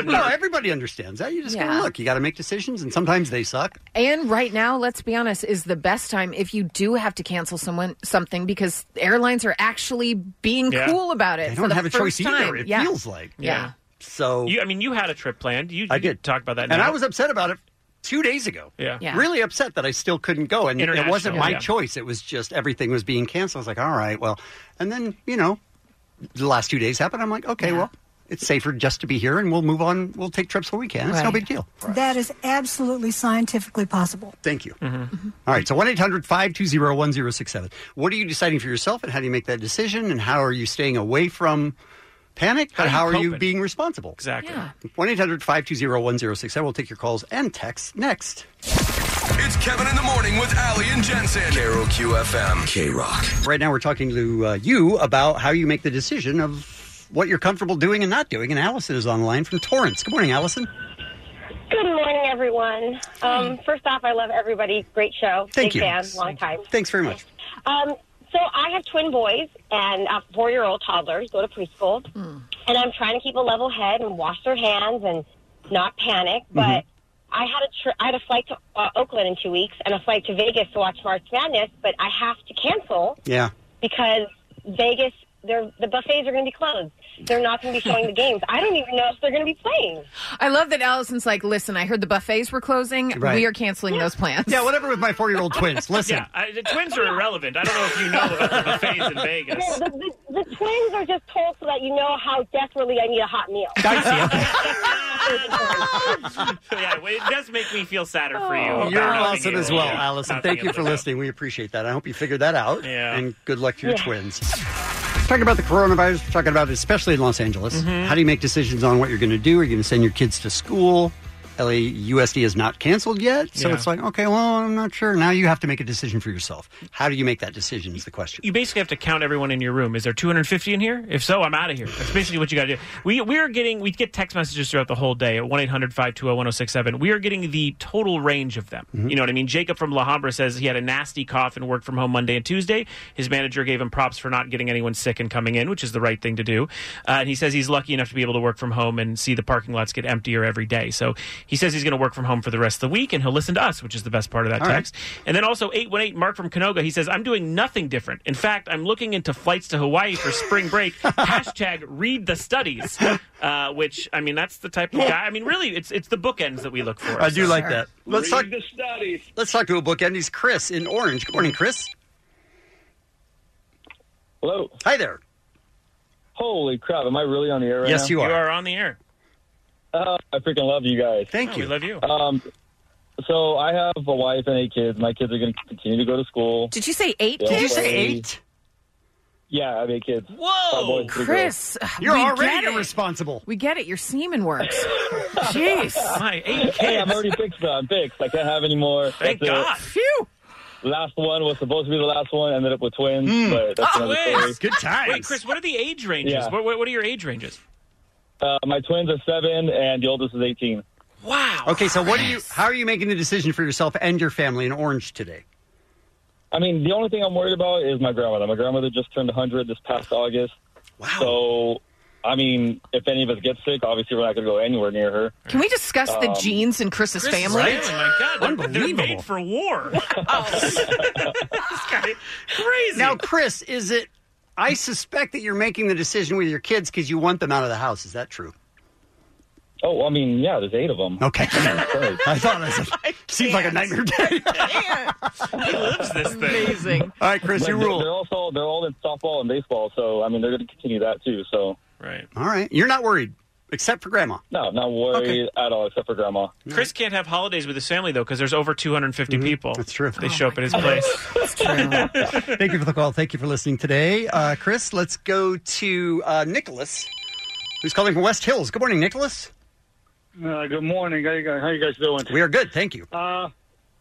[SPEAKER 7] no, everybody understands that. You just gotta
[SPEAKER 10] Yeah.
[SPEAKER 7] look. You gotta make decisions, and sometimes they suck.
[SPEAKER 10] and right now, let's be honest, is the best time if you do have to cancel someone something because airlines are actually being
[SPEAKER 6] Yeah.
[SPEAKER 10] cool about it.
[SPEAKER 7] They
[SPEAKER 10] for
[SPEAKER 7] don't
[SPEAKER 10] the
[SPEAKER 7] have a
[SPEAKER 10] first
[SPEAKER 7] choice
[SPEAKER 10] time.
[SPEAKER 7] either. It
[SPEAKER 10] Yeah.
[SPEAKER 7] feels like.
[SPEAKER 10] Yeah.
[SPEAKER 7] So
[SPEAKER 6] you, I mean, you had a trip planned. You,
[SPEAKER 7] I
[SPEAKER 6] you
[SPEAKER 7] did.
[SPEAKER 6] talk about that,
[SPEAKER 7] and
[SPEAKER 6] now.
[SPEAKER 7] I was upset about it two days ago.
[SPEAKER 6] Yeah. Yeah.
[SPEAKER 7] Really upset that I still couldn't go. And it wasn't
[SPEAKER 6] International,
[SPEAKER 7] my
[SPEAKER 6] yeah.
[SPEAKER 7] choice. It was just everything was being canceled. I was like, all right, well. And then, you know, the last two days happened. I'm like, okay, well, it's safer just to be here and we'll move on. We'll take trips when we can. It's no
[SPEAKER 26] Right.
[SPEAKER 7] big deal.
[SPEAKER 26] That is absolutely scientifically possible.
[SPEAKER 7] Thank you.
[SPEAKER 6] Mm-hmm.
[SPEAKER 7] Mm-hmm. All right. So 1 800 520 1067. What are you deciding for yourself and how do you make that decision? And how are you staying away from panic? But
[SPEAKER 6] How
[SPEAKER 7] how
[SPEAKER 6] you
[SPEAKER 7] are you
[SPEAKER 6] coping?
[SPEAKER 7] being responsible?
[SPEAKER 6] Exactly.
[SPEAKER 7] 1 800 520 1067. We'll take your calls and texts next.
[SPEAKER 15] It's Kevin in the Morning with Allie and Jensen. Carol QFM. K Rock.
[SPEAKER 7] Right now, we're talking to uh, you about how you make the decision of what you're comfortable doing and not doing. And Allison is online from Torrance. Good morning, Allison.
[SPEAKER 32] Good morning, everyone. Um, first off, I love everybody. Great show.
[SPEAKER 7] Thank
[SPEAKER 32] Big
[SPEAKER 7] you.
[SPEAKER 32] fan. Long time.
[SPEAKER 7] Thanks very much.
[SPEAKER 32] Um, so I have twin boys and a four-year-old toddlers go to preschool, and I'm trying to keep a level head and wash their hands and not panic. But I had a tr- I had a flight to uh, Oakland in two weeks and a flight to Vegas to watch March Madness, but I have to cancel
[SPEAKER 7] Yeah.
[SPEAKER 32] because Vegas They're, the buffets are going to be closed. They're not going to be showing the games. I don't even know if they're going to be playing.
[SPEAKER 10] I love that Allison's like, listen, I heard the buffets were closing.
[SPEAKER 7] Right.
[SPEAKER 10] We are canceling those plans.
[SPEAKER 7] Yeah, whatever with my four year old twins. Listen.
[SPEAKER 6] Yeah, I, the twins are irrelevant. I don't know if you know about the buffets in Vegas.
[SPEAKER 32] The, the, the twins are just told so that you know how desperately I need a hot meal.
[SPEAKER 6] yeah, well, it does make me feel sadder for you. about
[SPEAKER 7] Oh. You're
[SPEAKER 6] not being
[SPEAKER 7] awesome
[SPEAKER 6] able
[SPEAKER 7] as
[SPEAKER 6] to-
[SPEAKER 7] well,
[SPEAKER 6] yeah,
[SPEAKER 7] Allison.
[SPEAKER 6] not
[SPEAKER 7] Thank
[SPEAKER 6] being
[SPEAKER 7] you
[SPEAKER 6] able
[SPEAKER 7] for
[SPEAKER 6] to go.
[SPEAKER 7] listening. We appreciate that. I hope you figured that out.
[SPEAKER 6] Yeah.
[SPEAKER 7] And good luck to your
[SPEAKER 6] Yeah.
[SPEAKER 7] twins. Talking about the coronavirus, we're talking about it, especially in Los Angeles. How do you make decisions on what you're going to do? Are you going to send your kids to school? LAUSD is not canceled yet. So
[SPEAKER 6] Yeah.
[SPEAKER 7] it's like, okay, well, I'm not sure. Now you have to make a decision for yourself. How do you make that decision is the question.
[SPEAKER 6] You basically have to count everyone in your room. Is there 250 in here? If so, I'm out of here. That's basically what you got to do. We we are getting we get text messages throughout the whole day at 1 800 520 1067. We are getting the total range of them.
[SPEAKER 7] Mm-hmm.
[SPEAKER 6] You know what I mean? Jacob from La Habra says he had a nasty cough and worked from home Monday and Tuesday. His manager gave him props for not getting anyone sick and coming in, which is the right thing to do. Uh, and he says he's lucky enough to be able to work from home and see the parking lots get emptier every day. So he says he's going to work from home for the rest of the week and he'll listen to us, which is the best part of that
[SPEAKER 7] All right.
[SPEAKER 6] text. And then also 818 Mark from Canoga, he says, I'm doing nothing different. In fact, I'm looking into flights to Hawaii for spring break. Hashtag read the studies. Uh, which, I mean, that's the type of guy. I mean, really, it's it's the bookends that we look for.
[SPEAKER 7] I do
[SPEAKER 6] So-
[SPEAKER 7] like that. Let's talk the studies. Let's talk to a bookend. He's Chris in Orange. Good morning, Chris.
[SPEAKER 33] Hello.
[SPEAKER 7] Hi there.
[SPEAKER 33] Holy crap! Am I really on the air right
[SPEAKER 6] Yes,
[SPEAKER 33] now?
[SPEAKER 6] you are. You are on the air.
[SPEAKER 33] Uh, I freaking love you guys.
[SPEAKER 7] Thank
[SPEAKER 6] Oh, you. we love you.
[SPEAKER 33] Um, so I have a wife and eight kids. My kids are going to continue to go to school.
[SPEAKER 10] Did you say eight
[SPEAKER 33] They'll
[SPEAKER 10] kids?
[SPEAKER 33] play- Yeah, I have eight kids. Five boys, three girls.
[SPEAKER 10] Chris, we get it.
[SPEAKER 7] irresponsible.
[SPEAKER 10] We get it. Your semen works. Jeez.
[SPEAKER 6] My
[SPEAKER 33] Hey, I'm already fixed though. I'm fixed. I can't have any more.
[SPEAKER 6] Thank
[SPEAKER 33] That's it.
[SPEAKER 6] God.
[SPEAKER 10] Phew.
[SPEAKER 33] Last one was supposed to be the last one. Ended up with twins, but that's
[SPEAKER 6] Oh,
[SPEAKER 33] another
[SPEAKER 6] wait.
[SPEAKER 33] story.
[SPEAKER 6] Wait, Chris, what are the age ranges?
[SPEAKER 33] Yeah.
[SPEAKER 6] What, what what are your age ranges?
[SPEAKER 33] Uh, my twins are seven, and the oldest is eighteen.
[SPEAKER 6] Wow.
[SPEAKER 7] Okay, so what are you? How are you making the decision for yourself and your family in Orange today?
[SPEAKER 33] I mean, the only thing I'm worried about is my grandmother. My grandmother just turned 100 this past August. Wow. So, I mean, if any of us get sick, obviously we're not going to go anywhere near her.
[SPEAKER 10] Can we discuss the
[SPEAKER 33] Um,
[SPEAKER 10] genes in Chris's
[SPEAKER 33] Chris's
[SPEAKER 10] family?
[SPEAKER 33] family, my
[SPEAKER 6] God,
[SPEAKER 33] they're- they're
[SPEAKER 6] They're made for war. Crazy.
[SPEAKER 7] Now, Chris, is it? I suspect that you're making the decision with your kids because you want them out of the house. Is that true?
[SPEAKER 33] Oh, I mean, yeah, there's eight of them.
[SPEAKER 7] Okay.
[SPEAKER 33] I
[SPEAKER 7] thought that seems like a nightmare. Day.
[SPEAKER 6] He lives this thing. Amazing.
[SPEAKER 7] All right, Chris, you rule.
[SPEAKER 33] They're also they're all in softball and baseball, so I mean they're going to continue that too. So
[SPEAKER 6] right,
[SPEAKER 7] All right, you're not worried except for Grandma.
[SPEAKER 33] no, not worried at all, except for grandma.
[SPEAKER 6] Chris can't have holidays with his family though because there's over 250 people. That's
[SPEAKER 7] Mm-hmm. true.
[SPEAKER 6] They
[SPEAKER 10] Oh
[SPEAKER 6] show up at his place.
[SPEAKER 7] Thank you for the call. Thank you for listening today, uh, Chris. Let's go to uh, Nicholas, who's calling from West Hills. Good morning, Nicholas.
[SPEAKER 20] Uh, good morning. How you guys, how you guys doing?
[SPEAKER 7] We are good, thank you.
[SPEAKER 20] Uh,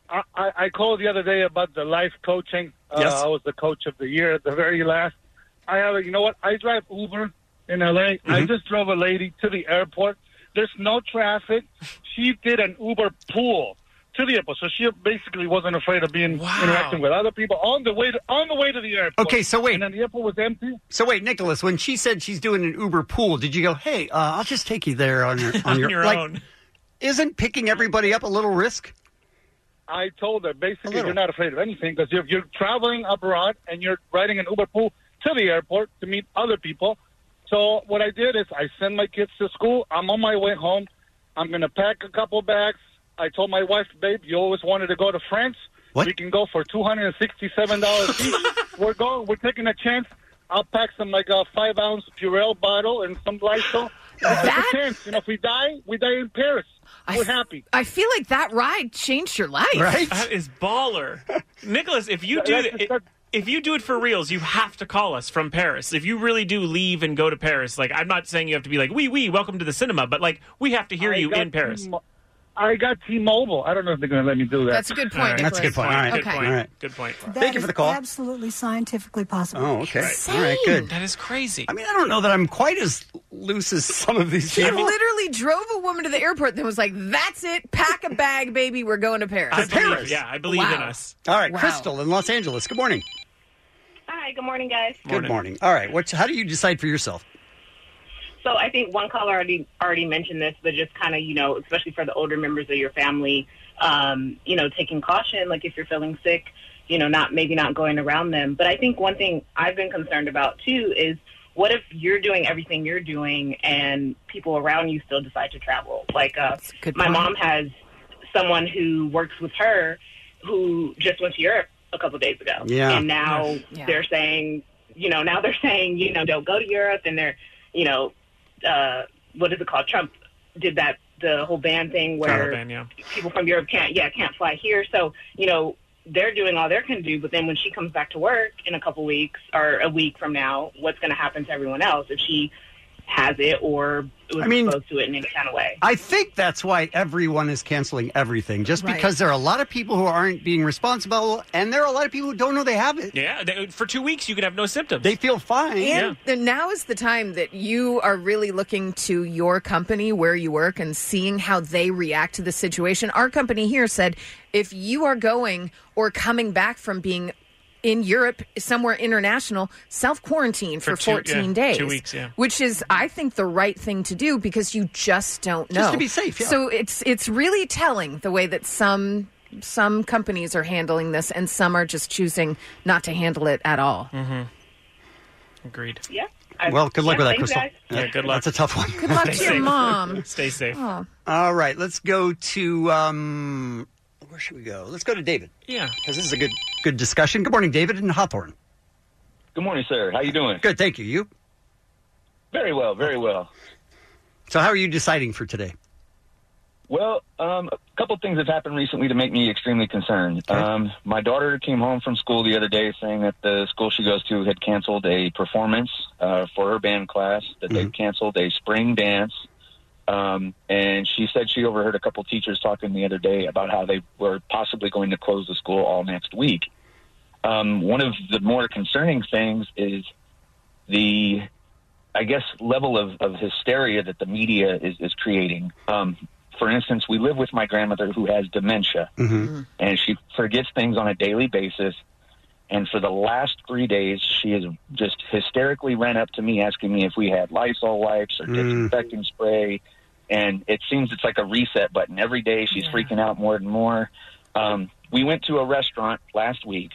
[SPEAKER 20] I, I I called the other day about the life coaching. Uh,
[SPEAKER 7] Yes.
[SPEAKER 20] I was the coach of the year at the very last. I have, a- you know what? I drive Uber in LA. I
[SPEAKER 7] Mm-hmm.
[SPEAKER 20] just drove a lady to the airport. There's no traffic. She did an Uber pool to the airport, so she basically wasn't afraid of being interacting with other people on the way to, on the way to the airport.
[SPEAKER 7] Okay, so wait.
[SPEAKER 20] and then the airport was empty.
[SPEAKER 7] So wait, Nicholas, when she said she's doing an Uber pool, did you go, "Hey, uh, I'll just take you there on your on,
[SPEAKER 20] On
[SPEAKER 7] your,
[SPEAKER 20] your
[SPEAKER 7] like,
[SPEAKER 20] own.
[SPEAKER 7] Isn't picking everybody up a little risk?
[SPEAKER 20] I told her basically
[SPEAKER 7] little.
[SPEAKER 20] you're not afraid of anything because you're, you're traveling abroad and you're riding an Uber pool to the airport to meet other people. So what I did is I send my kids to school. I'm on my way home. I'm going to pack a couple bags. I told my wife, babe, you always wanted to go to France. We can go for two hundred and sixty-seven dollars each. we're going. We're taking a chance. I'll pack some like a five-ounce Purell bottle and some Lysol. That's a chance. You know, if we die, we die in Paris. We're happy.
[SPEAKER 10] I feel like that ride changed your life.
[SPEAKER 6] That is baller. Nicholas, if you do it, if you do it for reals, you have to call us from Paris. If you really do leave and go to Paris, like I'm not saying you have to be like, "Wee wee, welcome to the cinema," but like we have to hear
[SPEAKER 20] I
[SPEAKER 6] you
[SPEAKER 20] got
[SPEAKER 6] in Paris.
[SPEAKER 20] T-Mo- I got T-Mable. I don't know if they're going to let me do that.
[SPEAKER 10] That's a good
[SPEAKER 6] All right.
[SPEAKER 7] That's a good point. All right.
[SPEAKER 6] Good
[SPEAKER 7] Okay.
[SPEAKER 6] point.
[SPEAKER 7] All right.
[SPEAKER 6] Good point.
[SPEAKER 7] Thank you for the call.
[SPEAKER 26] Absolutely scientifically possible.
[SPEAKER 7] Oh, okay. All right, good.
[SPEAKER 6] That is crazy.
[SPEAKER 7] I mean, I don't know that I'm quite as loose as some of these
[SPEAKER 10] He
[SPEAKER 7] people.
[SPEAKER 10] literally drove a woman to the airport and was like, that's it. Pack a bag, baby. We're going to Paris.
[SPEAKER 7] To Paris.
[SPEAKER 10] Wow.
[SPEAKER 7] All right,
[SPEAKER 10] Wow.
[SPEAKER 7] Crystal in Los Angeles. Good morning.
[SPEAKER 34] Hi, good morning, guys.
[SPEAKER 7] Good morning. All right, what? How do you decide for yourself?
[SPEAKER 34] So I think one caller already already mentioned this, but just kind of you know, especially for the older members of your family, um, you know, taking caution. Like if you're feeling sick, you know, not maybe not going around them. But I think one thing I've been concerned about too is
[SPEAKER 21] what if you're doing everything you're doing and people around you still decide to travel? Like, uh,
[SPEAKER 10] good
[SPEAKER 21] my
[SPEAKER 10] point.
[SPEAKER 21] mom has someone who works with her who just went to Europe a couple days ago.
[SPEAKER 29] Yeah.
[SPEAKER 21] And now
[SPEAKER 29] Yes. Yeah.
[SPEAKER 21] they're saying, you know, now they're saying, you know, don't go to Europe. And they're, you know, uh, what is it called? Trump did that, the whole ban thing where
[SPEAKER 6] Travel ban, yeah.
[SPEAKER 21] people from Europe can't, yeah, can't fly here. So, you know, they're doing all they can do. But then when she comes back to work in a couple weeks or a week from now, what's going to happen to everyone else if she has it or was
[SPEAKER 7] I mean-
[SPEAKER 21] exposed to it in any kind of way?
[SPEAKER 7] I think that's why everyone is canceling everything, just
[SPEAKER 21] Right.
[SPEAKER 7] because there are a lot of people who aren't being responsible, and there are a lot of people who don't know they have it.
[SPEAKER 6] Yeah, they, for two weeks you can have no symptoms.
[SPEAKER 7] They feel fine.
[SPEAKER 10] And the- now is the time that you are really looking to your company where you work and seeing how they react to the situation. Our company here said if you are going or coming back from being in Europe, somewhere international, self quarantine for,
[SPEAKER 29] For two-
[SPEAKER 10] 14
[SPEAKER 29] yeah,
[SPEAKER 10] days.
[SPEAKER 29] two weeks, yeah.
[SPEAKER 10] Which is, I think, the right thing to do because you just don't know.
[SPEAKER 29] Just to be safe, yeah.
[SPEAKER 10] So it's it's really telling the way that some some companies are handling this and some are just choosing not to handle it at all.
[SPEAKER 6] Mm-hmm. Agreed.
[SPEAKER 21] Yeah.
[SPEAKER 7] well, good luck with that, Crystal.
[SPEAKER 6] Yeah, good luck.
[SPEAKER 7] That's a tough one.
[SPEAKER 10] Good luck to your mom.
[SPEAKER 6] Stay safe.
[SPEAKER 10] Oh.
[SPEAKER 7] All right, let's go to um, where should we go? Let's go to David
[SPEAKER 6] Yeah.
[SPEAKER 7] because this is a good good discussion. Good morning, David and Hawthorne.
[SPEAKER 30] Good morning, sir. How you doing?
[SPEAKER 7] Good, thank you. You.
[SPEAKER 30] Very well, very well.
[SPEAKER 7] So, how are you deciding for today?
[SPEAKER 30] Well, um, a couple things have happened recently to make me extremely concerned. Um, my daughter came home from school the other day saying that the school she goes to had canceled a performance uh, for her band class, that they canceled a spring dance. Um, and she said she overheard a couple teachers talking the other day about how they were possibly going to close the school all next week. Um, one of the more concerning things is the I guess, level of, of hysteria that the media is, is creating. Um, for instance, we live with my grandmother who has dementia,
[SPEAKER 3] Mm-hmm.
[SPEAKER 30] and she forgets things on a daily basis. And for the last three days, she has just hysterically ran up to me asking me if we had Lysol wipes or disinfecting spray. And it seems it's like a reset button. Every day she's freaking out more and more. Um, we went to a restaurant last week,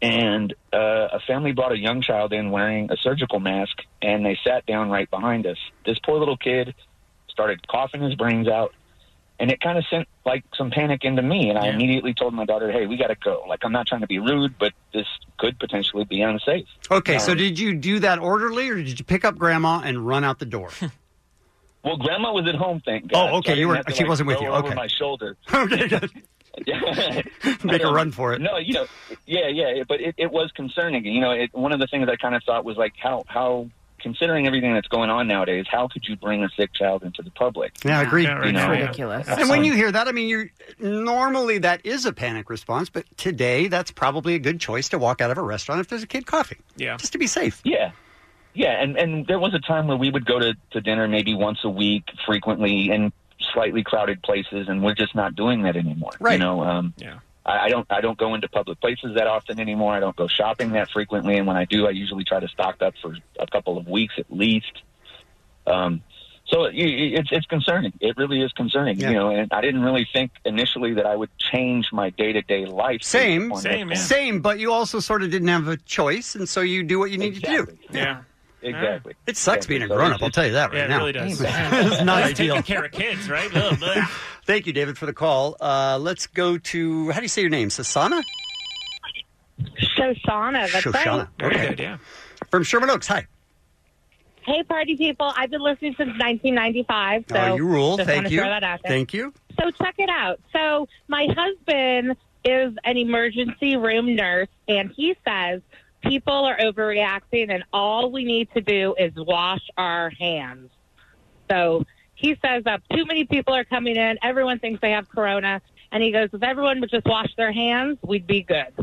[SPEAKER 30] and uh, a family brought a young child in wearing a surgical mask, and they sat down right behind us. This poor little kid started coughing his brains out, and it kind of sent like some panic into me. And I immediately told my daughter, "Hey, we got to go. Like, I'm not trying to be rude, but this could potentially be unsafe."
[SPEAKER 7] Okay, so
[SPEAKER 30] Um,
[SPEAKER 7] did you do that orderly, or did you pick up Grandma and run out the door?
[SPEAKER 30] Well, Grandma was at home, thank
[SPEAKER 7] Oh, okay,
[SPEAKER 30] God. I
[SPEAKER 7] you
[SPEAKER 30] didn't
[SPEAKER 7] were-
[SPEAKER 30] have to,
[SPEAKER 7] she wasn't with
[SPEAKER 30] throw
[SPEAKER 7] you,
[SPEAKER 30] Over
[SPEAKER 7] okay.
[SPEAKER 30] my shoulder.
[SPEAKER 7] okay, Make a run for it.
[SPEAKER 30] No, you know, yeah, yeah, it- but it, it was concerning. You know, it, one of the things I kind of thought was like, how, how, considering everything that's going on nowadays, how could you bring a sick child into the public?
[SPEAKER 7] Yeah, I agree.
[SPEAKER 30] You know?
[SPEAKER 7] And when you hear that, I mean, you're normally that is a panic response, but today that's probably a good choice to walk out of a restaurant if there's a kid coughing.
[SPEAKER 30] Yeah.
[SPEAKER 7] Just to be safe.
[SPEAKER 30] Yeah. Yeah, and, and there was a time where we would go to, to dinner maybe once a week, frequently in slightly crowded places, and we're just not doing that anymore. You
[SPEAKER 7] Right.
[SPEAKER 30] know, um, yeah. I, I don't I don't go into public places that often anymore. I don't go shopping that frequently, and when I do, I usually try to stock up for a couple of weeks at least. Um, so it, it, it's it's concerning. It really is concerning. You know, and I didn't really think initially that I would change my day to day life.
[SPEAKER 7] Same,
[SPEAKER 30] on
[SPEAKER 7] same,
[SPEAKER 30] this.
[SPEAKER 7] but you also sort of didn't have a choice, and so you do what you need to do.
[SPEAKER 30] Yeah. Exactly.
[SPEAKER 7] It sucks being a grown up, I'll tell you that right
[SPEAKER 6] yeah,
[SPEAKER 7] now.
[SPEAKER 6] it really does.
[SPEAKER 7] it's not
[SPEAKER 6] Like,
[SPEAKER 7] ideal.
[SPEAKER 6] Taking care of kids, right? Ugh, blah.
[SPEAKER 7] Thank you, David, for the call. Uh, let's go to, how do you say your name? Sasana?
[SPEAKER 35] Shoshana. That's right.
[SPEAKER 7] Shoshana. okay. yeah. From Sherman Oaks. Hi.
[SPEAKER 35] Hey, party people. I've been listening since 1995. So
[SPEAKER 7] oh, you rule.
[SPEAKER 35] Just
[SPEAKER 7] Thank
[SPEAKER 35] wanna
[SPEAKER 7] you.
[SPEAKER 35] Throw that out there.
[SPEAKER 7] Thank you.
[SPEAKER 35] So check it out. So my husband is an emergency room nurse, and he says people are overreacting, and all we need to do is wash our hands. So he says that too many people are coming in. Everyone thinks they have corona, and he goes, if everyone would just wash their hands, we'd be good.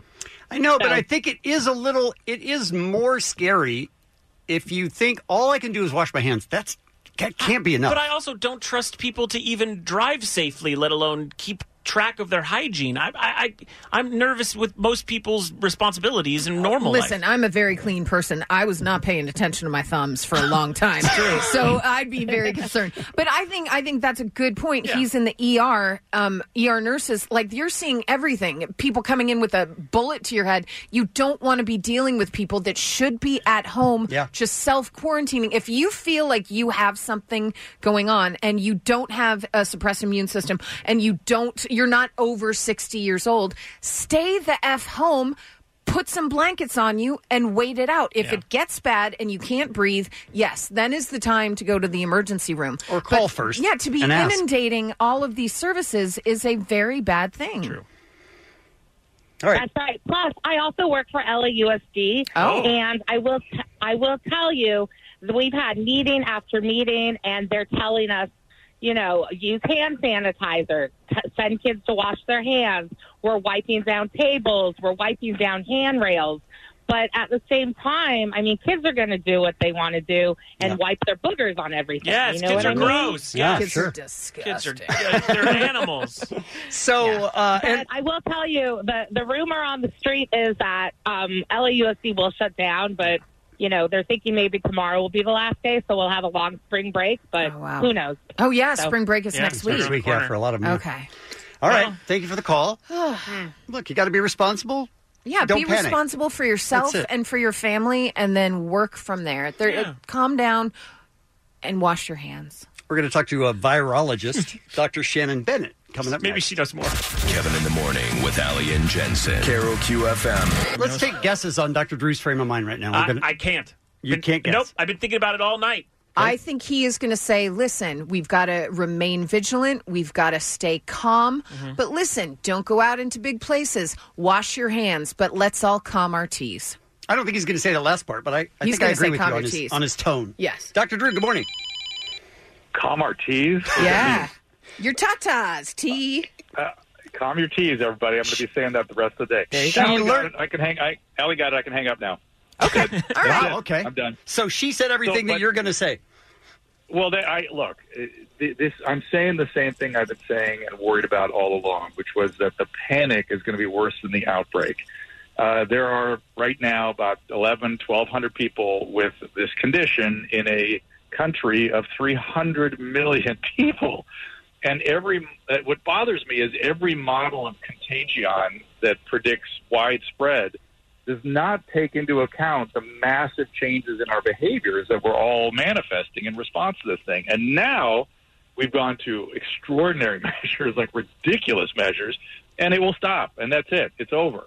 [SPEAKER 7] I know, but I think it is a little. It is more scary if you think all I can do is wash my hands. That's that can't be enough.
[SPEAKER 6] But I also don't trust people to even drive safely, let alone keep track of their hygiene. I, I, I I'm nervous with most people's responsibilities in normal
[SPEAKER 10] Listen,
[SPEAKER 6] life.
[SPEAKER 10] I'm a very clean person. I was not paying attention to my thumbs for a long time.
[SPEAKER 6] true.
[SPEAKER 10] So I'd be very concerned. But I think I think that's a good point. He's in the ER, um, ER nurses, like you're seeing everything. People coming in with a bullet to your head. You don't want to be dealing with people that should be at home
[SPEAKER 29] Yeah.
[SPEAKER 10] just self quarantining. If you feel like you have something going on and you don't have a suppressed immune system and you don't you're not over 60 years old, stay the F home put some blankets on you and wait it out. If it gets bad and you can't breathe, yes, then is the time to go to the emergency room or
[SPEAKER 7] call first
[SPEAKER 10] Yeah, to be
[SPEAKER 7] and ask.
[SPEAKER 10] inundating all of these services is a very bad thing. True.
[SPEAKER 7] All
[SPEAKER 10] right.
[SPEAKER 35] That's right. Plus, I also work for LAUSD,
[SPEAKER 10] Oh.
[SPEAKER 35] and I will t- I will tell you that we've had meeting after meeting, and they're telling us, you know, use hand sanitizer, t- send kids to wash their hands. We're wiping down tables, we're wiping down handrails. But at the same time, I mean, kids are going to do what they want to do and wipe their boogers on everything.
[SPEAKER 6] Yes,
[SPEAKER 35] you know
[SPEAKER 6] kids
[SPEAKER 35] what
[SPEAKER 6] are
[SPEAKER 35] I mean?
[SPEAKER 6] gross. Yeah, Yes.
[SPEAKER 10] Kids
[SPEAKER 6] sure.
[SPEAKER 10] are disgusting.
[SPEAKER 6] Kids are they're animals.
[SPEAKER 35] So, uh, I will tell you the the rumor on the street is that um, LAUSD will shut down, but you know they're thinking maybe tomorrow will be the last day, so we'll have a long spring break. But who knows?
[SPEAKER 10] Oh yeah,
[SPEAKER 35] So-
[SPEAKER 10] spring break is next
[SPEAKER 7] it's next
[SPEAKER 10] week.
[SPEAKER 7] week, yeah, for a lot of them.
[SPEAKER 10] Okay. Hmm.
[SPEAKER 7] All right. Thank you for the call. Look, you got to be responsible.
[SPEAKER 10] Yeah,
[SPEAKER 7] Don't
[SPEAKER 10] be
[SPEAKER 7] panic.
[SPEAKER 10] responsible for yourself
[SPEAKER 7] That's it.
[SPEAKER 10] and for your family, and then work from there. There-
[SPEAKER 7] Yeah.
[SPEAKER 10] Calm down and wash your hands.
[SPEAKER 7] We're going to talk to a virologist, Dr. Shannon Bennett, coming up. Maybe she
[SPEAKER 6] does more.
[SPEAKER 15] Kevin in the morning with Ali and Jensen. Carol QFM.
[SPEAKER 7] Let's take guesses on Dr. Drew's frame of mind right now. We're
[SPEAKER 6] I,
[SPEAKER 7] gonna-
[SPEAKER 6] I can't.
[SPEAKER 7] you can't guess.
[SPEAKER 6] Nope. I've been thinking about it all night.
[SPEAKER 10] I think he is going to say, listen, we've got to remain vigilant. We've got to stay calm.
[SPEAKER 7] Mm-hmm.
[SPEAKER 6] Mhm.
[SPEAKER 10] But listen, don't go out into big places. Wash your hands, but let's all calm our teas.
[SPEAKER 7] I don't think he's going to say the last part, but I, I
[SPEAKER 10] He's
[SPEAKER 7] think
[SPEAKER 10] gonna
[SPEAKER 7] I agree
[SPEAKER 10] say
[SPEAKER 7] with you
[SPEAKER 10] calm your
[SPEAKER 7] on his,
[SPEAKER 10] teeth.
[SPEAKER 7] on his tone.
[SPEAKER 10] Yes.
[SPEAKER 7] Dr. Drew, good morning.
[SPEAKER 36] Calm our teas.
[SPEAKER 10] Yeah. Your tatas, tea.
[SPEAKER 36] Uh, calm your teas, everybody. I'm going to be saying that the rest of the day.
[SPEAKER 7] There you
[SPEAKER 36] Allie
[SPEAKER 7] go.
[SPEAKER 36] got
[SPEAKER 7] You learn-
[SPEAKER 36] it. I can hang. I, Allie got it. I can hang up now.
[SPEAKER 7] All right. okay.
[SPEAKER 36] I'm done.
[SPEAKER 7] So she said everything that you're going to say.
[SPEAKER 36] Well, that, I look. uh, th- This I'm saying the same thing I've been saying and worried about all along, which was that the panic is going to be worse than the outbreak. Uh, there are right now about 11, 1,200 people with this condition in a country of 300 million people. And every uh, what bothers me is every model of contagion that predicts widespread does not take into account the massive changes in our behaviors that we're all manifesting in response to this thing. And now we've gone to extraordinary measures, like ridiculous measures, and it will stop. And that's it. It's over.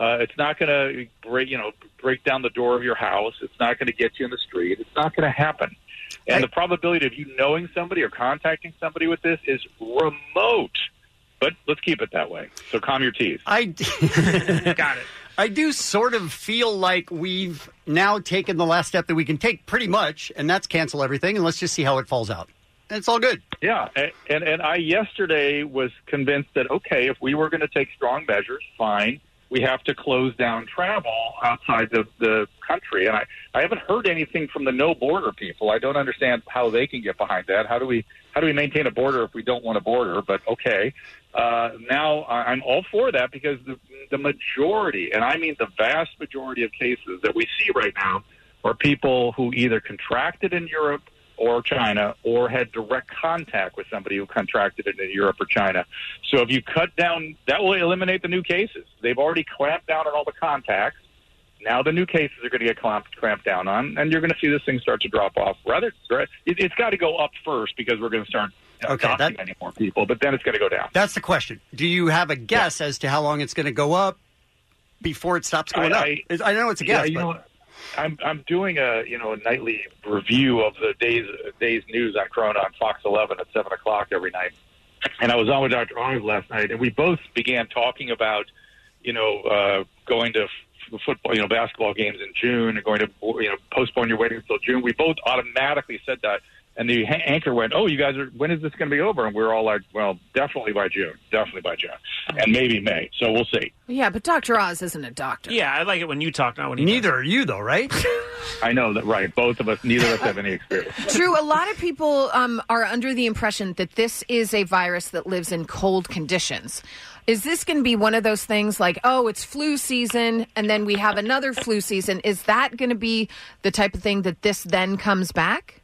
[SPEAKER 36] Uh, it's not going to break, you know, break down the door of your house. It's not going to get you in the street. It's not going to happen. And the probability of you knowing somebody or contacting somebody with this is remote. But let's keep it that way. So calm your teeth.
[SPEAKER 7] I got it. I do sort of feel like we've now taken the last step that we can take, pretty much, and that's cancel everything, and let's just see how it falls out. And it's all good.
[SPEAKER 36] Yeah, and, and and I yesterday was convinced that okay, if we were going to take strong measures, fine, we have to close down travel outside the the country. And I I haven't heard anything from the no border people. I don't understand how they can get behind that. How do we how do we maintain a border if we don't want a border? But okay, uh, now I- I'm all for that because the the majority, and I mean the vast majority of cases that we see right now, are people who either contracted in Europe or China or had direct contact with somebody who contracted it in Europe or China. So if you cut down, that will eliminate the new cases. They've already clamped down on all the contacts. Now the new cases are going to get clamped, clamped down on, and you're going to see this thing start to drop off. Rather, it, it's got to go up first because we're going to start
[SPEAKER 7] Okay, that-
[SPEAKER 36] adopting more people, but then it's going to go down.
[SPEAKER 7] That's the question. Do you have a guess as to how long it's going to go up before it stops going
[SPEAKER 36] I-
[SPEAKER 7] up?
[SPEAKER 36] I-
[SPEAKER 7] It's- I, know it's a
[SPEAKER 36] Yeah,
[SPEAKER 7] guess.
[SPEAKER 36] you
[SPEAKER 7] but-
[SPEAKER 36] know what? I'm I'm doing a you know a nightly review of the day's day's news on Corona on Fox 11 at seven o'clock every night, and I was on with Dr. Arnold last night, and we both began talking about you know uh, going to f- football you know basketball games in June and going to you know postpone your wedding until June. We both automatically said that And the ha- anchor went, "Oh, you guys are. When is this going to be over?" And we were all like, "Well, definitely by June. Definitely by June, and maybe May. So we'll see."
[SPEAKER 10] Yeah, but Dr. Oz isn't a doctor.
[SPEAKER 6] Yeah, I like it when you talk, not when he.
[SPEAKER 36] Neither are you, though, right? I know that, right? Both of us. Neither of us have any experience.
[SPEAKER 10] Drew, a lot of people um, are under the impression that this is a virus that lives in cold conditions. Is this going to be one of those things like, oh, it's flu season, and then we have another flu season? Is that going to be the type of thing that this then comes back?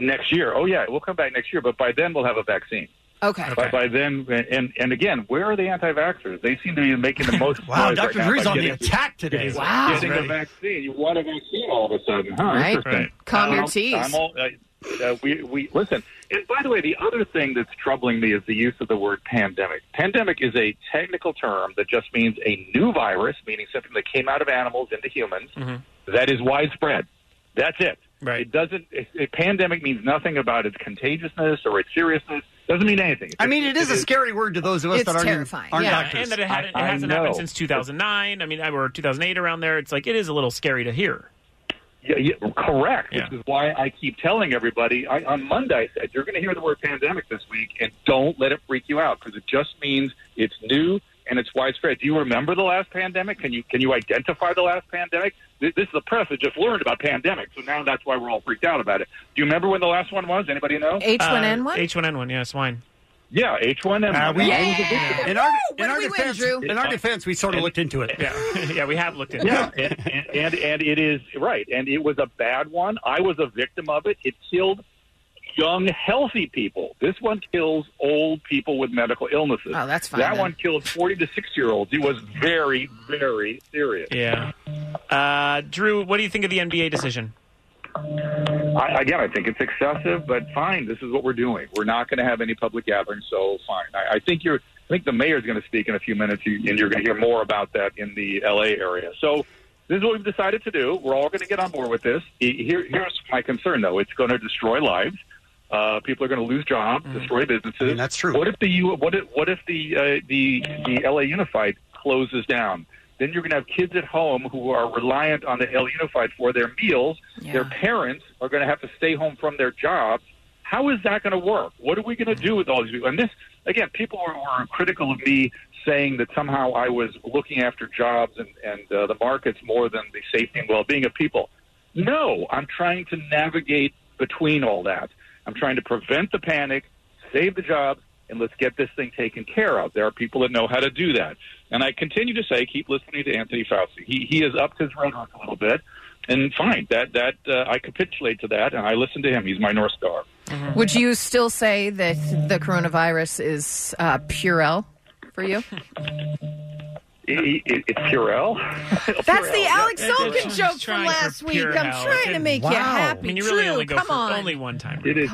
[SPEAKER 36] next year. Oh yeah, we'll come back next year, but by then we'll have a vaccine.
[SPEAKER 10] Okay.
[SPEAKER 36] But by then, and and again, where are the anti-vaxxers? They seem to be making the most.
[SPEAKER 16] Wow,
[SPEAKER 36] noise
[SPEAKER 16] Dr.
[SPEAKER 36] right now
[SPEAKER 16] Drew's
[SPEAKER 36] by
[SPEAKER 16] on the
[SPEAKER 36] getting-
[SPEAKER 16] attack today.
[SPEAKER 36] getting-
[SPEAKER 16] Wow.
[SPEAKER 36] Getting a
[SPEAKER 16] Ready.
[SPEAKER 36] vaccine, you want a vaccine all of a sudden, huh?
[SPEAKER 16] Right.
[SPEAKER 36] Interesting.
[SPEAKER 16] Right. Calm
[SPEAKER 36] I
[SPEAKER 16] your
[SPEAKER 36] don't-
[SPEAKER 16] teeth.
[SPEAKER 36] I'm all, uh, uh, we we listen. And by the way, the other thing that's troubling me is the use of the word pandemic. Pandemic is a technical term that just means a new virus, meaning something that came out of animals into humans that is widespread. That's it. Right. It doesn't. It, it, pandemic means nothing about its contagiousness or its seriousness. Doesn't mean anything.
[SPEAKER 7] I mean, it is a scary word to those of us that aren't, aren't doctors.
[SPEAKER 6] and that it, had, it
[SPEAKER 36] I- I
[SPEAKER 6] hasn't happened
[SPEAKER 36] know.
[SPEAKER 6] since 2009. I mean, I were 2008 around there. It's like it is a little scary to hear.
[SPEAKER 36] Yeah, yeah, correct. Which is why I keep telling everybody. I, on Monday, I said you're going to hear the word pandemic this week, and don't let it freak you out because it just means it's new and it's widespread. Do you remember the last pandemic? Can you can you identify the last pandemic? This, this is the press that just learned about pandemic, so now that's why we're all freaked out about it. Do you remember when the last one was? Anybody know?
[SPEAKER 6] Uh, H1N1. Yeah, swine.
[SPEAKER 36] Yeah, H1N1.
[SPEAKER 6] Uh, we-
[SPEAKER 36] That was a big
[SPEAKER 6] Yeah.
[SPEAKER 36] one.
[SPEAKER 6] In our- Woo! in What our do we win, defense- Drew?
[SPEAKER 7] in our defense, we sort of looked into it.
[SPEAKER 6] Yeah, yeah, we have looked into
[SPEAKER 36] yeah,
[SPEAKER 6] it.
[SPEAKER 36] and, and, and and it is right, and it was a bad one. I was a victim of it. It killed young, healthy people. This one kills old people with medical illnesses.
[SPEAKER 10] Oh, that's fine
[SPEAKER 36] That
[SPEAKER 10] then.
[SPEAKER 36] one killed forty to six year olds. It was very, very serious.
[SPEAKER 6] Yeah. Uh, Drew, what do you think of the NBA decision?
[SPEAKER 36] I, again, I think it's excessive, but fine. This is what we're doing. We're not going to have any public gatherings, so fine. I, I think you're. I think the mayor's going to speak in a few minutes, you- and you're going to hear more about that in the L.A. area. So this is what we've decided to do. We're all going to get on board with this. E- Here, here's my concern, though. It's going to destroy lives. Uh, people are going to lose jobs, destroy businesses. Mm-hmm. that's true. What if the U- what if what if the uh, the the L.A. Unified closes down? Then you're going to have kids at home who are reliant on the L Unified for their meals. Their parents are going to have to stay home from their jobs. How is that going to work? What are we going to do with all these people? And this, again, people were, were critical of me saying that somehow I was looking after jobs and, and uh, the markets more than the safety and well being of people. No, I'm trying to navigate between all that. I'm trying to prevent the panic, save the jobs, and let's get this thing taken care of. There are people that know how to do that. And I continue to say, keep listening to Anthony Fauci. He, he has upped his rhetoric a little bit. And fine, that, that uh, I capitulate to that, and I listen to him. He's my North Star.
[SPEAKER 10] Would you still say that the coronavirus is uh, Purell for you?
[SPEAKER 36] It, it, it's Purell.
[SPEAKER 10] That's the Alex
[SPEAKER 6] Yeah,
[SPEAKER 10] Zolkin
[SPEAKER 6] she's
[SPEAKER 10] joke from
[SPEAKER 6] trying
[SPEAKER 10] last
[SPEAKER 6] for
[SPEAKER 10] week.
[SPEAKER 6] pure
[SPEAKER 10] I'm
[SPEAKER 6] hell. It
[SPEAKER 10] trying to
[SPEAKER 6] didn't-
[SPEAKER 10] make you happy.
[SPEAKER 6] I mean, you really
[SPEAKER 10] Drew,
[SPEAKER 6] only go
[SPEAKER 10] come
[SPEAKER 6] for
[SPEAKER 10] on.
[SPEAKER 6] only one time.
[SPEAKER 36] It is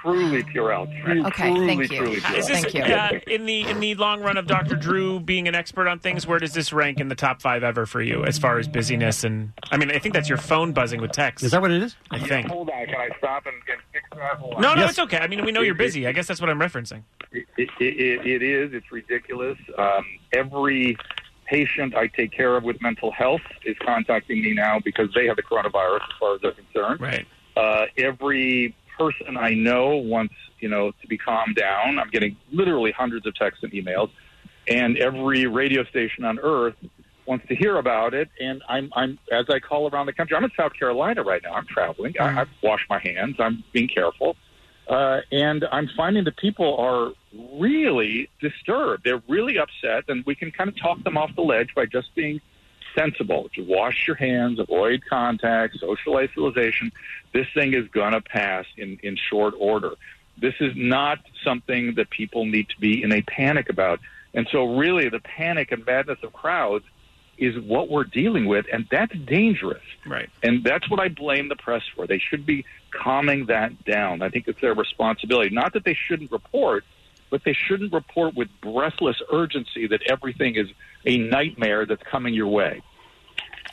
[SPEAKER 36] truly Purell. Tru-
[SPEAKER 10] Okay,
[SPEAKER 36] truly,
[SPEAKER 10] thank you.
[SPEAKER 36] Truly Purell.
[SPEAKER 6] Is this, Uh, in the in the long run of Dr. Drew being an expert on things, where does this rank in the top five ever for you as far as busyness and I mean I think that's your phone buzzing with text. Is that
[SPEAKER 7] what it is?
[SPEAKER 6] I think.
[SPEAKER 36] Hold on, can I stop and, and fix that? Hold on.
[SPEAKER 6] No, no, it's okay. I mean we know you're busy. I guess that's what I'm referencing.
[SPEAKER 36] It, it, it, it is. It's ridiculous. Um, every patient I take care of with mental health is contacting me now because they have the coronavirus, as far as they're concerned.
[SPEAKER 6] Right.
[SPEAKER 36] Uh, every person I know wants, you know, to be calmed down. I'm getting literally hundreds of texts and emails, and every radio station on earth wants to hear about it. And I'm, I'm as I call around the country. I'm in South Carolina right now. I'm traveling. I, I've washed my hands. I'm being careful uh, and I'm finding that people are really disturbed. They're really upset, and we can kind of talk them off the ledge by just being sensible. To wash your hands, avoid contact, social isolation. This thing is going to pass in, in short order. This is not something that people need to be in a panic about. And so, really, the panic and madness of crowds is what we're dealing with, and that's dangerous.
[SPEAKER 6] Right.
[SPEAKER 36] And that's what I blame the press for. They should be calming that down. I think it's their responsibility. Not that they shouldn't report, but they shouldn't report with breathless urgency that everything is a nightmare that's coming your way.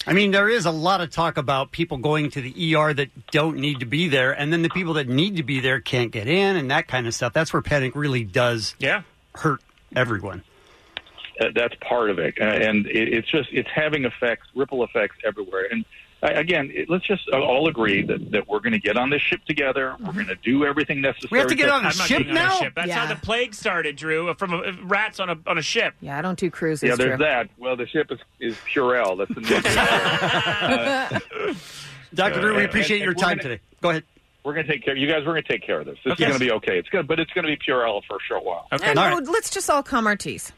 [SPEAKER 7] I mean, there is a lot of talk about people going to the ER that don't need to be there, and then the people that need to be there can't get in, and that kind of stuff. That's where panic really does
[SPEAKER 6] yeah.
[SPEAKER 7] hurt everyone.
[SPEAKER 36] Uh, that's part of it, Uh, and it, it's just it's having effects, ripple effects everywhere. And I- again, it, let's just uh, all agree that, that we're going to get on this ship together. We're going to do everything necessary.
[SPEAKER 6] I'm not getting on a ship. That's how the plague started, Drew. uh, From a, rats on a on a ship.
[SPEAKER 10] Yeah, I don't do cruises.
[SPEAKER 36] yeah, there's that. Well, the ship is, is Purell. That's the name.
[SPEAKER 7] Dr. Drew, we appreciate your time today. Go ahead.
[SPEAKER 36] We're going to take care. You guys, we're going to take care of this. This
[SPEAKER 7] Okay.
[SPEAKER 36] is going to be okay. It's good, but it's going to be Purell for a short while.
[SPEAKER 10] And we'll- let's just all calm our teeth.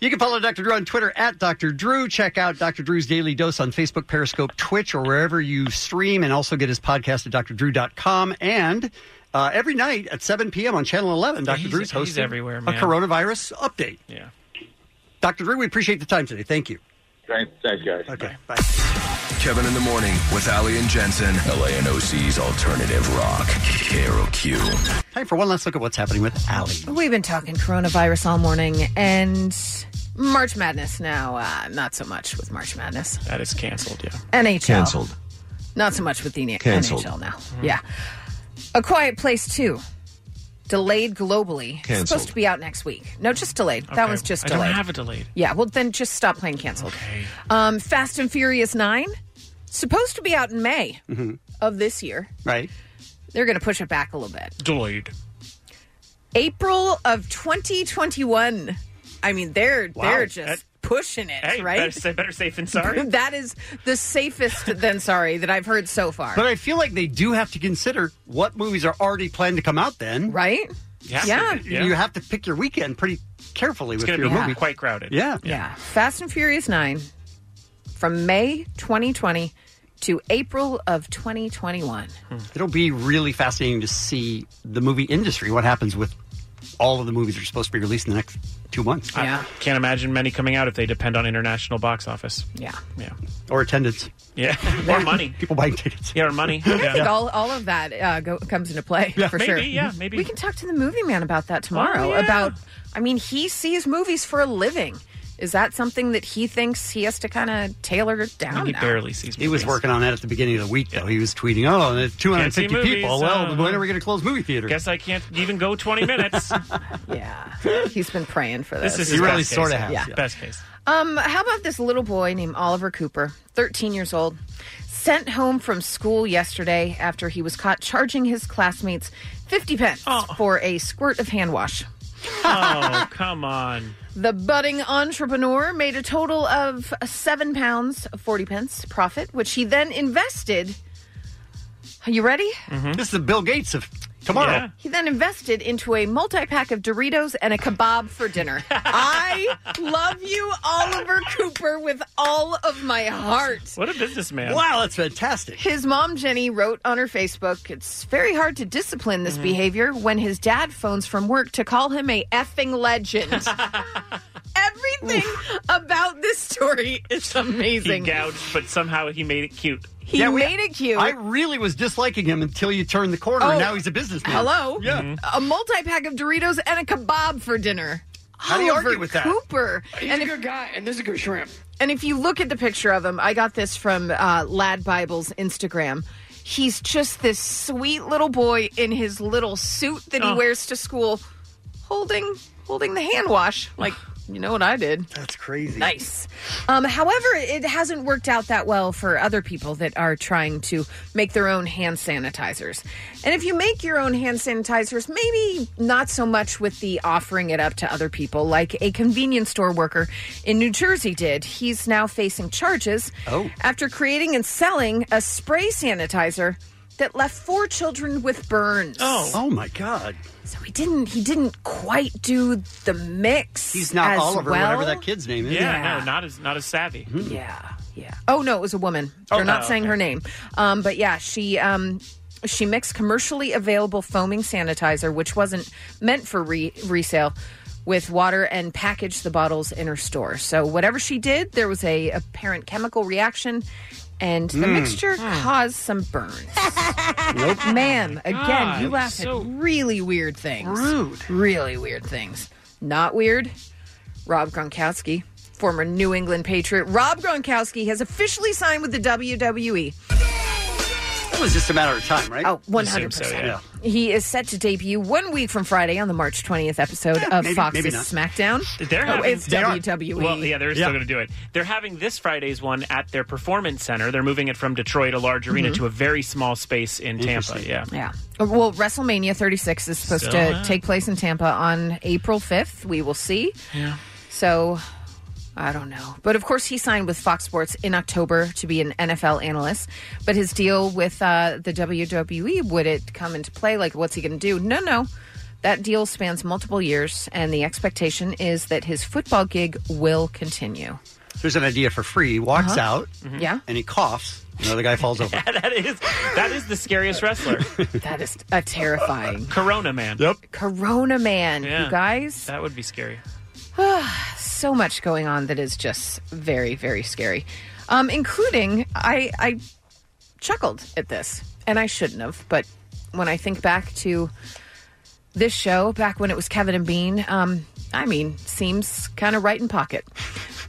[SPEAKER 7] You can follow Dr. Drew on Twitter at Dr. Drew. Check out Dr. Drew's Daily Dose on Facebook, Periscope, Twitch, or wherever you stream, and also get his podcast at drdrew.com. And uh, every night at 7 p.m. on Channel 11, Dr.
[SPEAKER 6] he's-
[SPEAKER 7] Drew's
[SPEAKER 6] he's
[SPEAKER 7] hosting
[SPEAKER 6] everywhere,
[SPEAKER 7] a
[SPEAKER 6] man.
[SPEAKER 7] coronavirus update.
[SPEAKER 6] Yeah.
[SPEAKER 7] Dr. Drew, we appreciate the time today. Thank you.
[SPEAKER 36] Thanks, thanks guys.
[SPEAKER 7] Okay, bye.
[SPEAKER 15] Kevin in the Morning with Ali and Jensen. LANOC's Alternative Rock. KROQ.
[SPEAKER 7] Time for one last look at what's happening with Ali.
[SPEAKER 10] We've been talking coronavirus all morning and March Madness now. Uh, not so much with March Madness.
[SPEAKER 6] That is canceled. Yeah.
[SPEAKER 10] NHL. Not so much with the N-
[SPEAKER 6] Canceled.
[SPEAKER 10] NHL now. Yeah. A Quiet Place 2. Delayed globally.
[SPEAKER 6] Canceled.
[SPEAKER 10] Supposed to be out next week. No, just delayed. That
[SPEAKER 6] Okay.
[SPEAKER 10] was just
[SPEAKER 6] I
[SPEAKER 10] delayed.
[SPEAKER 6] don't have it delayed.
[SPEAKER 10] Yeah, well, then just stop playing canceled. Um, Fast and Furious 9. Supposed to be out in May of this year.
[SPEAKER 7] Right.
[SPEAKER 10] They're going to push it back a little bit.
[SPEAKER 6] Delayed.
[SPEAKER 10] April of 2021. I mean, they're
[SPEAKER 6] Wow.
[SPEAKER 10] they're just
[SPEAKER 6] That-
[SPEAKER 10] pushing it,
[SPEAKER 6] Hey,
[SPEAKER 10] right?
[SPEAKER 6] better, sa- better safe than sorry.
[SPEAKER 10] that is the safest than sorry that I've heard so far.
[SPEAKER 7] But I feel like they do have to consider what movies are already planned to come out then.
[SPEAKER 10] Right? Yeah. Yeah.
[SPEAKER 7] You have to pick your weekend pretty carefully
[SPEAKER 6] It's
[SPEAKER 7] with
[SPEAKER 6] going
[SPEAKER 7] your
[SPEAKER 6] to be
[SPEAKER 7] movie.
[SPEAKER 6] quite crowded.
[SPEAKER 7] Yeah.
[SPEAKER 10] yeah. Fast and Furious 9 from May 2020 to April of 2021.
[SPEAKER 7] Mm-hmm. It'll be really fascinating to see the movie industry, what happens with all of the movies that are supposed to be released in the next two months.
[SPEAKER 10] Yeah.
[SPEAKER 6] Can't imagine many coming out if they depend on international box office.
[SPEAKER 10] Yeah.
[SPEAKER 6] Yeah.
[SPEAKER 7] Or attendance.
[SPEAKER 6] Yeah. or money.
[SPEAKER 7] People buying tickets.
[SPEAKER 6] Yeah, or money.
[SPEAKER 10] I think all, all of that uh, go, comes into play
[SPEAKER 6] Yeah.
[SPEAKER 10] for
[SPEAKER 6] Maybe,
[SPEAKER 10] sure.
[SPEAKER 6] yeah, maybe.
[SPEAKER 10] We can talk to the movie man about that tomorrow.
[SPEAKER 6] Oh, yeah.
[SPEAKER 10] About, I mean, he sees movies for a living. Is that something that he thinks he has to kind of tailor down? now?
[SPEAKER 7] sees. He was working on that at the beginning of the week, though. He was tweeting, "Oh, there's 250
[SPEAKER 6] Can't see
[SPEAKER 7] people.
[SPEAKER 6] movies,
[SPEAKER 7] well,
[SPEAKER 6] uh,
[SPEAKER 7] when are we going to close movie theaters?"
[SPEAKER 6] Guess I can't even go 20 minutes.
[SPEAKER 10] yeah. He's been praying for this.
[SPEAKER 6] This is
[SPEAKER 7] He
[SPEAKER 6] his
[SPEAKER 7] really
[SPEAKER 6] best case.
[SPEAKER 7] sorta has, yeah.
[SPEAKER 6] Best case.
[SPEAKER 10] Um, how about this little boy named Oliver Cooper, 13 years old, sent home from school yesterday after he was caught charging his classmates 50 pence for a squirt of hand wash.
[SPEAKER 6] Oh, come on.
[SPEAKER 10] The budding entrepreneur made a total of seven pounds, 40 pence profit, which he then invested. Are you ready?
[SPEAKER 6] mm-hmm.
[SPEAKER 7] This is the Bill Gates of tomorrow.
[SPEAKER 10] He then invested into a multi pack of Doritos and a kebab for dinner. I love you, Oliver Cooper, with all of my heart.
[SPEAKER 6] What a businessman.
[SPEAKER 7] Wow, that's fantastic.
[SPEAKER 10] His mom, Jenny, wrote on her Facebook It's very hard to discipline this behavior when his dad phones from work to call him a effing legend. Everything about this story is amazing.
[SPEAKER 6] He gouged, but somehow he made it cute.
[SPEAKER 10] He
[SPEAKER 7] Yeah, we-
[SPEAKER 10] made it cute.
[SPEAKER 7] I really was disliking him until you turned the corner,
[SPEAKER 10] Oh.
[SPEAKER 7] and now he's a businessman.
[SPEAKER 10] Hello? Mm-hmm.
[SPEAKER 7] Yeah.
[SPEAKER 10] A multi pack of Doritos and a kebab for dinner.
[SPEAKER 7] How do you
[SPEAKER 10] Oliver
[SPEAKER 7] argue with that?
[SPEAKER 10] Cooper.
[SPEAKER 29] He's
[SPEAKER 10] and
[SPEAKER 29] a
[SPEAKER 10] if-
[SPEAKER 29] good guy, and this is a good shrimp.
[SPEAKER 10] And if you look at the picture of him, I got this from uh, Lad Bible's Instagram. He's just this sweet little boy in his little suit that he
[SPEAKER 29] Oh.
[SPEAKER 10] wears to school, holding holding the hand wash. Like, you know what I did?
[SPEAKER 7] That's crazy.
[SPEAKER 10] Nice. Um, however, it hasn't worked out that well for other people that are trying to make their own hand sanitizers. And if you make your own hand sanitizers, maybe not so much with the offering it up to other people, like a convenience store worker in New Jersey did. He's now facing charges
[SPEAKER 29] Oh.
[SPEAKER 10] after creating and selling a spray sanitizer that left four children with burns.
[SPEAKER 7] Oh. Oh my God.
[SPEAKER 10] So he didn't. He didn't quite do the mix.
[SPEAKER 7] He's not
[SPEAKER 10] as
[SPEAKER 7] Oliver,
[SPEAKER 10] well.
[SPEAKER 7] whatever that kid's name is. Mm-hmm.
[SPEAKER 6] Yeah, no, not as not as savvy.
[SPEAKER 10] Yeah, yeah. Oh no, it was a woman.
[SPEAKER 6] Oh,
[SPEAKER 10] They're not
[SPEAKER 6] oh,
[SPEAKER 10] saying her name. Um, but yeah, she um, she mixed commercially available foaming sanitizer, which wasn't meant for re- resale, with water and packaged the bottles in her store. So whatever she did, there was a apparent chemical reaction. And the
[SPEAKER 29] Mm.
[SPEAKER 10] mixture
[SPEAKER 6] Hmm.
[SPEAKER 10] caused some burns. Ma'am, again,
[SPEAKER 29] God,
[SPEAKER 10] you laugh
[SPEAKER 29] so
[SPEAKER 10] at really weird things. Rude. Really weird things. Not weird. Rob Gronkowski, former New England Patriot. Rob Gronkowski has officially signed with the WWE.
[SPEAKER 7] It was just a matter of time, right?
[SPEAKER 10] E. Oh, 100%. He is set to debut one week from Friday on the March 20th episode of
[SPEAKER 6] maybe-
[SPEAKER 10] Fox's
[SPEAKER 6] maybe not.
[SPEAKER 10] SmackDown.
[SPEAKER 6] They're
[SPEAKER 10] Oh,
[SPEAKER 6] having,
[SPEAKER 10] it's E.
[SPEAKER 6] they are.
[SPEAKER 10] WWE.
[SPEAKER 6] Well, yeah, they're still going to do it. They're having this Friday's one at their performance center. They're moving it from Detroit, a large arena,
[SPEAKER 10] Mhm.
[SPEAKER 6] to a very small space in Tampa. Yeah,
[SPEAKER 10] Yeah. Well, WrestleMania 36 is supposed
[SPEAKER 6] Still
[SPEAKER 10] to
[SPEAKER 6] out.
[SPEAKER 10] take place in Tampa on April 5th. We will see.
[SPEAKER 6] Yeah.
[SPEAKER 10] So, I don't know. But of course, he signed with Fox Sports in October to be an NFL analyst. But his deal with uh, the WWE, would it come into play? Like, what's he going to do? No, no. That deal spans multiple years, and the expectation is that his football gig will continue.
[SPEAKER 7] There's an idea for free. He walks
[SPEAKER 10] Uh-huh.
[SPEAKER 7] out
[SPEAKER 10] Yeah.
[SPEAKER 7] and he coughs. Another guy falls over.
[SPEAKER 6] that is that is the scariest wrestler.
[SPEAKER 10] that is a terrifying
[SPEAKER 6] Corona man.
[SPEAKER 10] Corona man, you guys.
[SPEAKER 6] That would be scary.
[SPEAKER 10] so much going on that is just very, very scary. Um, including I, I chuckled at this, and I shouldn't have, but when I think back to this show, back when it was Kevin and Bean, um, I mean, seems kind of right in pocket.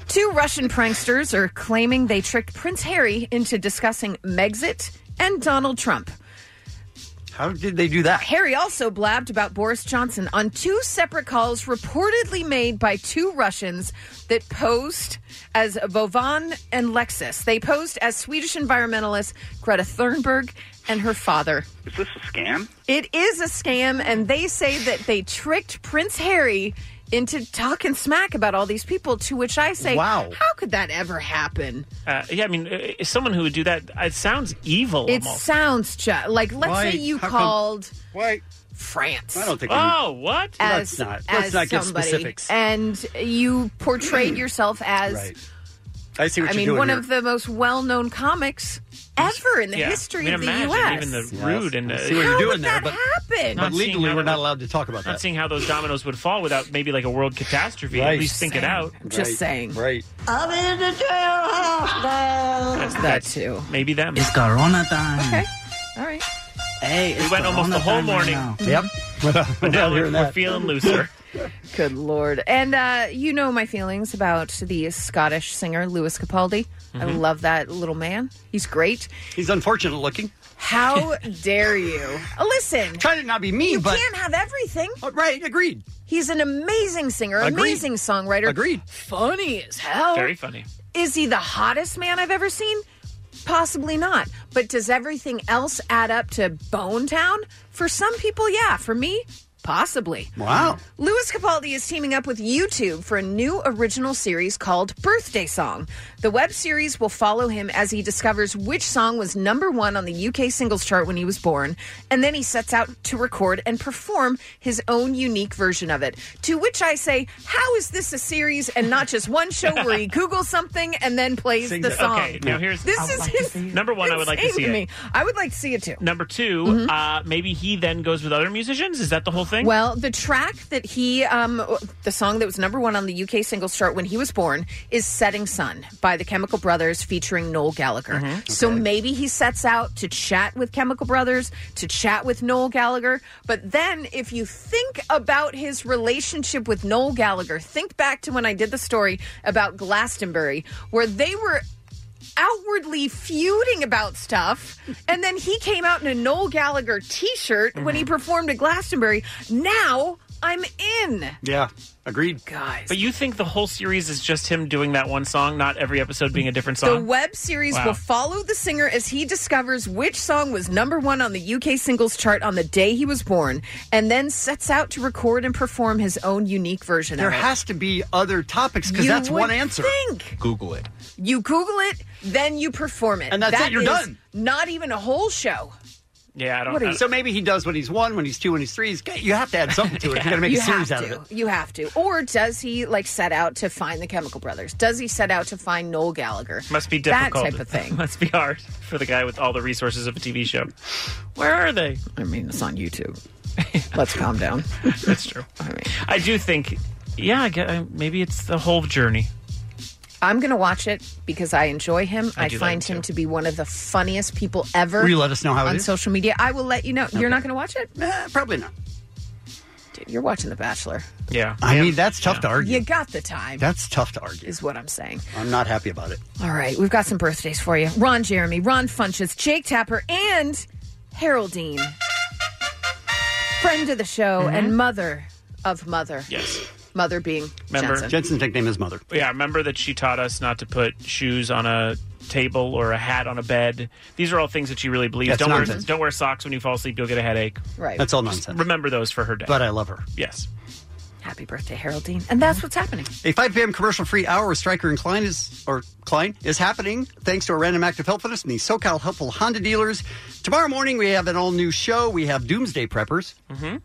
[SPEAKER 10] Two Russian pranksters are claiming they tricked Prince Harry into discussing Megxit and Donald Trump.
[SPEAKER 7] How did they do that?
[SPEAKER 10] Harry also blabbed about Boris Johnson on two separate calls reportedly made by two Russians that posed as Vovan and Lexus. They posed as Swedish environmentalist Greta Thunberg and her father.
[SPEAKER 29] Is this a scam?
[SPEAKER 10] It is a scam, and they say that they tricked Prince Harry into talking smack about all these people, to which I say,
[SPEAKER 6] Wow.
[SPEAKER 10] How could that ever happen?
[SPEAKER 6] Uh, yeah, I mean, uh, someone who would do that, it sounds evil.
[SPEAKER 10] It
[SPEAKER 6] almost.
[SPEAKER 10] sounds ju- like, let's
[SPEAKER 6] Why?
[SPEAKER 10] say you
[SPEAKER 6] How come-
[SPEAKER 10] called France.
[SPEAKER 6] I don't think we- Oh, what?
[SPEAKER 10] As,
[SPEAKER 6] Let's not- let's
[SPEAKER 10] as
[SPEAKER 6] not give
[SPEAKER 10] somebody,
[SPEAKER 6] specifics.
[SPEAKER 10] And you portrayed yourself as,
[SPEAKER 7] Right. I see what
[SPEAKER 10] I
[SPEAKER 7] you're
[SPEAKER 10] mean,
[SPEAKER 7] doing.
[SPEAKER 10] one
[SPEAKER 7] here.
[SPEAKER 10] of the most well known comics ever in the
[SPEAKER 7] Yeah.
[SPEAKER 10] history
[SPEAKER 7] I mean,
[SPEAKER 10] of the
[SPEAKER 7] imagine
[SPEAKER 10] U.S.
[SPEAKER 6] even the
[SPEAKER 7] Yes.
[SPEAKER 6] rude and
[SPEAKER 7] I
[SPEAKER 6] the,
[SPEAKER 7] see what you're
[SPEAKER 10] How
[SPEAKER 7] doing
[SPEAKER 10] would
[SPEAKER 7] there,
[SPEAKER 10] that
[SPEAKER 7] but-
[SPEAKER 10] happen?
[SPEAKER 7] but legally we're not allowed to talk about
[SPEAKER 6] Not
[SPEAKER 7] that.
[SPEAKER 6] seeing how those dominoes would fall without maybe like a world catastrophe. At
[SPEAKER 7] Right.
[SPEAKER 6] least think it
[SPEAKER 7] Saying.
[SPEAKER 6] out.
[SPEAKER 7] I'm just Right. saying. Right.
[SPEAKER 8] I'm in the jailhouse now.
[SPEAKER 10] That too.
[SPEAKER 6] Maybe them.
[SPEAKER 29] It's Corona time.
[SPEAKER 10] Okay. All right.
[SPEAKER 29] Hey,
[SPEAKER 6] We went almost the whole morning.
[SPEAKER 7] yep.
[SPEAKER 6] But now we're, we're feeling looser.
[SPEAKER 10] Good lord. And uh, you know my feelings about the Scottish singer Lewis Capaldi. I
[SPEAKER 7] Mhm.
[SPEAKER 10] love that little man. He's great.
[SPEAKER 7] He's unfortunate looking.
[SPEAKER 10] How dare you? Uh, Listen.
[SPEAKER 7] Try to not be mean,
[SPEAKER 10] you
[SPEAKER 7] but- Uh,
[SPEAKER 10] can't have everything.
[SPEAKER 7] right, agreed.
[SPEAKER 10] He's an amazing singer,
[SPEAKER 7] Agreed.
[SPEAKER 10] amazing songwriter.
[SPEAKER 7] Agreed.
[SPEAKER 10] Funny as hell.
[SPEAKER 6] Very funny.
[SPEAKER 10] Is he the hottest man I've ever seen? Possibly not. But does everything else add up to Bone Town? For some people, yeah. For me, possibly.
[SPEAKER 7] Wow.
[SPEAKER 10] Lewis Capaldi is teaming up with YouTube for a new original series called Birthday Song. The web series will follow him as he discovers which song was number one on the UK singles chart when he was born, and then he sets out to record and perform his own unique version of it. To which I say, how is this a series and not just one show where he Googles something and then plays the song?
[SPEAKER 6] Okay, now here's
[SPEAKER 10] this is his
[SPEAKER 6] number one. I would like to
[SPEAKER 10] insane
[SPEAKER 6] see
[SPEAKER 10] me. Mm-hmm.
[SPEAKER 6] it.
[SPEAKER 10] I would like to see it too.
[SPEAKER 6] Number 2 uh, maybe he then goes with other musicians. Is that the whole thing?
[SPEAKER 10] Well, the track that he, um, the song that was number one on the UK singles chart when he was born, is "Setting Sun" by the Chemical Brothers featuring Noel Gallagher. So maybe he sets out to chat with Chemical Brothers, to chat with Noel Gallagher. But then, if you think about his relationship with Noel Gallagher, think back to when I did the story about Glastonbury, where they were outwardly feuding about stuff. And then he came out in a Noel Gallagher t shirt when he performed at Glastonbury. Now I'm in.
[SPEAKER 7] Yeah, agreed.
[SPEAKER 10] Guys.
[SPEAKER 6] But you think the whole series is just him doing that one song, not every episode being a different song?
[SPEAKER 10] The web series
[SPEAKER 6] Wow.
[SPEAKER 10] will follow the singer as he discovers which song was number one on the UK singles chart on the day he was born, and then sets out to record and perform his own unique version
[SPEAKER 7] There
[SPEAKER 10] of it.
[SPEAKER 7] has to be other topics because
[SPEAKER 10] You
[SPEAKER 7] that's
[SPEAKER 10] would
[SPEAKER 7] one answer.
[SPEAKER 10] think.
[SPEAKER 7] Google it.
[SPEAKER 10] You Google it, then you perform it.
[SPEAKER 7] And that's it,
[SPEAKER 10] That
[SPEAKER 7] you're
[SPEAKER 10] is
[SPEAKER 7] done.
[SPEAKER 10] Not even a whole show.
[SPEAKER 6] Yeah, I
[SPEAKER 10] don't- What are you-
[SPEAKER 7] so maybe he does when he's one, when he's two, when he's three. He's, you have to add something to it. if You're going to make
[SPEAKER 10] You
[SPEAKER 7] a series
[SPEAKER 10] have
[SPEAKER 7] out
[SPEAKER 10] to.
[SPEAKER 7] of it.
[SPEAKER 10] You have to. Or does he like set out to find the Chemical Brothers? Does he set out to find Noel Gallagher?
[SPEAKER 6] Must be
[SPEAKER 10] That
[SPEAKER 6] difficult.
[SPEAKER 10] type of thing.
[SPEAKER 6] Must be hard for the guy with all the resources of a TV show. Where are they?
[SPEAKER 10] I mean, it's on YouTube. Let's calm down.
[SPEAKER 6] That's true. I do think, yeah, I get, I- maybe it's the whole journey.
[SPEAKER 10] I'm going to watch it because I enjoy him.
[SPEAKER 6] I
[SPEAKER 10] I,
[SPEAKER 6] do like
[SPEAKER 10] find
[SPEAKER 6] him,
[SPEAKER 10] him to be one of the funniest people ever.
[SPEAKER 7] Will you let us know how it
[SPEAKER 10] on
[SPEAKER 7] is?
[SPEAKER 10] social media? I will let you know.
[SPEAKER 7] Okay.
[SPEAKER 10] You're not going to watch it?
[SPEAKER 7] probably not.
[SPEAKER 10] Dude, you're watching The Bachelor.
[SPEAKER 6] Yeah.
[SPEAKER 7] I mean, that's tough to argue.
[SPEAKER 10] You got the time.
[SPEAKER 7] That's tough to argue.
[SPEAKER 10] Is what I'm saying.
[SPEAKER 7] I'm not happy about it.
[SPEAKER 10] All right, we've got some birthdays for you. Ron Jeremy, Ron Funches, Jake Tapper, and Haroldine. Friend of the show
[SPEAKER 7] Mhm.
[SPEAKER 10] and mother of mother.
[SPEAKER 6] Yes.
[SPEAKER 10] Mother being
[SPEAKER 6] Remember-
[SPEAKER 10] Jensen.
[SPEAKER 7] Jensen's nickname is Mother.
[SPEAKER 6] Yeah, remember that she taught us not to put shoes on a table or a hat on a bed. These are all things that she really believes.
[SPEAKER 7] That's
[SPEAKER 6] don't
[SPEAKER 7] nonsense.
[SPEAKER 6] wear don't wear socks when you fall asleep, you'll get a headache.
[SPEAKER 10] Right.
[SPEAKER 7] That's all
[SPEAKER 6] Just
[SPEAKER 7] nonsense.
[SPEAKER 6] Remember those for her day.
[SPEAKER 7] But I love her.
[SPEAKER 6] Yes.
[SPEAKER 10] Happy birthday, Haroldine. And that's what's happening.
[SPEAKER 7] A 5 p.m. commercial-free hour with Stryker and Klein is or Klein is happening thanks to a random act of helpfulness and the SoCal helpful Honda dealers. Tomorrow morning we have an all-new show. We have Doomsday Preppers. Mm-hmm.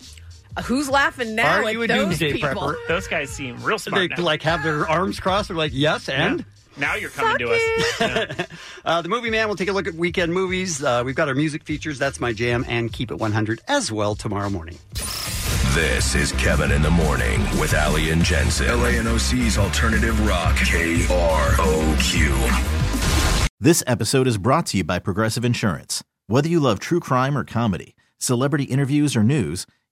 [SPEAKER 10] Uh, Who's laughing now?
[SPEAKER 7] Are you
[SPEAKER 10] at
[SPEAKER 7] a
[SPEAKER 10] those
[SPEAKER 7] doomsday
[SPEAKER 10] people?
[SPEAKER 7] prepper?
[SPEAKER 6] Those guys seem real
[SPEAKER 7] They
[SPEAKER 6] smart now.
[SPEAKER 7] like have their arms crossed. They're like, yes, and.
[SPEAKER 6] Now you're coming to us.
[SPEAKER 7] Uh, the Movie Man will take a look at weekend movies. Uh, we've got our music features. That's my jam, and keep it 100 as well tomorrow morning.
[SPEAKER 15] This is Kevin in the Morning with Ali and Jensen. LANOC's Alternative Rock, KROQ.
[SPEAKER 37] This episode is brought to you by Progressive Insurance. Whether you love true crime or comedy, celebrity interviews or news,